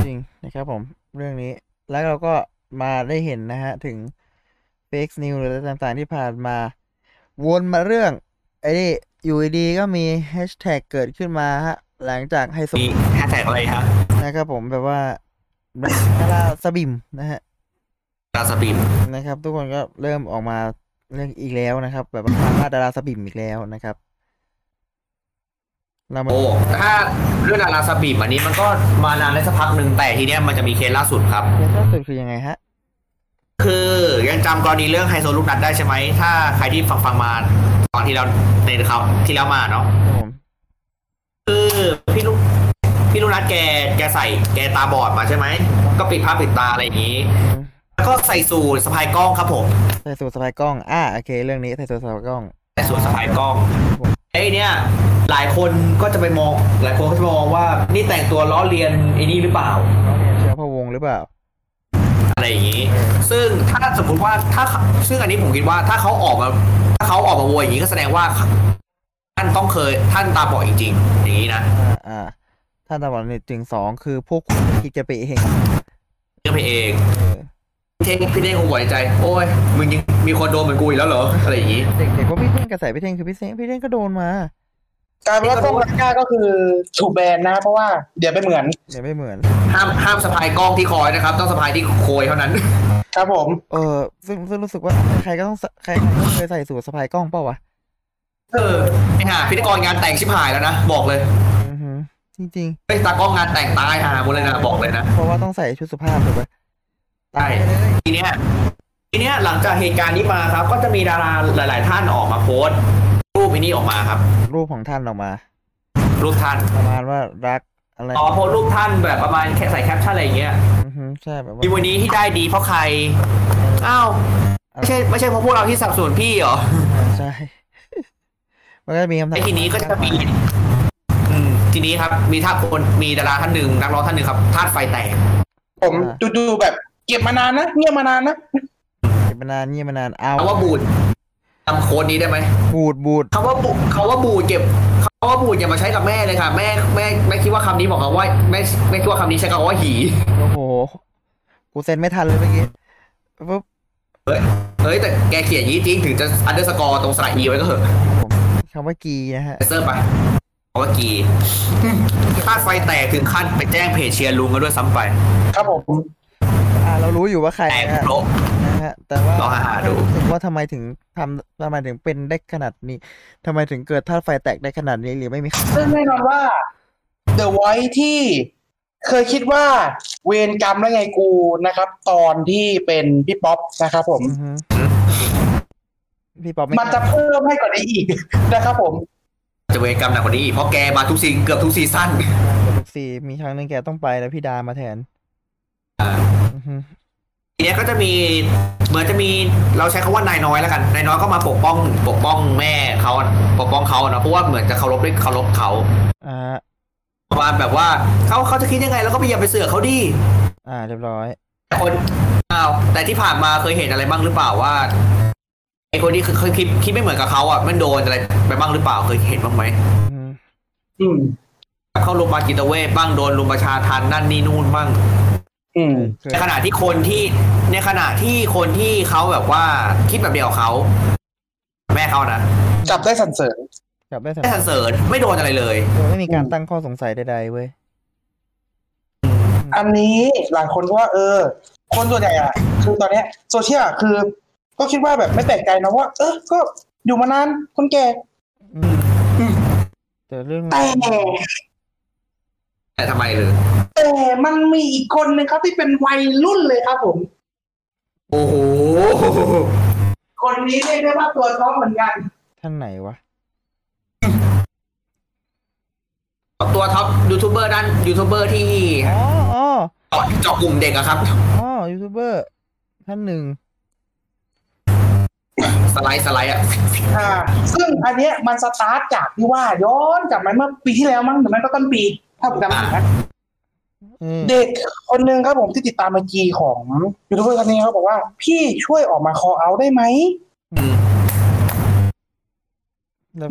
Speaker 2: จริงนะครับผม เรื่องนี้ แล้วเราก็มาได้เห็นนะฮะ ถึงเฟกนิวหรืออะไรต่างๆที่ผ่านมา วนมาเรื่อง ไอ้นี่อยู่ดีๆก็มีแฮชแท็กเกิดขึ้นมาฮะ หลังจากไฮโซ
Speaker 4: มีแฮชแท็กอะไรฮะ
Speaker 2: นะครับผมแบบว่าแบบดาราสบิมนะฮะ
Speaker 4: ดาสปีม
Speaker 2: นะครับ ทุกคนก็เริ่มออกมาเรื่องอีกแล้วนะครับ แบบว่าดาราสบิมอีกแล้วนะครับ เรามา
Speaker 4: โอ้ ถ้าเรื่องดาราสปีมอันนี้มันก็มานานได้สักพักหนึ่งแต่ทีเนี้ยมันจะมีเคสล่าสุดครับ
Speaker 2: เคสล่าสุดคือยังไงฮะ
Speaker 4: คือยังจำกรณีเรื่องไฮโซลูกนัดได้ใช่ไหม ถ้าใครที่ฟังฟังมาตอนที่เราในเขาวที่แล้วมาเนาะ
Speaker 2: ครับผม
Speaker 4: คือพี่ลูกพี่ลูกนัดแกแกใส่แกตาบอดมาใช่ไหม ก็ปิดผ้าปิดตาอะไรอย่างนี้ แล้วก็ใส่สูทสะพายกล้องครับผม
Speaker 2: ใส่สูทสะพายกล้อง อ่า โอเค เรื่องนี้ใส่สูทสะพายกล้อง
Speaker 4: ใส่สูทสะพายกล้องไอ้เนี่ย หลายคนก็จะไปมอง หลายคนก็จะมองว่านี่แต่งตัวล้อเลียนไอ้นี่หรือเปล่า
Speaker 2: เชื้อพระวงศ์หรือเปล่า
Speaker 4: อะไรอย่างนี้ ซึ่งถ้าสมมุติว่าถ้าซึ่งอันนี้ผมคิดว่าถ้าเขาออกมาถ้าเขาออกมาโวยอย่างนี้ก็แสดงว่า ท่านต้องเคยท่านตาบอดจริง ๆ อย่างนี้นะ
Speaker 2: อ่า อ่า ท่านตาบอดในตจึงสองคือพวกคุณคิดจะไปเอง
Speaker 4: เรื่องไปเอง
Speaker 2: เออ
Speaker 4: พี่เท่งพี่เท่งคงหัวใจ โอ้ยมึงยังมีคนโดนเหมือนกูอีกแล้วเหรออะไรอย่างนี้
Speaker 2: เด็กๆว่าพี่เท่งกระแสพี่เท่งคือพี่เท่งพี่เท่งก็โดนมา
Speaker 3: กลารว่ากล้องรักก้าก็คือถูกแบนนะเพราะว่าเดี๋ยวไปเหมือน
Speaker 2: เดี๋ยวไม่เหมือน
Speaker 4: ห้ามห้ามสะพายกล้องที่คอยนะครับ ต้องสะพายที่โคยเท่านั้น
Speaker 3: ครับผม
Speaker 2: เออ ซึ่งซึ่งรู้สึกว่าใครก็ต้องใส่ใครก็เคยใส่สูทสะพายกล้องเปล่าวะ
Speaker 4: เออไอ้ห่าพิธีกรงานแต่งชิบหายแล้วนะบอกเลย
Speaker 2: อือฮึจริง
Speaker 4: ไอ้ยตากล้องงานแต่งตายห่าหมดเลยนะบอกเลยนะ
Speaker 2: ๆ เพราะว่าต้องใส่ชุดสุภาพถูกไหม
Speaker 4: ใช่ ทีเนี้ยทีเนี้ยหลังจากเหตุการณ์นี้มาครับ ก็จะมีดาราหลาย ๆ ท่านออกมาโพสต์รูปไอ้นี่ออกมาครับ
Speaker 2: รูปของท่านออกมา
Speaker 4: รูปท่าน
Speaker 2: ประมาณว่ารักอะไร
Speaker 4: อ๋อโพสต์รูปท่านแบบประมาณแค่ใส่แคปชั่นอะไรอย่างเงี้ย
Speaker 2: อือฮึใช่แบบว่า
Speaker 4: มีวันนี้ที่ได้ดีเพราะใครอ้าวไม่ใช่ไม่ใช่เพราะพวกเราที่สนับสนุนพี่เหรอ
Speaker 2: ใช่ มันก็จะมีคำถาม
Speaker 4: ไอ้ทีนี้ก็จะมีอืมทีนี้ครับ มีท่าคนมีดาราท่านหนึ่งนักร้องท่านหนึ่งครับธาตุไฟแตก
Speaker 3: ผม
Speaker 2: อ่า
Speaker 3: ดูดูแบบเก็บมานานนะเงียบมานานนะ
Speaker 2: เก็บมานานเงียบมานานเอา
Speaker 4: เอาว่าบูด เอ ำโค้ดนี้ได้ไหม
Speaker 2: บูดบูด
Speaker 4: คำว่าบูคำว่าบูดเก็บคำว่าบูดอย่ามาใช้กับแม่เลยค่ะ แม่แม่แม่คิดว่าคำนี้บอกเขาว่าแม่แม่คิดว่าคำนี้ใช้กับว่าหี
Speaker 2: โอ้โห กูเซ็นไม่ทันเลยเมื่อกี้ปุ๊บ
Speaker 4: เฮ้ยเฮ้ยแต่แกเขียนอย่างนี้จริงถึงจะอันเดอร์สกอร์ตรงสระอีไว้ก็เถอะ
Speaker 2: ผมคำว่ากีนะฮะ
Speaker 4: เซอร์ไปเพราะว่ากีคาดไฟแตกถึงขั้นไปแจ้งเพจเชียร์ลุงกันด้วยซ้ำไป
Speaker 3: ครับผม
Speaker 2: อ่า เรารู้อยู่ว่าใคร
Speaker 4: แตก
Speaker 2: นะฮะ
Speaker 4: โละ
Speaker 2: นะฮะ แต่ว่า
Speaker 4: ลองหาดู
Speaker 2: ถึงว่าทำไมถึงทำทำไมถึงเป็นได้ขนาดนี้ทำไมถึงเกิดธาตุไฟแตกได้ขนาดนี้หรือไม่มีใคร
Speaker 3: ซึ่งแน่นอนว่า The Voice ที่เคยคิดว่าเวรกรรมแล้วไงกูนะครับ ตอนที่เป็นพี่ป๊อปนะครับผม
Speaker 2: อือฮึพี่ป๊อปไม่
Speaker 3: มันจะเพิ่มให้กว่านี้อีก นะครับผม
Speaker 4: จะเวรกรรมหนักกว่านี้อีกเพราะแกมาทุกซีนเกือบทุกซีซั่น
Speaker 2: ทุกซีมีครั้งหนึ่งแกต้องไปแล้วพี่ดามาแทนอือฮึ
Speaker 4: ทีเนี้ยก็จะมีเหมือนจะมีเราใช้คาว่านายน้อยแล้วกันนายน้อยก็มาปกป้องปกป้องแม่เขาปกป้องเขาเนอะเพราะว่าเหมือนจะเคารพด้วยเคารพเขา
Speaker 2: อ่า
Speaker 4: ประมาณแบบว่าเขาเขาจะคิดยังไงแล้วก็ไปอย่าไปเสือกเขาดิ
Speaker 2: อ่า เรียบร้อย
Speaker 4: แต่คนอ้าวแต่ที่ผ่านมาเคยเห็นอะไรบ้างหรือเปล่าว่าไอคนที่เคยคิดคิดไม่เหมือนกับเขาอ่ะมันโดนอะไรไปบ้างหรือเปล่าเคยเห็นบ้างไหม
Speaker 2: อืม
Speaker 3: อืม
Speaker 4: เข้าโรงพยาบาลจิตเวชบ้างโดนรุมประชาทานนั่นนี่นู่นบ้าง
Speaker 3: อืม
Speaker 2: เกิด
Speaker 4: ในขณะที่คนที่ในขณะที่คนที่เขาแบบว่าคิดแบบเดียวกับเขา แม่เขานะ
Speaker 3: จับได้สันเสริญ
Speaker 2: จับได้สำ
Speaker 4: ไม่
Speaker 2: เร็จ
Speaker 4: สรรเสริญไม่โดนอะไรเลย
Speaker 2: โดยไม่มีการตั้งข้อสงสัยใดๆเว้ย
Speaker 3: อันนี้หลายคนก็ว่า เออ คนส่วนใหญ่อะคือตอนเนี้ยโซเชียลอะคือ ก็คิดว่าแบบไม่แปลกใจนะว่า เออก็อยู่มานานคนแก่
Speaker 2: อืมแต่เรื่อง
Speaker 3: แต่
Speaker 4: แต่ทำไมเลย
Speaker 3: แต่มันมีอีกคนหนึ่งครับที่เป็นวัยรุ่นเลยครับผม
Speaker 4: โอ้โห
Speaker 3: คนนี้เรียกได้ว่าตัวท้องเหมือนกัน
Speaker 2: ท่านไหนวะ
Speaker 4: ตัวท็อปยูทูบเบอร์ด้านยูทูบเบอร์ที่
Speaker 2: อ๋ออ๋อ
Speaker 4: เจาะเจาะกลุ่มเด็กอะครับ
Speaker 2: อ๋อยูทูบเบอร์ท่านหนึ่ง
Speaker 4: สไลด์สไลด์อะ
Speaker 3: อ่าซึ่งอันเนี้ยมันสตาร์ทจากที่ว่าย้อนกลับมาเมื่อปีที่แล้วมั้งหรือไม่ก็ต้นปีถ้าผมจำไม่ผิดนะ
Speaker 2: อืม
Speaker 3: เด็กคนหนึ่งครับผมที่ติดตามไอจีของยูทูบเบอร์คนนี้เขาบอกว่า พี่ช่วยออกมาคอเอาได้ไหม
Speaker 4: อืม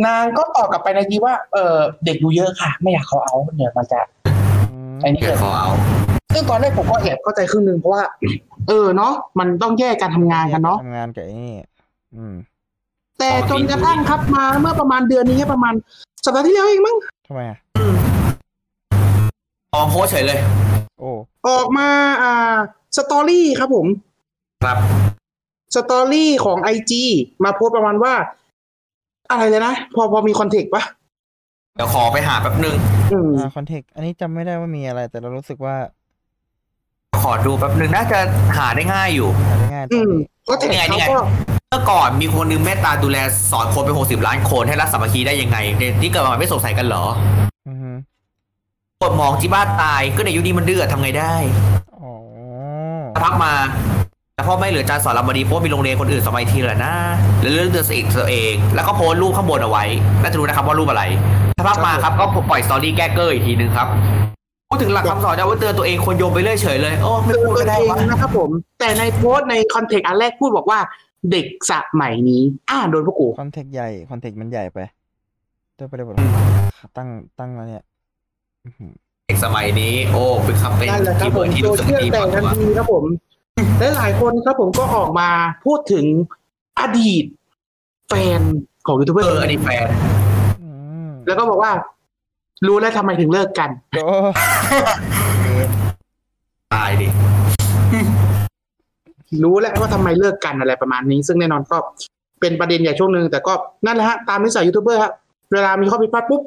Speaker 3: นางก็ตอบกลับไปในทีว่า เออเด็กดูเยอะค่ะ ไม่อยากคอเอาเดี๋ยวมันจะ
Speaker 2: อืม
Speaker 3: ไอ้นี่
Speaker 4: เดี๋ยว
Speaker 3: เกิด
Speaker 4: ขอเอา
Speaker 3: ซึ่งตอนแรกผมก็แอบเข้าใจครึ่งหนึงเพราะว่า เออเนาะมันต้องแยกการทำงานกันเนาะ
Speaker 2: ทำงานกับไอ้นี่ อืม
Speaker 3: แต่จนกระทั่งครับมาเมื่อประมาณเดือนนี้ประมาณสัปดาห์ที่แล้วเองมั้ง
Speaker 2: ทำไมอ่ะ
Speaker 4: ออมโพสเฉยเลย
Speaker 2: โอ้
Speaker 3: ออกมาอ่าสตอรี่ครับผม
Speaker 4: ครับ
Speaker 3: สตอรี่ของไอจีมาโพสต์ประมาณว่า อะไรเลยนะ พอพอมีคอนเทกต์ปะ
Speaker 4: เดี๋ยวขอไปหาแป๊บนึง
Speaker 3: อืม
Speaker 2: อ่าคอนเทกต์ อันนี้จำไม่ได้ว่ามีอะไร แต่เรารู้สึกว่า
Speaker 4: ขอดูแป๊บนึงน่าจะหาได้ง่ายอยู่
Speaker 2: หาได้ง่ายจั
Speaker 3: อื
Speaker 2: ง
Speaker 3: มก็เทกต์เขาก็
Speaker 4: เมื่อก่อนมีคนนึงเมตตาดูแลสอนคนไปหกสิบล้านคนให้รักสามัคคีได้ยังไงเด็กที่เกิดมาไม่สงสัยกันเหรอ
Speaker 2: อือฮึ
Speaker 4: กดมองที่บ้านตายก็ในยุคนี้มันเดือดทำไงได้
Speaker 2: อ๋อ
Speaker 4: พักมาแต่พ่อไม่เหลือจานสอนเรามาดีเพราะว่ามีโรงเรียนคนอื่นสมัยทีละนะหรือเรื่องเดือดเองตัวเอง แล้วก็โพสต์รูปข้างบนเอาไว้ น่าจะรู้นะครับว่ารูปอะไรถ้าพักมาครับก็ปล่อยสตอรี่แก้เกอร์อีกทีนึงครับพูดถึงหลักคำสอนจะว่าเตือนตัวเองคนโยมไปเรื่อยเฉยเลยโอ้ไม่
Speaker 3: เตือน
Speaker 4: พูด
Speaker 3: ตัว
Speaker 4: ก็ได้
Speaker 3: เอง
Speaker 4: วะ
Speaker 3: นะครับผม แต่ในโพสต์ในคอนเทกต์อันแรกพูดบอกว่า เด็กสมัยนี้ อ่าโดนพวกกู
Speaker 2: คอนเทกต์ใหญ่ คอนเทกต์มันใหญ่ไปด้วยประเด็น
Speaker 4: อืม
Speaker 2: ตั้ง ตั้งแล้วเนี่ยอื้อหือ
Speaker 4: เด็กสมัยนี้โอ้เป็นคำเป็น
Speaker 3: นั่นแหละครับ
Speaker 4: ย์
Speaker 3: ผ
Speaker 4: เวิ
Speaker 3: ม
Speaker 4: ร์ดที่
Speaker 3: โซ
Speaker 4: รู้สึก
Speaker 3: เชียล
Speaker 4: ดี
Speaker 3: แต
Speaker 4: มา
Speaker 3: ก
Speaker 4: กก
Speaker 3: ทัน
Speaker 4: ว่า
Speaker 3: ทีครับผมและหลายคนครับผมก็ออกมาพูดถึงอดีตแฟนของยูทูบเบอ
Speaker 4: เออ
Speaker 3: ร์
Speaker 4: อันนี้แฟน
Speaker 2: อืม
Speaker 3: แล้วก็บอกว่า รู้แล้วทำไมถึงเลิกกัน
Speaker 2: โอ้เอ็ด
Speaker 4: ตายดิ
Speaker 3: รู้แล้วว่าทำไมเลิกกันอะไรประมาณนี้ ซึ่งแน่นอนก็เป็นประเด็นใหญ่ช่วงหนึ่งแต่ก็นั่นแหละฮะ ตามนิสัยยูทูบเบอร์ฮะเวลามีข้อผิดพลาดปุ๊บ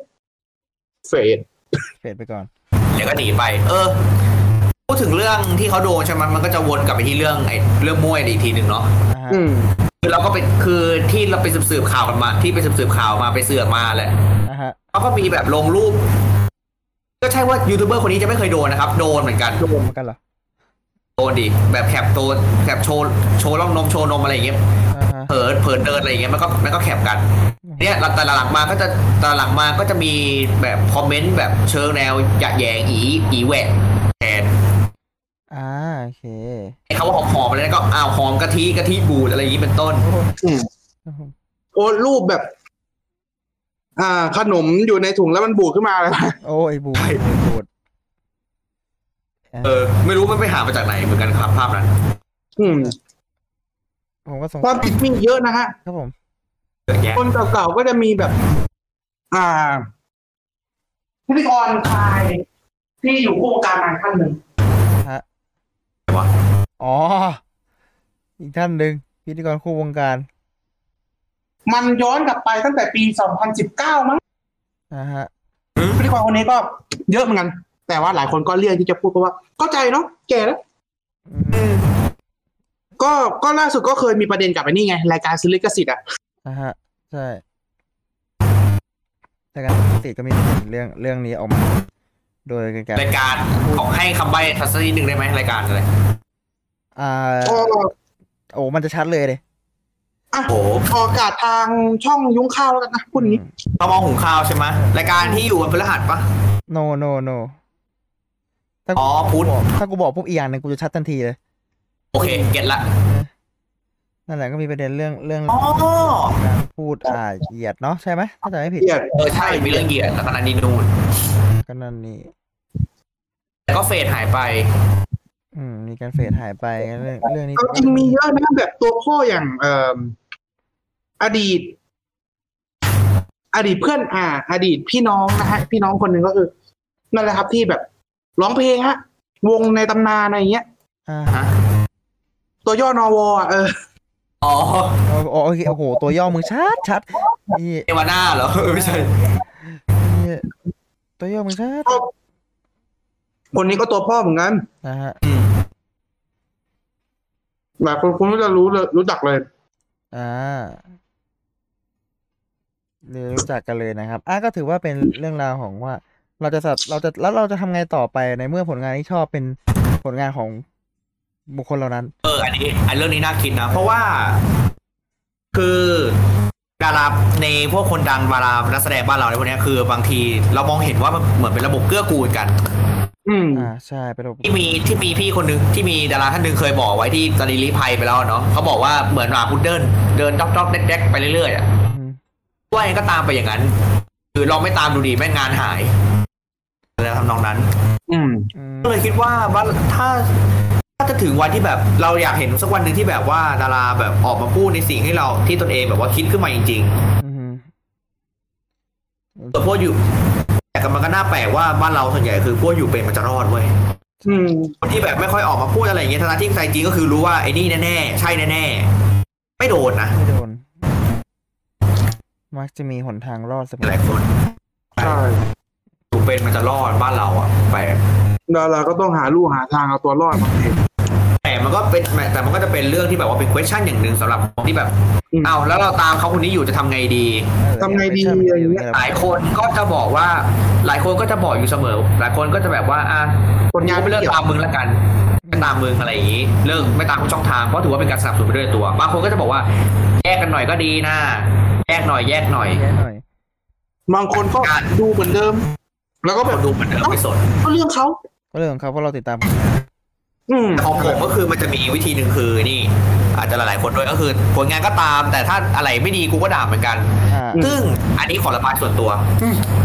Speaker 3: เฟด
Speaker 2: เฟดไปก่อน
Speaker 4: เดี๋ยวก็หนีไป เออ พูดถึงเรื่องที่เขาโดนใช่ไหมมันก็จะวนกลับไปที่เรื่องไอ้เรื่องมวยอีกทีหนึ่งเนาะ
Speaker 2: อ่าฮะ
Speaker 3: อืม
Speaker 4: คือเราก็เป็นคือที่เราไปสืบสืบๆข่าวกันมา ที่ไปสืบสืบๆข่าวมาไปเสือกมาแหละ
Speaker 2: อ่าฮะ
Speaker 4: เขาก็มีแบบลงรูป ก็ใช่ว่ายูทูบเบอร์คนนี้จะไม่เคยโดนนะครับ โดนเหมือนกัน
Speaker 2: รวมกันเหรอ
Speaker 4: โดนดิแบบแคปโดนแคปโชว์โชว์ร่องนมโชว์นมอะไรอย่างเงี้ย
Speaker 2: อ่าฮะ
Speaker 4: เผินเผินเดินอะไรอย่างเงี้ยมันก็มันก็แคบกัน
Speaker 2: อืม
Speaker 4: เนี่ยแต่หลังมาก็จะแต่หลังมาก็จะมีแบบคอมเมนต์แบบเชิงแนวหยะแหยงอีอีแหวะแทน
Speaker 2: อ่าโอเค
Speaker 4: ไอ้คำว่าหอมๆอะไรนั่นก็อ้าวหอมกะทิกะทิบูดอะไรอย่างงี้เป็นต้น
Speaker 3: อืม โพสต์รูปแบบ อ่า ขนมอยู่ในถุงแล้วมันบูดขึ้นมาอะไร
Speaker 2: โอ้ยไอ้บูด
Speaker 4: ใช่
Speaker 2: ไอ้บูด
Speaker 4: เออ ไม่รู้มันไปหามาจากไหนเหมือนกันครับภาพนั้น
Speaker 3: อืม
Speaker 2: ผมก็สง
Speaker 3: ความผิดมีเยอะนะฮะ
Speaker 2: ครับผม
Speaker 4: เยอะแยะ
Speaker 3: คนเก่าๆก็จะมีแบบ อ่าพิธีกรชายที่อยู่คู่วงการมาท่านหนึ่ง
Speaker 2: ฮะ
Speaker 4: วะ
Speaker 2: อ๋อ อีกท่านหนึ่งพิธีกรคู่วงการ
Speaker 3: มันย้อนกลับไปตั้งแต่ปี 2019 มั้ง
Speaker 2: นะฮะ
Speaker 3: พิธีกรคนนี้ก็เยอะเหมือนกัน แต่ว่าหลายคนก็เลี่ยงที่จะพูดเพราะว่าเข้าใจเนาะแก่แล้ว
Speaker 2: อืม
Speaker 3: ก็ก็ล่าสุดก็เคยมีประเด็นกับไอ้นี่ไง รายการซื้อลิขสิทธิ์อ่ะ
Speaker 2: นะฮะ ใช่ แต่การติก็มีเรื่องเรื่องนี้ออกมา โดยการ
Speaker 4: รายการขอให้คำใบ้ทัศนีหนึ่งได้ไหมรายการอะไร
Speaker 2: อ่า
Speaker 3: ออก
Speaker 2: โอ้มันจะชัดเลยเลย
Speaker 3: อ่ะ
Speaker 4: โอ้โห
Speaker 3: ออกอากาศทางช่องยุ้งข้าวแล้วกันนะพูดอย่างนี้
Speaker 4: เขามองหุงข้าวใช่ไหมรายการที่อยู่วันพฤหัสปะ
Speaker 2: โนโนโนถ้า
Speaker 4: อ๋อพุธ
Speaker 2: ถ้ากูบอกปุ๊บอีกอย่างหนึ่งกูจะชัดทันทีเลย
Speaker 4: โอเค เก็ตละ
Speaker 2: นั่นแหละก็มีประเด็นเรื่องเรื่อง
Speaker 4: อ๋อ
Speaker 2: การพูดอ่าเหยียดเนาะใช่ไหมถ้าจำไม่ผิด
Speaker 3: เดี๋ยว
Speaker 4: เออใช่มีเรื่องเหยียดแล้วก็นันนีนูน
Speaker 2: ก็นั่นนี่
Speaker 4: แต่ก็เฟดหายไป
Speaker 2: อืมมีการเฟดหายไปเรื่องเรื่องนี้
Speaker 3: เอาจริงมีเยอะนะแบบตัวพ่ออย่าง เอ่ออดีต อดีตเพื่อนอ่า อดีตพี่น้องนะฮะ พี่น้องคนหนึ่งก็คือนั่นแหละครับที่แบบร้องเพลงฮะ วงในตำนานอะไรเงี้ย
Speaker 2: อ่า
Speaker 4: ฮะ
Speaker 3: ตัวย่อนอวอ่ะเออ
Speaker 4: อ๋อ
Speaker 2: โอ้โอเคโอ้โห ตัวย่อมึงชัดชัดนี่
Speaker 4: เอวาน่าเหรอเออไม่ใช่
Speaker 2: นี่ตัวย่อมึงชัด
Speaker 3: คนนี้ก็ตัวพ่อเหมือนกัน
Speaker 2: นะฮะ
Speaker 3: หลายคนคงไม่จะรู้เลยรู้จักเลย
Speaker 2: อ่าเรียนรู้จักกันเลยนะครับอ่ะก็ถือว่าเป็นเรื่องราวของว่า เราจะสับเราจะแล้วเราจะทำไงต่อไปในเมื่อผลงานที่ชอบเป็นผลงานของบุคคลเหล่านั้น
Speaker 4: เอออันนี้อันเรื่องนี้น่าคิดนะ เพราะว่า คือดาราในพวกคนดังดารานักแสดงบ้านเราในพวกเนี้ยคือบางที เรามองเห็นว่ามันเหมือนเป็นระบบเกื้อกูลกัน
Speaker 3: อืม
Speaker 2: อ่าใช่เป็นระบบ
Speaker 4: ที่มีที่มีพี่คนหนึงที่มีดาราท่านหนึงเคยบอกไว้ที่ตอนนี้รีภัยไปแล้วเนาะเขาบอกว่าเหมือนหมาพุดเดิ้ลเดินด็อกด็อกแดกแดกไปเรื่อยๆอะ
Speaker 2: อืม
Speaker 4: ว่าเองก็ตามไปอย่างนั้น คือลองไม่ตามดูดีแม่งงานหายแล้วทำนองนั้น
Speaker 3: อืม
Speaker 2: อืม
Speaker 4: ก็เลยคิดว่าว่าถ้าถ้าจะถึงวันที่แบบ เราอยากเห็นสักวันหนึ่งที่แบบว่าดาราแบบออกมาพูดในสิ่งที่เราที่ตนเองแบบว่าคิดขึ้นมาจริง
Speaker 2: อืม
Speaker 4: ๆแต่พวกอยู่ แต่ก็มันก็น่าแปลกว่าบ้านเราส่วนใหญ่คือพวกอยู่เป็นมันจะรอดเว้ย
Speaker 3: อืม
Speaker 4: คนที่แบบไม่ค่อยออกมาพูดอะไรอย่างเงี้ยทั้งๆที่ใจจริงก็คือรู้ว่าไอ้นี่แน่ๆใช่แน่ๆไม่โดนนะ
Speaker 2: ไม่โดน มักจะมีหนทางรอดเสม
Speaker 4: ห
Speaker 2: อ
Speaker 4: ลายคน
Speaker 3: ใช่
Speaker 4: อยู่เป็นมันจะรอดบ้านเราอะแปลก
Speaker 3: ดาราก็ต้องหาลู่หาทางเอาตัวรอดบางที
Speaker 4: แต่มันก็เป็นแต่มันก็จะเป็นเรื่องที่แบบว่าเป็น question อย่างหนึ่งสำหรับคนที่แบบ
Speaker 3: อืม
Speaker 4: เอาแล้วเราตามเขาคนนี้อยู่จะทำไงดี
Speaker 3: ทำไงดีอะไรอย่างเงี้ย
Speaker 4: หลายคนก็จะบอกว่า หลายคนก็จะบอกอยู่เสมอ หลายคนก็จะแบบว่าอ่ะ
Speaker 3: คนงาน
Speaker 4: ไม่เลิกตามมึงละกันไม่ตามมึงอะไรอย่างนี้เลิกไม่ตามทุกช่องทางเพราะถือว่าเป็นการสนับสนุนไปด้วยตัวบางคนก็จะบอกว่า แยกกันหน่อยก็ดีนะแยกหน่อยแยกหน่อย
Speaker 2: แย่หน่อย
Speaker 3: บางคนก็ดูเหมือนเดิม แล้วก็แบ
Speaker 4: ค
Speaker 3: บ
Speaker 4: นดูเหมือนเดิมไม่สน
Speaker 3: ก็เรื่องเขา
Speaker 2: ก็เรื่องของเขาเพราะเราติดตาม
Speaker 3: อืม
Speaker 4: แต่ของผมก็คือมันจะมีวิธีหนึ่งคือนี่ อาจจะหลายๆคนด้วยก็คือ ผลงานก็ตาม แต่ถ้าอะไรไม่ดีกูก็ด่าเหมือนกัน
Speaker 2: อ่า
Speaker 4: ซึ่งอันนี้ขอระบายส่วนตัว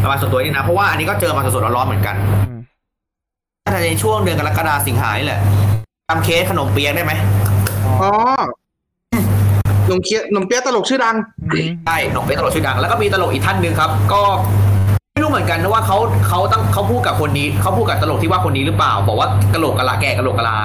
Speaker 4: ระบายส่วนตัวนี่นะเพราะว่าอันนี้ก็เจอมาสดๆร้อนๆเหมือนกัน
Speaker 2: อืม
Speaker 4: น่าจะในช่วงเดือนกรกฎาสิงหานี่แหละทำเคสขนมเปี๊ยกได้ไหม
Speaker 3: อ๋อหนมเคี้ยหนมเปี๊ยะตลกชื่อดัง
Speaker 2: อืม
Speaker 4: ใช่ขนมเปี๊ยกตลกชื่อดัง แล้วก็มีตลกอีกท่านหนึ่งครับ ก็ไม่รู้เหมือนกันนะว่าเขาเขาตั้งเขาพูดกับคนนี้เขาพูดกับตลกที่ว่าคนนี้หรือเปล่า บอกว่ากะโหลกกะลาแกกะโหลกกะลา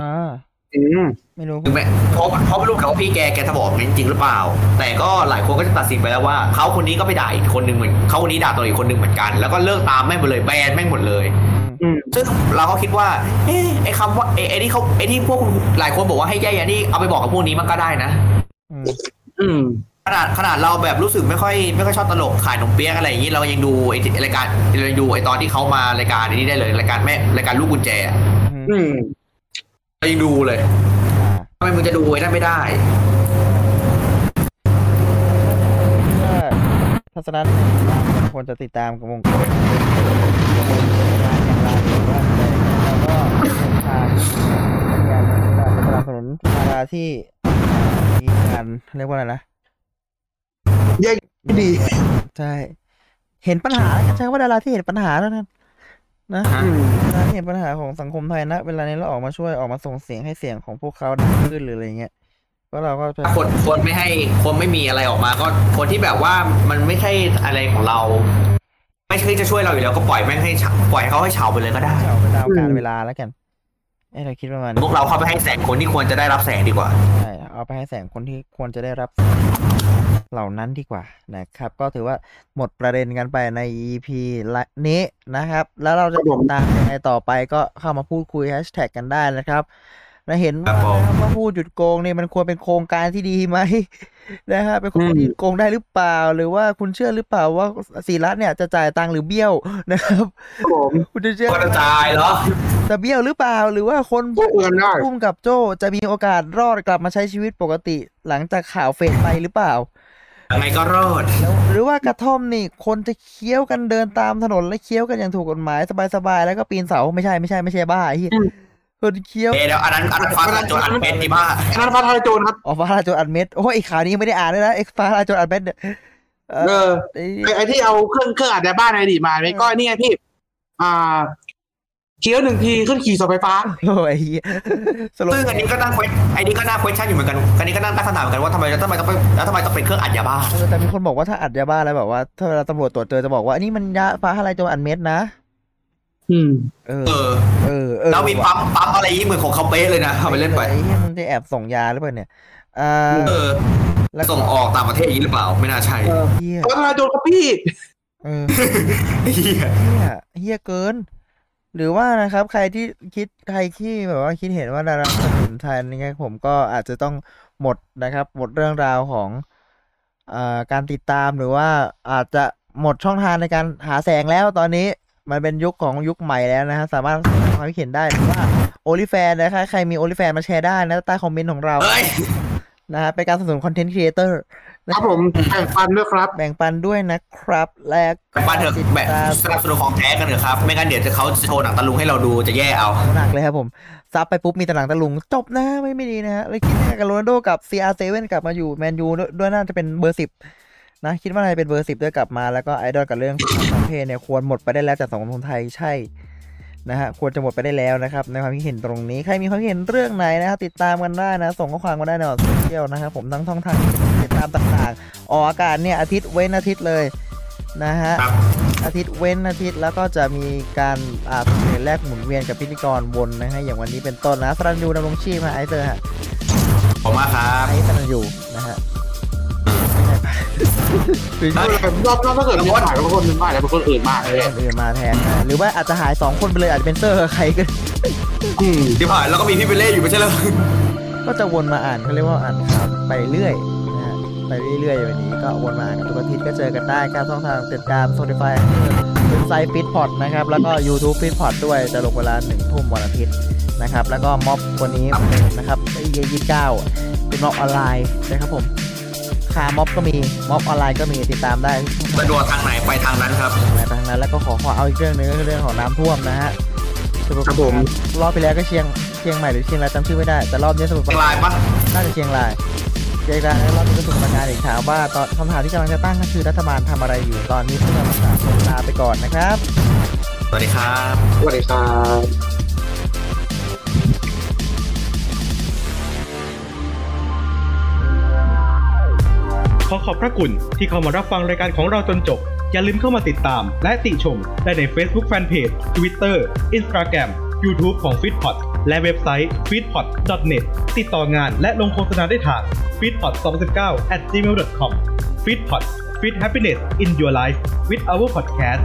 Speaker 2: อ่า
Speaker 3: อืม
Speaker 2: ไม่รู้
Speaker 4: ถึงแม้เพราะเพราะไม่รู้เขาว่าพี่แกแกจะบอกงั้นจริงหรือเปล่า แต่ก็หลายคนก็จะตัดสินไปแล้วว่าเขาคนนี้ก็ไปด่าอีกคนหนึ่งเหมือนเขาคนนี้ด่าตลกอีกคนหนึ่งเหมือนกัน แล้วก็เลิกตามแม่งหมดเลยแบนแม่งหมดเลย
Speaker 3: อืม
Speaker 4: ซึ่งเราก็คิดว่า เอ๊ะไอ้คำว่าไอ้ไอ้ที่เขาไอ้ที่พวกคุณหลายคนบอกว่าให้แยกแยะนี่เอาไปบอกกับพวกนี้มันก็ได้นะ
Speaker 2: อืม
Speaker 3: อืม
Speaker 4: ขนาดขนาดเราแบบรู้สึกไม่ค่อยไม่ค่อยชอบตลกขายขนมเปี๊ยกอะไรอย่างนี้เรายังดูไอ้รายการเรายังดูไอ้ตอนที่เขามารายการนี้ได้เลยรายการแม่รายการลูกกุญแจอะ
Speaker 2: อืม
Speaker 3: อืม
Speaker 4: เรายังดูเลย
Speaker 2: อ่า
Speaker 4: ทำไมมึงจะดูไอ้นั่นไม่ได้
Speaker 2: ก็ทัศนะควรจะติดตามกับวงการอย่างไรแล้วก็หนทางการสนับสนุนดาราที่มีการเรียกว่าอะไรนะ
Speaker 3: แยกไม่ดี
Speaker 2: ใช่ เห็นปัญหาแล้วกันใช่ว่าดาราที่เห็นปัญหาเท่านั้นนะ
Speaker 4: ฮะ
Speaker 2: ดาราที่เห็นปัญหาของสังคมไทยนะ เวลานี้เราออกมาช่วยออกมาส่งเสียงให้เสียงของพวกเขาดังขึ้นหรืออะไรเงี้ยก็เราก็จะ
Speaker 4: คนคนไม่ให้คนไม่มีอะไรออกมาก็คนที่แบบว่ามันไม่ใช่อะไรของเรา ไม่ใช่จะช่วยเราอยู่แล้วก็ปล่อยแม่งให้เฉาปล่อยให้เขาให้เฉาไปเลยก็ได้
Speaker 2: เอาไปตามกาล
Speaker 3: อืม
Speaker 2: เวลาแล้วกันเอ้ยเราคิดประมาณนี้
Speaker 4: พวกเราเข้าไปให้แสงคนที่ควรจะได้รับแสงดีกว่า
Speaker 2: ใช่เอาไปให้แสงคนที่ควรจะได้รับ เหล่านั้นดีกว่านะครับ ก็ถือว่าหมดประเด็นกันไปใน EP ละนี้นะครับ แล้วเราจะ
Speaker 3: ครับผม
Speaker 2: ติดตามในต่อไปก็เข้ามาพูดคุยแฮชแท็กกันได้นะครับและเห็น
Speaker 4: ครั
Speaker 2: ว่า
Speaker 4: บผม
Speaker 2: ว่าพูดหยุดโกงเนี่ยมันควรเป็นโครงการที่ดีไหม นะครับเป็นโครงการที่หยุดโกงได้หรือเปล่า หรือว่าคุณเชื่อหรือเปล่าว่าศิระเนี่ยจะจ่ายตังค์หรือเบี้ยวนะครับ
Speaker 3: ครับผม
Speaker 2: คุณจะเชื่อ
Speaker 4: ก็กระจายเหรอ
Speaker 2: จะเบี้ยวหรือเปล่า หรือว่าคน
Speaker 3: พวกเอื้อนได้
Speaker 2: มกับโจ้จะมีโอกาสรอดกลับมาใช้ชีวิตปกติ หลังจากข่าวเฟดไปหรือเปล่า
Speaker 4: ยังไงก็รอด
Speaker 2: แล้วหรือว่ากระท่อมนี่คนจะเคี้ยวกันเดินตามถนนและเคี้ยวกันอย่างถูกกฎหมายสบายๆแล้วก็ปีนเสาไม่ใช่ไม่ใช่ไม่ใช่บ้าไอ้เหี้ยคนเคี้ยว
Speaker 4: เดี๋ยวอันนั้นอันนั้นฟ้าทลายโจรอันเป็นดีบ้า
Speaker 3: อันนั้นฟ้าทลายโจรครับ
Speaker 2: อ๋อฟ้าราโจนอัดเม็ดโอ้ยไอ้ข่าวนี้ยังไม่ได้อ่านเลยนะไอ้ฟ้าราโจนอัดเม็ดเนี่ยเอ
Speaker 3: เอ
Speaker 2: อ
Speaker 3: อ
Speaker 2: ไอ้
Speaker 3: ไอ้ไอ้ที่เอาเครื่องเครื่องอัดในบ้านในอดีตมาไหมก็นี่ไงพี่ อ่าเคี้ยวหนึ่งทีขึ้นขี่เสาไฟฟ้า
Speaker 2: โอ้ยไอ้เหี้ยสรุป
Speaker 4: ซึ่งอันนี้ก็ตั้ง question อันนี้ก็น่า question อยู่เหมือนกันอันนี้ก็นั่งตั้งคำถามเหมือนกันว่าทำไมแล้วทำไมต้องไปแล้วทำไมต้องเป็นเครื่องอัดยาบ้า
Speaker 2: เออแต่มีคนบอกว่าถ้าอัดยาบ้าแล้วแบบว่าถ้าเวลาตำรวจตรวจเจอจะบอกว่าอันนี้มันยาฟ้าทลายโจรอัดเม็ดนะ
Speaker 3: อืม
Speaker 2: เออ
Speaker 4: เออ
Speaker 2: เออเออ
Speaker 4: แล้วมีปั๊มปั๊มอะไรที่เหมือนของเขาเป๊ะเลยนะเอาไปเล่นไป
Speaker 2: อ้เหี้ยมันจะแอบส่งยาหรือเปล่าเนี่ยอ่า
Speaker 4: เออ
Speaker 2: แล้วก็
Speaker 4: ส่งออกต่างประเทศอย่างนี้หรือเปล่า ไม่น่าใช่
Speaker 2: เฮีย
Speaker 3: ฟ้าทลายโจรครับพี่
Speaker 2: เออ
Speaker 4: เหี้ย
Speaker 2: เฮียเฮียเกิน หรือว่านะครับใครที่คิดใครที่แบบว่าคิดเห็นว่าดาราคนอื่นไทยนี่ไงผมก็อาจจะต้องหมดนะครับ หมดเรื่องราวของเอ่อการติดตามหรือว่าอาจจะหมดช่องทางในการหาแสงแล้วตอนนี้มันเป็นยุคของยุคใหม่แล้วนะฮะสามารถแสดงความคิดเห็นได้หรือว่าโอลิแฟนนะคะใครมีโอลิแฟนมาแชร์ได้นะใต้คอมเมนต์ของเรา
Speaker 4: เฮ้ย
Speaker 2: นะฮะเป็นการสนับสนุนคอนเทนต์ครีเอเตอร์
Speaker 3: ครับผมแบ่งปันด้วยครับ
Speaker 2: แบ่งปันด้วยนะครับ และ
Speaker 4: แบ่งปันเถอะ
Speaker 2: ติด
Speaker 4: แบ่ง
Speaker 2: ตาม
Speaker 4: สนับสนุนของแท้กันเถอะครับ ไม่งั้นเดี๋ยวจะเขาจะโชว์หนังตะลุงให้เราดูจะแย่เอา
Speaker 2: หนักเลยครับผมซับไปปุ๊บมีแตหนังตะลุง จบนะไม่ไม่ดีนะฮะเลยคิดว่ากับโรนัลโดกับ CR7 กลับมาอยู่แมนยูด้วยด้วยน่าจะเป็นเบอร์สิบนะคิดว่าอะไรเป็นเบอร์สิบด้วยกลับมาแล้วก็ไอดอลกับเรื่องสังเพศเนี่ยควรหมดไปได้แล้วจากสังคมไทยใช่นะฮะควรจะหมดไปได้แล้วนะครับในความคิดเห็นตรงนี้ใครมีความคิดเห็นเรื่องไหนนะครับติดตามกันได้นะ ส่งข้อความมาได้ในโซเชียลนะครับผมทั้งท่องทางติดตามต่างๆออกอากาศเนี่ยอาทิตย์เว้นอาทิตย์เลยนะฮะ
Speaker 4: ครับ
Speaker 2: อาทิตย์เว้นอาทิตย์แล้วก็จะมีการอ่าเปลี่ยนแลกหมุนเวียนกับพิธีกรวนนะฮะอย่างวันนี้เป็นต้นนะสรันยูดำรงชีพฮะไอเตอร์ฮะ
Speaker 4: ขอบคุณมากครับ
Speaker 2: ไอสรันยูนะฮะไม่ใช่ปะคือ
Speaker 3: รอบรอบถ้าเกิดเราถ่ายกับคนหนึ่งมากแล้วเป็นคนอื่นมากเลย
Speaker 2: คนอื่นมาแทนนะหรือว่าอาจจะหายสองคนไปเลยอาจจะเป็นเซอร์ใครก็
Speaker 3: อืม
Speaker 4: ที่ผ่านแล้วก็มีพี่เบลเล่อยู่ไม่ใช่เหรอ
Speaker 2: ก็จะวนมาอ่านเขาเรียกว่าอ่านข่าวไปเรื่อยนะฮะไปเรื่อยๆแบบนี้ก็วนมาอ่านกันทุกอาทิตย์ก็เจอกันได้การช่องทางติดตามโซนิฟายเป็นไซต์ฟิตพอดนะครับแล้วก็ YouTube ฟิตพอดด้วยจะลงเวลาหนึ่งทุ่มวันอาทิตย์ นะครับแล้วก็ม็อบวันนี้นะครับเยี่ยี่เก้าเป็นม็อบออนไลน์นะครับผมคาม็อบก็มีม็อบออนไลน์ก็มีติดตามได้ทุกทา
Speaker 4: สะ
Speaker 2: ง
Speaker 4: ดวกทางไหนไปทางนั้นครับ
Speaker 2: อะไรทางนั้นแล้วก็ขอขอเอาอีกเรื่องหนึงก็คือเรื่องของน้ำท่วมนะฮะสท
Speaker 3: ครับผม
Speaker 2: รอบไปแล้วก็เชียงเชียงใหม่หรือเชียงรายจำชื่อไม่ได้แต่รอบนี้สมุทรป
Speaker 4: เป็น
Speaker 2: รา
Speaker 4: ไล
Speaker 2: การ
Speaker 4: น์ปะ
Speaker 2: น่าจะเชียงรายเชียงรายแล้วรอบนี้ก็สมุทรปราการอีกถามว่าตอนคำถามที่กำลังจะตั้งก็คือรัฐบาลทำอะไรอยู่ตอนนี้เพื่อมาถามลาไปก่อนนะครับ
Speaker 4: สวัสดีครับ
Speaker 3: สวัสดีครับ
Speaker 1: ขอขอบพระคุณที่เข้ามารับฟังรายการของเราจนจบ อย่าลืมเข้ามาติดตาม และติชม ได้ใน Facebook Fanpage Twitter Instagram YouTube ของ f e e d p o t และเว็บไซต์ f e e d p o t net ติดต่องานและลงโฆษณาได้ทาง f e e d p o t 2019 at gmail.com f e e d p o t f e e d happiness in your life with our podcast